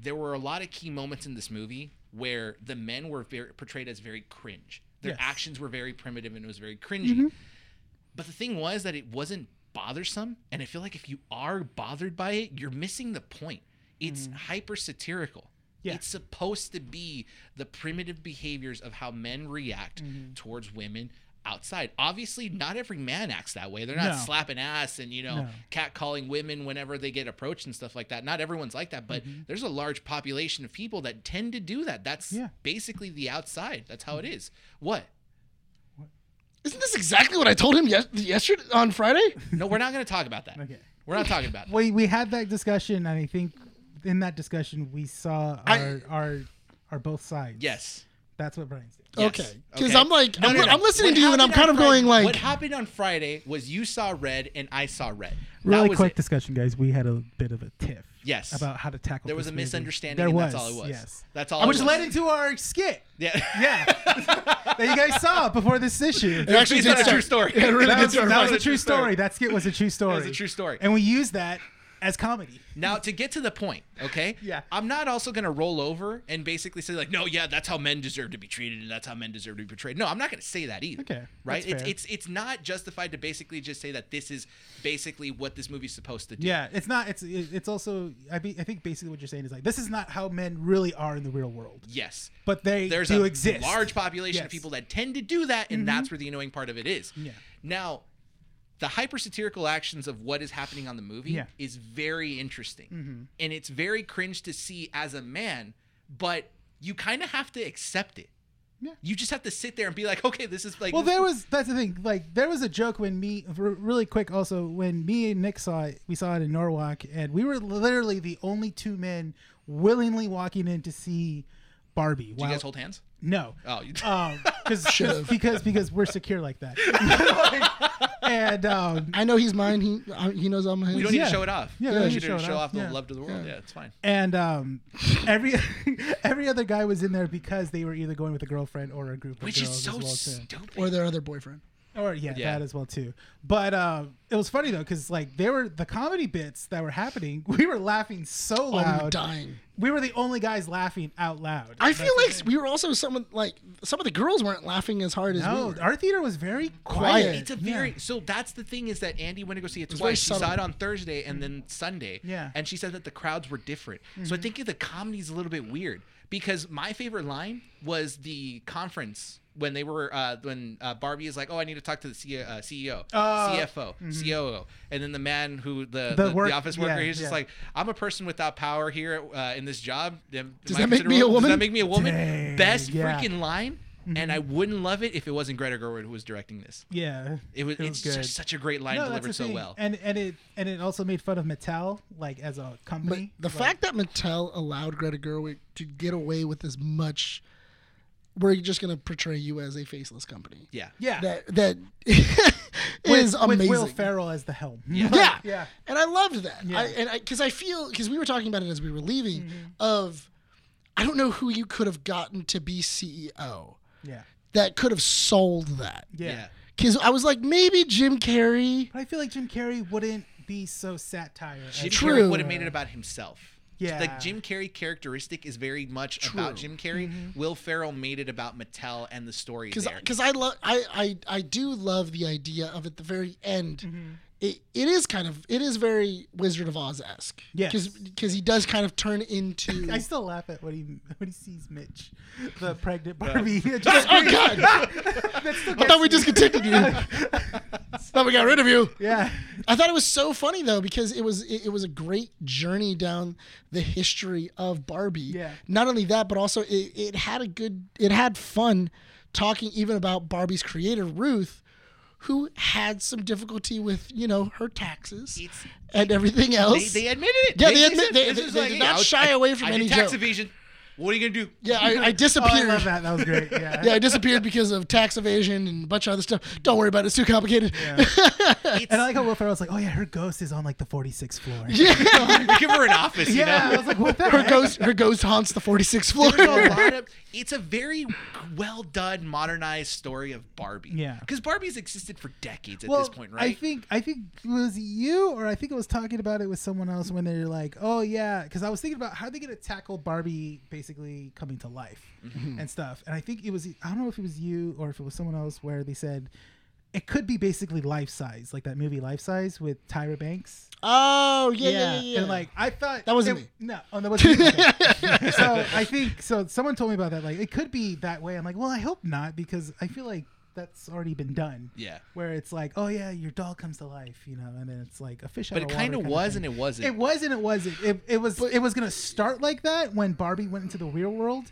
there were a lot of key moments in this movie where the men were very, portrayed as very cringe. Their
Yes. Mm-hmm.
actions were very primitive and it was very cringy. But the thing was that it wasn't bothersome. And I feel like if you are bothered by it, you're missing the point. It's hyper satirical.
Mm. Yeah.
It's supposed to be the primitive behaviors of how men react
Mm-hmm.
towards women outside. Obviously, not every man acts that way. They're not
No.
slapping ass and, you know,
No.
catcalling women whenever they get approached and stuff like that. Not everyone's like that, but
Mm-hmm.
there's a large population of people that tend to do that. That's
Yeah.
basically the outside. That's how it
Mm-hmm.
is. What?
Isn't this exactly what I told him yes, yesterday on Friday?
No, we're not going to talk about that.
Okay.
We're not talking about that.
We we had that discussion, and I think in that discussion we saw
I-
our our, our both sides.
Yes.
That's what Brian's doing.
Yes.
Okay. Because
Okay.
I'm like,
No,
I'm,
no, no.
I'm listening
What
to you and I'm kind
happened
of
on
going
Friday-
like,
What happened on Friday was you saw red and I saw red. That
Really
was
quick
it.
discussion, guys. We had a bit of a tiff.
Yes.
About how to tackle.
There was
this
a
movie.
misunderstanding.
There
and
was.
That's all it was.
Yes.
That's all.
I
it
was
was.
led into our skit.
Yeah.
Yeah. that you guys saw before this issue.
it actually
It's
did
not a
start-
true story.
Yeah, it really
that
did
was,
start
that was
Friday.
a true story. That skit was a true story.
a true story.
And we used that as comedy.
Now to get to the point, okay?
Yeah.
I'm not also gonna roll over and basically say like, no, yeah, that's how men deserve to be treated and that's how men deserve to be portrayed. No, I'm not gonna say that either.
Okay,
Right?
that's
It's
fair.
it's it's not justified to basically just say that this is basically what this movie's supposed to do.
Yeah, it's not. It's it- it's also. I be, I think basically what you're saying is like this is not how men really are in the real world,
Yes.
but they
there's
do
a
exist.
large population of
Yes. Mm-hmm.
people that tend to do that, and that's where the annoying part of it is.
Yeah.
Now, the hyper satirical actions of what is happening on the movie
Yeah. Mm-hmm.
is very interesting, and it's very cringe to see as a man, but you kind of have to accept it.
Yeah.
You just have to sit there and be like, okay, this is like.
Well,
this-
there was that's the thing. Like there was a joke when me r- really quick also when me and Nick saw it, we saw it in Norwalk, and we were literally the only two men willingly walking in to see Barbie.
Do you guys hold hands?
no.
Oh, you,
Um, cause, 'cause- because because we're secure like that, and um,
I know he's mine. He I, he knows I'm his.
we don't need
yeah.
to show it off.
Yeah, we
we
don't
should
need to show
show,
it
off
off.
the
Yeah.
love to the world. Yeah, it's fine.
and um, every every other guy was in there because they were either going with a girlfriend or a group of
Which is
girls
so
as well too.
stupid.
or their other boyfriend.
Or yeah,
Yeah.
that as well too. But uh, it was funny though because like they were the comedy bits that were happening. We were laughing so
Oh,
loud.
I'm dying.
We were the only guys laughing out loud.
I feel like we were also someone like some of the girls weren't laughing as hard as we
no,
were.
our theater was very
Quiet.
quiet.
It's a
Yeah.
very so that's the thing is that Andy went to go see it
very
twice. She saw
subtle.
it on Thursday and then Sunday.
Yeah.
And she said that the crowds were different. So I think the comedy's a little bit weird because my favorite line was the conference when they were uh, when uh, Barbie is like, "Oh, I need to talk to the C- uh, CEO,
Oh.
CFO, COO," and then the man who the
The
the, the
work-
office
yeah,
worker, he's just
yeah.
like, "I'm a person without power here uh, in this job." Am-
Does
am I
that make
considered
me a
Does
woman?
that make me a woman?
Dang,
Best
yeah.
freaking line. And I wouldn't love it if it wasn't Greta Gerwig who was directing this.
yeah.
It was,
was
it's
good.
just such a great line
No, that's the
delivered so
thing.
well.
and and it and it also made fun of Mattel like as a
But
company.
the
like,
fact that Mattel allowed Greta Gerwig to get away with as much, we're just going to portray you as a faceless company.
yeah.
yeah,
That that
with,
is amazing.
With Will Ferrell as the helm.
Yeah.
Yeah.
yeah.
And I loved that.
Yeah. Mm-hmm.
I, and I, because I feel, because we were talking about it as we were leaving, of I don't know who you could have gotten to be CEO
Yeah.
that could have sold that.
Yeah.
Yeah.
Because I was like, maybe Jim Carrey.
But I feel like Jim Carrey wouldn't be so satire. as-
Jim
True.
Carrey would have made it about himself.
Yeah.
Like Jim Carrey characteristic is very much about Jim Carrey.
Mm-hmm.
Will Ferrell made it about Mattel and the story
Because
there.
I love, I, I, I do love the idea of at the very end.
Mm-hmm.
It, it is kind of it is very Wizard of Oz esque.
Yes.
Because he does kind of turn into.
I still laugh at when he when he sees Mitch, the pregnant Barbie.
oh God! I thought we discontinued you. thought we got rid of you.
yeah.
I thought it was so funny though because it was it, it was a great journey down the history of Barbie.
Yeah.
Not only that, but also it, it had a good it had fun talking even about Barbie's creator Ruth, who had some difficulty with you know her taxes
It's-
and everything
they,
else.
they admitted it.
Yeah, they
just
admit-
said,
they-
this
they-
is
they
like,
did
hey,
not
I was-
shy
I-
away from
I
any
did tax
joke.
evasion. What are you gonna do?
yeah, I, I
Oh, I
disappeared.
love that. That was great. Yeah.
Yeah, I disappeared because of tax evasion and a bunch of other stuff. Don't worry about it; it's too complicated.
And I like how Will Ferrell's like, oh yeah, her ghost is on like the 46th floor.
Give her an office. You
Yeah,
know?
I was like, what the
her
heck?
ghost, her ghost haunts the 46th floor.
There's a lot of- it's a very well done, modernized story of Barbie.
Yeah.
Because Barbie's existed for decades at
well,
this point, right?
I think I think it was you, or I think I was talking about it with someone else when they're like, "Oh yeah," because I was thinking about how are they going to tackle Barbie basically coming to life
Mm-hmm.
and stuff. And I think it was I don't know if it was you or if it was someone else where they said it could be basically life size, like that movie Life Size with Tyra Banks.
Oh yeah, yeah, yeah. yeah.
And like I thought
That wasn't
it-
me.
No, oh, that wasn't me. Okay. so I think so. Someone told me about that. Like it could be that way. I'm like, well, I hope not because I feel like that's already been done
yeah.
where it's like, oh yeah, your doll comes to life, you know, and then it's like a fish.
But
out
it
of
kind of
water
was and
thing.
it wasn't.
It was and it wasn't. It, it was. it was gonna start like that when Barbie went into the real world,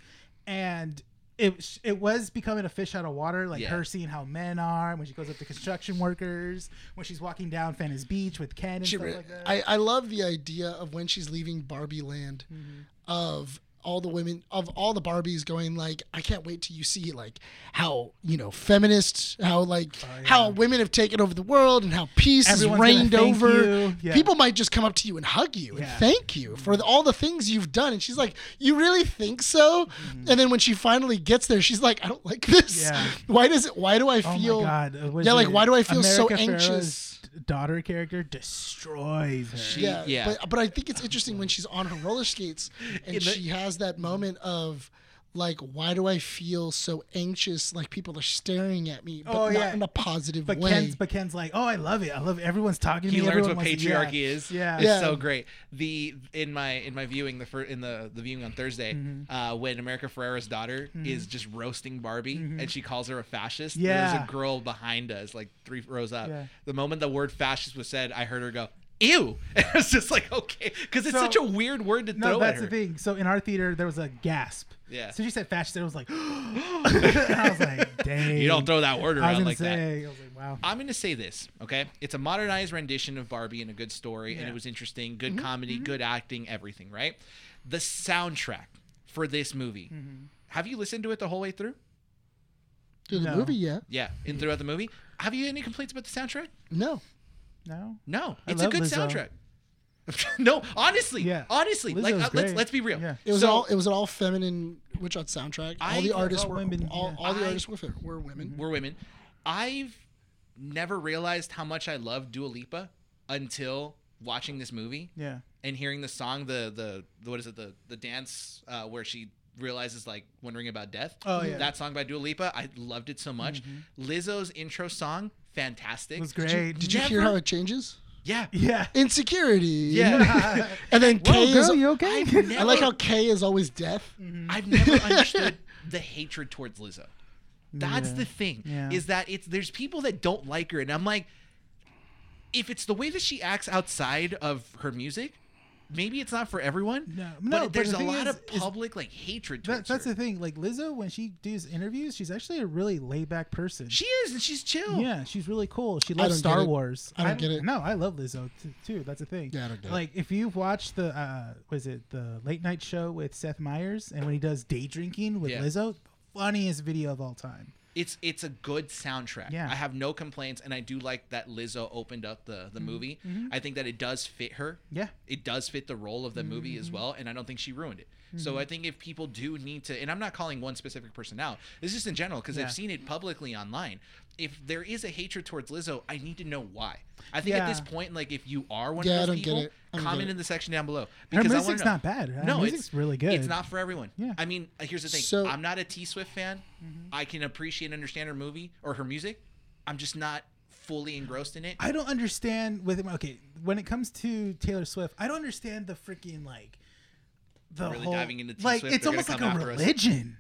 and it it was becoming a fish out of water. Like
Yeah.
her seeing how men are when she goes up to construction workers, when she's walking down Fanny's Beach with Ken and
She
stuff
re-
like that.
I, I love the idea of when she's leaving Barbie land
Mm-hmm.
of all the women of all the Barbies going like I can't wait till you see like how you know feminists how like how women have taken over the world and how peace
Oh,
is
Everyone's
reigned
gonna thank
over
you. Yeah.
people might just come up to you and hug you
Yeah.
and thank you for the, all the things you've done and she's like you really think so and then when she finally gets there she's like I don't like this
Mm-hmm. Yeah.
why does it why do I
Oh
feel
my god! uh, was
yeah like
it
why do I feel so
America
anxious
Ferrera's d- daughter character destroys her.
She-
yeah,
yeah.
But, but I think it's interesting when she's on her roller skates and
Yeah, but-
she has that moment of like, why do I feel so anxious? Like people are staring at me, but
Oh,
not
yeah.
in a positive
But
way.
Ken's, but Ken's like, oh, I love it. I love everyone's talking
he
to me.
learns what
Everyone wants to- yeah.
patriarchy is.
Yeah.
it's
Yeah.
so great. The in my in my viewing the first in the the viewing on Thursday,
Mm-hmm.
uh, when America Ferrera's daughter is just roasting Barbie and she calls her a fascist. there's
Mm-hmm. Yeah.
a girl behind us, like three rows up.
Yeah.
The moment the word fascist was said, I heard her go. Ew! And I was just like, okay, because it's
So-
such a weird word to
No,
throw
that's
at her.
the thing. So in our theater, there was a gasp.
Yeah.
So she said fascist. I was like, and I was like, dang.
You don't throw that word
I was
around
gonna
like that.
say, I was like, wow.
I'm going to say this, okay? It's a modernized rendition of Barbie and a good story, and it was interesting.
Mm-hmm.
Good comedy, good acting, everything, right? The soundtrack for this movie.
Mm-hmm.
Have you listened to it the whole way through?
to the
No.
movie, yeah.
Yeah, and throughout the movie. Have you any complaints about the soundtrack?
No.
No.
No,
I
it's a
love
good
Lizzo.
soundtrack. no, honestly,
Yeah.
honestly, like
Lizzo's
uh, let's
great.
let's be real.
Yeah.
It was
So-
all it was an all feminine witch hunt soundtrack.
I-
all the artists
all
were
women,
all,
yeah.
all the
I-
artists were, were women.
were women. I've never realized how much I love Dua Lipa until watching this movie.
Yeah.
and hearing the song, the the, the what is it, the the dance uh, where she realizes like wondering about death.
Oh, yeah. Mm-hmm.
that song by Dua Lipa, I loved it so much. Lizzo's intro song, fantastic.
It was
Did you,
great.
did you hear
Never-
how it changes?
Yeah,
Yeah.
Insecurity.
Yeah.
and then K
girl,
is,
you Mm-hmm. okay?
I've
I like
never-
how K is always death.
I've never understood the hatred towards Lizzo. That's
Yeah.
the thing.
Yeah.
Is that it's there's people that don't like her, and I'm like, if it's the way that she acts outside of her music, maybe it's not for everyone.
No,
but
no, but
there's
the
a
thing
lot
is-
of
is-
public like hatred
That,
towards
that's
her.
the thing. Like Lizzo, when she does interviews, she's actually a really laid back person.
she is, and she's chill.
yeah, she's really cool. She
don't
loves Star
get it.
Wars.
I don't get it.
No, I love Lizzo t- too. That's the thing.
Yeah, I don't get it.
like if you've watched the uh, was it the late night show with Seth Meyers and when he does day drinking with
Yeah.
Lizzo, funniest video of all time.
It's it's a good soundtrack.
Yeah.
I have no complaints, and I do like that Lizzo opened up the the movie. I think that it does fit her.
Yeah.
it does fit the role of the movie
Mm-hmm.
as well, and I don't think she ruined it. So I think if people do need to, and I'm not calling one specific person out, this is just in general because
Yeah.
I've seen it publicly online. If there is a hatred towards Lizzo, I need to know why. I think at this
Yeah.
point, like if you are one of
Yeah, I don't
those
get
people,
it. I don't get
comment
it.
in the section down below
Her
I wanna
music's
know.
not bad. Her
No,
music's
it's
really good.
It's not for everyone.
Yeah. Mm-hmm.
I mean, uh, here's the thing.
So-
I'm not a T Swift fan. I can appreciate and understand her movie or her music. I'm just not fully engrossed in it.
I don't understand with okay when it comes to Taylor Swift. I don't understand the freaking like the
Really
whole
diving into T.
like
Swift,
it's
they're
almost
gonna
like a
come after us.
religion,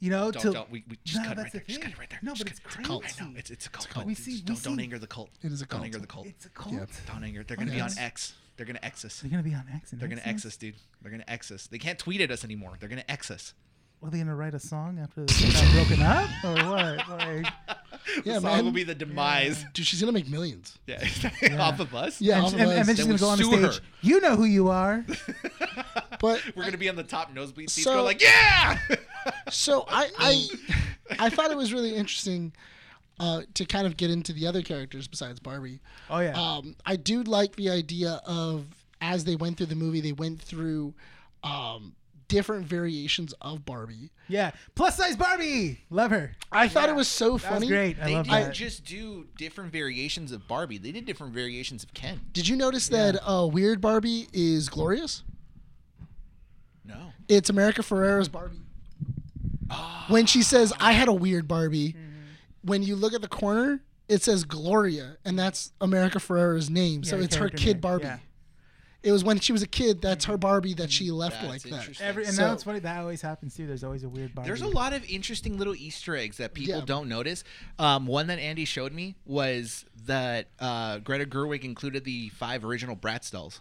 you know.
don't,
to,
don't. We, we just
No,
cut it right
that's the
there. Just cut
thing.
it right there.
No,
Just
but
cut-
it's
a cult. I
crazy.
know. It's, it's a cult.
cult. We
Just
see- we
don't, don't
see-
anger the cult.
It is a
Don't
cult.
anger the cult.
It's a cult.
Yep.
Don't anger. They're going to be on X. They're going to X us.
They're gonna be on X. And
They're going
X
to X us, dude. They're going to X us. They can't tweet at us anymore. They're going to X us.
Were they gonna write a song after they got broken up or what? Like,
Yeah,
the song
man.
will be the demise.
Dude, she's gonna make millions.
Yeah. Off of us.
Yeah,
and,
all of
and, and then
us.
she's
Then we
gonna go on the
sue her.
stage. You know who you are.
But
We're going to be on the top nosebleed seats.
So-
go like, yeah.
so I,
Um,
I, I thought it was really interesting uh, to kind of get into the other characters besides Barbie.
Oh yeah.
Um, I do like the idea of as they went through the movie, they went through um, different variations of Barbie.
yeah. Plus size Barbie. Love her.
I thought it was so
That was
funny.
great. I
they
love
didn't
that.
just do different variations of Barbie. They did different variations of Ken.
Did you notice that uh, Weird Barbie is glorious?
No.
It's America Ferrera's Barbie.
Ah.
When she says, I had a weird Barbie,
Mm-hmm.
when you look at the corner, it says Gloria, and that's America Ferrera's name. so
Yeah,
it's her
character
kid
name.
Barbie.
Yeah. Mm-hmm.
It was when she was a kid, that's her Barbie that she left
That's
like that.
interesting.
Every and
So-
that's funny. That always happens too. There's always a weird Barbie.
There's a lot of interesting little Easter eggs that people
Yeah.
don't notice. Um, one that Andy showed me was that uh, Greta Gerwig included the five original Bratz dolls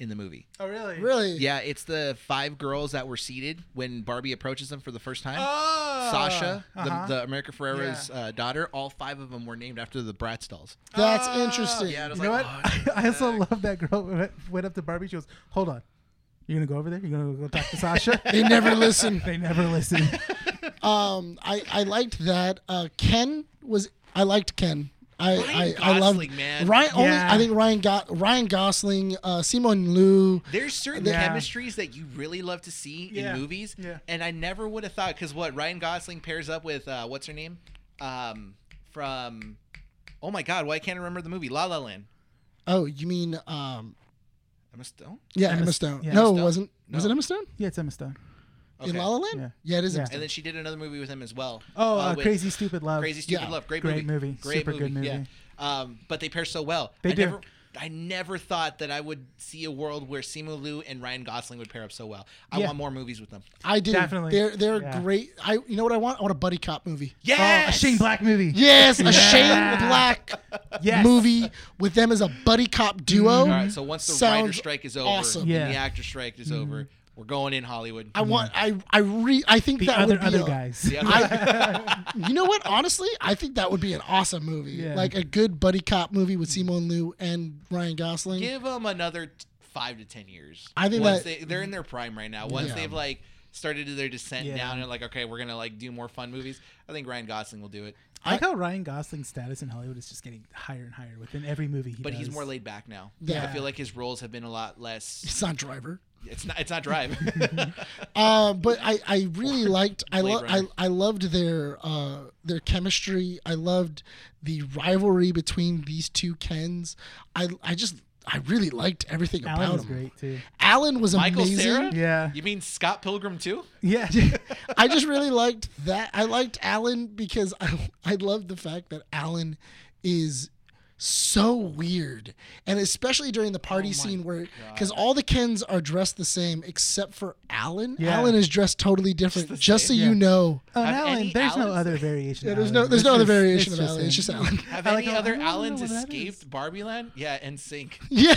in the movie.
Oh really?
Really?
Yeah, it's the five girls that were seated when Barbie approaches them for the first time.
Oh.
Sasha,
Uh-huh.
the, the America Ferrera's uh, daughter, all five of them were named after the Bratz dolls.
That's
Ah,
interesting.
Yeah, I was
You know
like,
what?
"Oh,
I also love that girl who went up to Barbie. She goes, "Hold on, you're gonna go over there. You're gonna go talk to Sasha."
They never listen.
they never listen.
Um, I, I liked that. Uh, Ken was I liked Ken. I
Ryan
I, I loved
Gosling, man.
Ryan. Only,
Yeah.
I think Ryan got Ryan Gosling, uh, Simon Liu.
There's certain
Yeah.
chemistries that you really love to see
Yeah.
in movies,
Yeah.
and I never would have thought because what Ryan Gosling pairs up with uh, what's her name um, from oh my god, why can't I remember the movie La La Land?
Oh, you mean um,
Emma Stone.
yeah,
Emma
Emma
S-
Stone?
yeah.
no,
Emma
it
Stone.
wasn't. Was it
No.
Emma Stone
yeah, it's Emma Stone.
in
Okay.
La La Land?
Yeah.
Yeah, it is.
Yeah.
Emma Stone.
And then she did another movie with him as well.
Oh, uh,
with
Crazy Stupid Love.
Crazy Stupid
Yeah.
Love, great,
Great
movie,
movie.
great
Super
movie,
good movie.
Yeah. Um, but they pair so well.
They
I
do.
Never, I never thought that I would see a world where Simu Liu and Ryan Gosling would pair up so well. I
Yeah. Oh,
want more movies with them.
I did.
Definitely.
They're they're
Yeah.
great. I you know what I want? I want a buddy cop movie.
Yeah,
Oh, a Shane Black movie.
Yes, a Shane
Yeah.
Black
Yes.
movie with them as a buddy cop
Mm-hmm.
duo.
All right, so once the writer
Sounds
strike is over
awesome. Mm-hmm.
Yeah.
and the actor strike is over, we're going in Hollywood.
I want. I I re. I think
The
that
other
would be
other
a-
guys.
Yeah.
I, you know what? Honestly, I think that would be an awesome movie.
Yeah.
Like a good buddy cop movie with Simon Liu and Ryan Gosling.
Give them another t- five to ten years.
I think
once
that-
they, they're in their prime right now. Once
Yeah.
they've like started their descent
Yeah.
down and like, okay, we're gonna like do more fun movies. I think Ryan Gosling will do it,
I like how Ryan Gosling's status in Hollywood is just getting higher and higher within every movie he
but
does.
he's more laid back now.
Yeah.
I feel like his roles have been a lot less.
It's not Driver.
It's not. It's not Drive.
Uh, but I, I really liked I,
Blade
lo- I
Runner.
I loved their uh, their chemistry. I loved the rivalry between these two Kens. I I just I really liked everything
Alan
about
was
him.
great too.
Alan was
Michael
amazing.
Cera?
Yeah.
you mean Scott Pilgrim too?
Yeah.
I just really liked that. I liked Alan because I I loved the fact that Alan is so weird. And especially during the
Oh
party scene where, because all the Kens are dressed the same except for Alan.
Yeah.
Alan is dressed totally different,
the
just, so
same.
you know.
Oh, and
Have
Alan,
any
there's no
Alans-
other variation.
Yeah,
of
there's
Alan.
no, there's
It's
no other
just-
variation of
just
Alan. It's just
him.
Alan.
Have
I like
any
how- I
other
don't know
Allens
what that is.
escaped Barbie Land? Yeah, and Sync.
Yeah.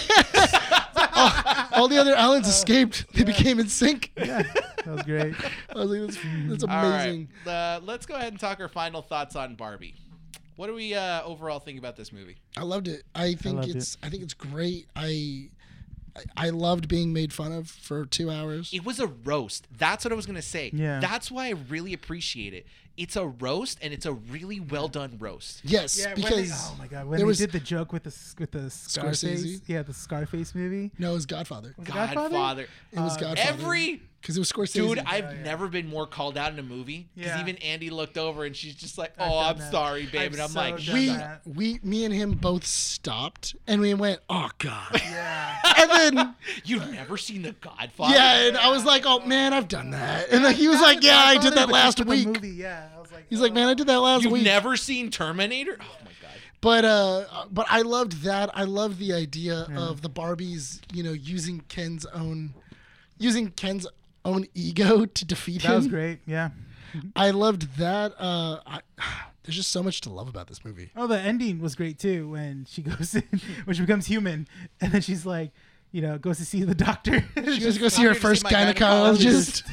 all, all the other
Oh,
Allens escaped. They became in sync.
That was great.
I was like, that's, that's
All right,
amazing.
Uh, let's go ahead and talk our final thoughts on Barbie. What do we uh, overall think about this movie?
I loved it. I think
loved
it's I think it's great. I, I I loved being made fun of for two hours.
It was a roast. That's what I was gonna say.
Yeah.
That's why I really appreciate it. It's a roast, and it's a really well done roast.
Yes,
Yeah,
because
when they, oh my god, when
there
they
was-
did the joke with the s- with the Scarface,
Scorsese?
yeah, the Scarface movie.
no, it was Godfather.
Was it
Godfather.
It was
Uh,
Godfather.
Every
because it was Scorsese.
dude, I've
yeah.
never been more called out in a movie. Because
Yeah.
even Andy looked over, and she's just like,
I've
"Oh,
done
I'm
that.
sorry, babe,"
I've
and I'm
so
like,
done
"Shut
we
up."
that.
we me and him both stopped and we went, oh god.
Yeah.
And then
"You've never seen The Godfather?"
yeah, and I was like, oh man, I've done that. And then he was like, yeah, I did that last week.
Movie, yeah. I was like, oh,
He's like, man, I did that last
You've
week.
never seen Terminator? Oh my god.
But uh, but I loved that. I loved the idea of the Barbies, you know, using Ken's own, using Ken's own ego to defeat
that
him.
was great. Yeah.
I loved that. Uh, I, there's just so much to love about this movie.
Oh, the ending was great too when she goes in, when she becomes human, and then she's like, you know, goes to see the doctor.
She goes to go see her
"I'm here to
first
see my
gynecologist.
gynecologist."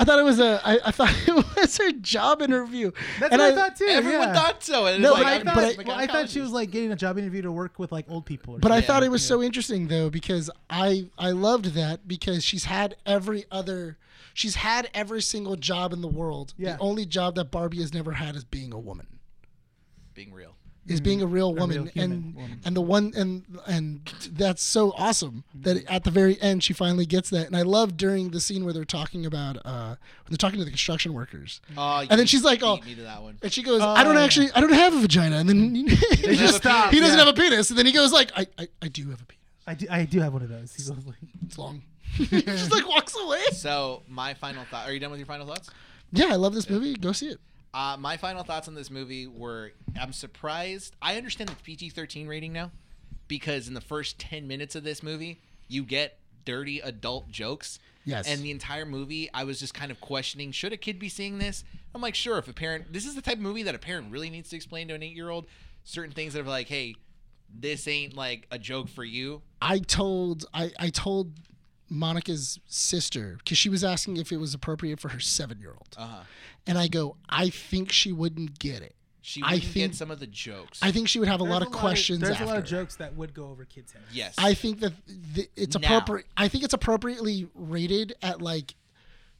I thought it was a. I, I thought it was her job interview.
That's
And
what I, thought too.
Everyone
yeah.
thought so. And
No,
no,
but
like, "Oh I'm
I thought-
just a
Well, I thought she
gynecologist.
was like getting a job interview to work with like old people. Or
But I
Yeah,
thought it was so interesting though because I I loved that because she's had every other she's had every single job in the world.
Yeah.
The only job that Barbie has never had is being a woman.
being real.
is being a real woman
Mm. human
and
woman.
and the one and and that's so awesome that at the very end she finally gets that and I love during the scene where they're talking about uh when they're talking to the construction workers
Oh,
and then she's like oh
beat me to that one.
and she goes I don't
Oh, yeah.
actually I don't have a vagina and then he,
doesn't have
just
a penis.
he doesn't
Yeah.
have a penis and then he goes like I I, I do have a penis
I do, I do have one of those. He goes like,
it's long he just like walks away
So my final thought. Are you done with your final thoughts?
yeah I love this movie go see it
Uh, my final thoughts on this movie were: I'm surprised. I understand the PG-13 rating now, because in the first 10 minutes of this movie, you get dirty adult jokes.
Yes.
And the entire movie, I was just kind of questioning: should a kid be seeing this? I'm like, sure. If a parent, this is the type of movie that a parent really needs to explain to an eight-year-old certain things that are like, hey, this ain't like a joke for you.
I told I, I told Monica's sister because she was asking if it was appropriate for her seven year old,
Uh-huh.
and I go, I think she wouldn't get it.
She
I
wouldn't
think-
get some of the jokes.
I think she would have a lot of questions.
There's
after.
a lot of jokes that would go over kids' heads.
yes.
I think that th- it's
Now.
appropriate. I think it's appropriately rated at like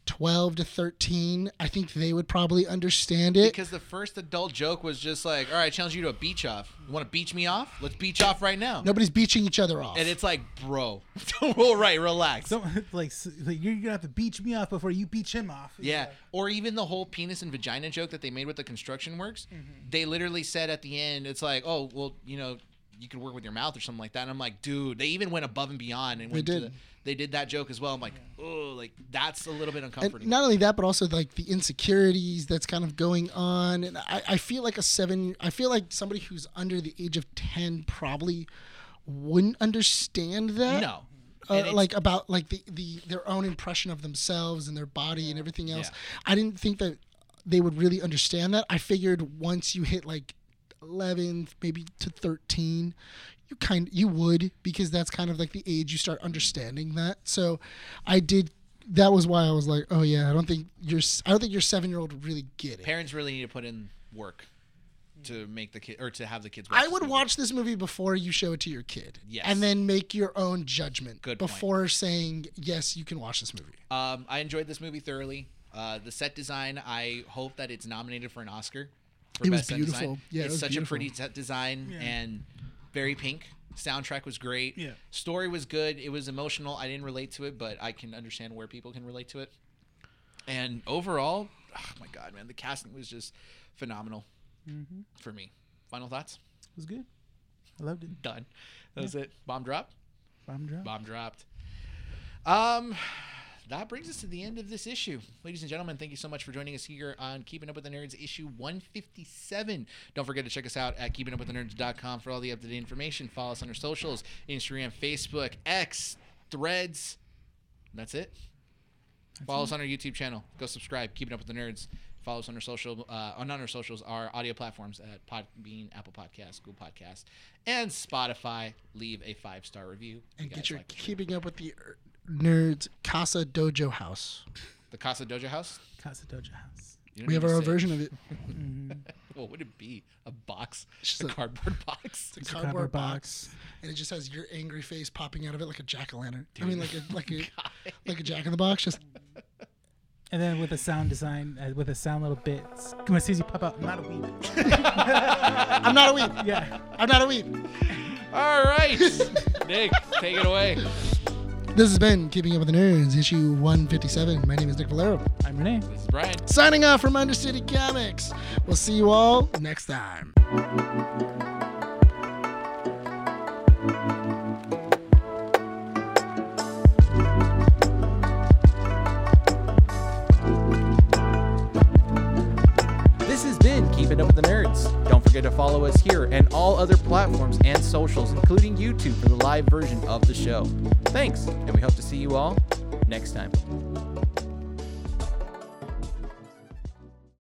twelve to thirteen. I think they would probably understand it.
Because the first adult joke was just like, all right, I challenge you to a beach off. You want to beach me off? Let's beach off right now.
Nobody's beaching each other off.
And it's like, bro, all right, relax.
So like, s- like you're gonna have to beach me off before you beach him off.
yeah. Or even the whole penis and vagina joke that they made with the construction works.
Mm-hmm.
They literally said at the end, it's like, oh, well, you know, you could work with your mouth or something like that. And I'm like, dude, they even went above and beyond and went to
did.
the- they did that joke as well. I'm like, oh, like that's a little bit
and
uncomfortable.
not only that, but also like the insecurities that's kind of going on. And I, I feel like a seven, I feel like somebody who's under the age of 10 probably wouldn't understand that.
no. And
Uh,
it's-
like about like the, the their own impression of themselves and their body and everything else. I didn't think that they would really understand that. I figured once you hit like 11 maybe to 13 you kind you would because that's kind of like the age you start understanding that. So I did that was why I was like, "Oh yeah, I don't think your s- I don't think your 7-year-old would really get it."
parents really need to put in work to make the kid or to have the kids watch
I
this
would
movie.
watch this movie before you show it to your kid.
Yes.
And then make your own judgment
Good point.
before saying, yes, you can watch this movie.
Um, I enjoyed this movie thoroughly. Uh, the set design, I hope that it's nominated for an Oscar. For
It was
set design.
beautiful. Yeah, it
it's
was
such
beautiful.
a pretty set design
Yeah.
and very pink. Soundtrack was great.
Yeah.
Story was good. It was emotional. I didn't relate to it, but I can understand where people can relate to it. And overall, oh my god, man, the casting was just phenomenal
Mm-hmm.
for me. Final thoughts?
it was good. I loved it.
Done. That was it. Bomb drop.
Bomb drop.
Bomb dropped. Um, That brings us to the end of this issue. Ladies and gentlemen, thank you so much for joining us here on Keeping Up with the Nerds issue 157. Don't forget to check us out at keepingupwiththenerds.com for all the up-to-date information. Follow us on our socials, Instagram, Facebook, X, Threads. And that's it. Follow us on our YouTube channel. Go subscribe. Keeping up with the nerds. Follow us on our social, uh, on on our socials, our audio platforms at Podbean, Apple Podcasts, Google Podcasts, and Spotify. Leave a five star review. If
And
you
get
guys
your
like
keeping up with the er- nerds Casa Dojo House.
it. the Casa Dojo House.
Casa Doja House.
You don't
We have
need
our
to
own
say it.
version of it.
What would it be? A box?
Just
a,
a-
cardboard box?
It's a
cardboard
cardboard
box.
box, and it just has your angry face popping out of it like a jack o' lantern. I mean, like a like a like a jack in the box. Just
And then with the sound design, uh, with the sound little bits. Come on, Susie, pop out. Not a weep.
I'm not a weeb.
Yeah.
I'm not a weeb.
All right, Nick, take it away.
This has been Keeping Up with the Nerds, issue 157. My name is Nick Valero.
I'm Renee.
This is Brian.
Signing off from Undercity Comics. We'll see you all next time.
This has been Keeping Up with the Nerds. Don't forget to follow us here and all other platforms and socials, including YouTube for the live version of the show. Thanks, and we hope to see you all next time.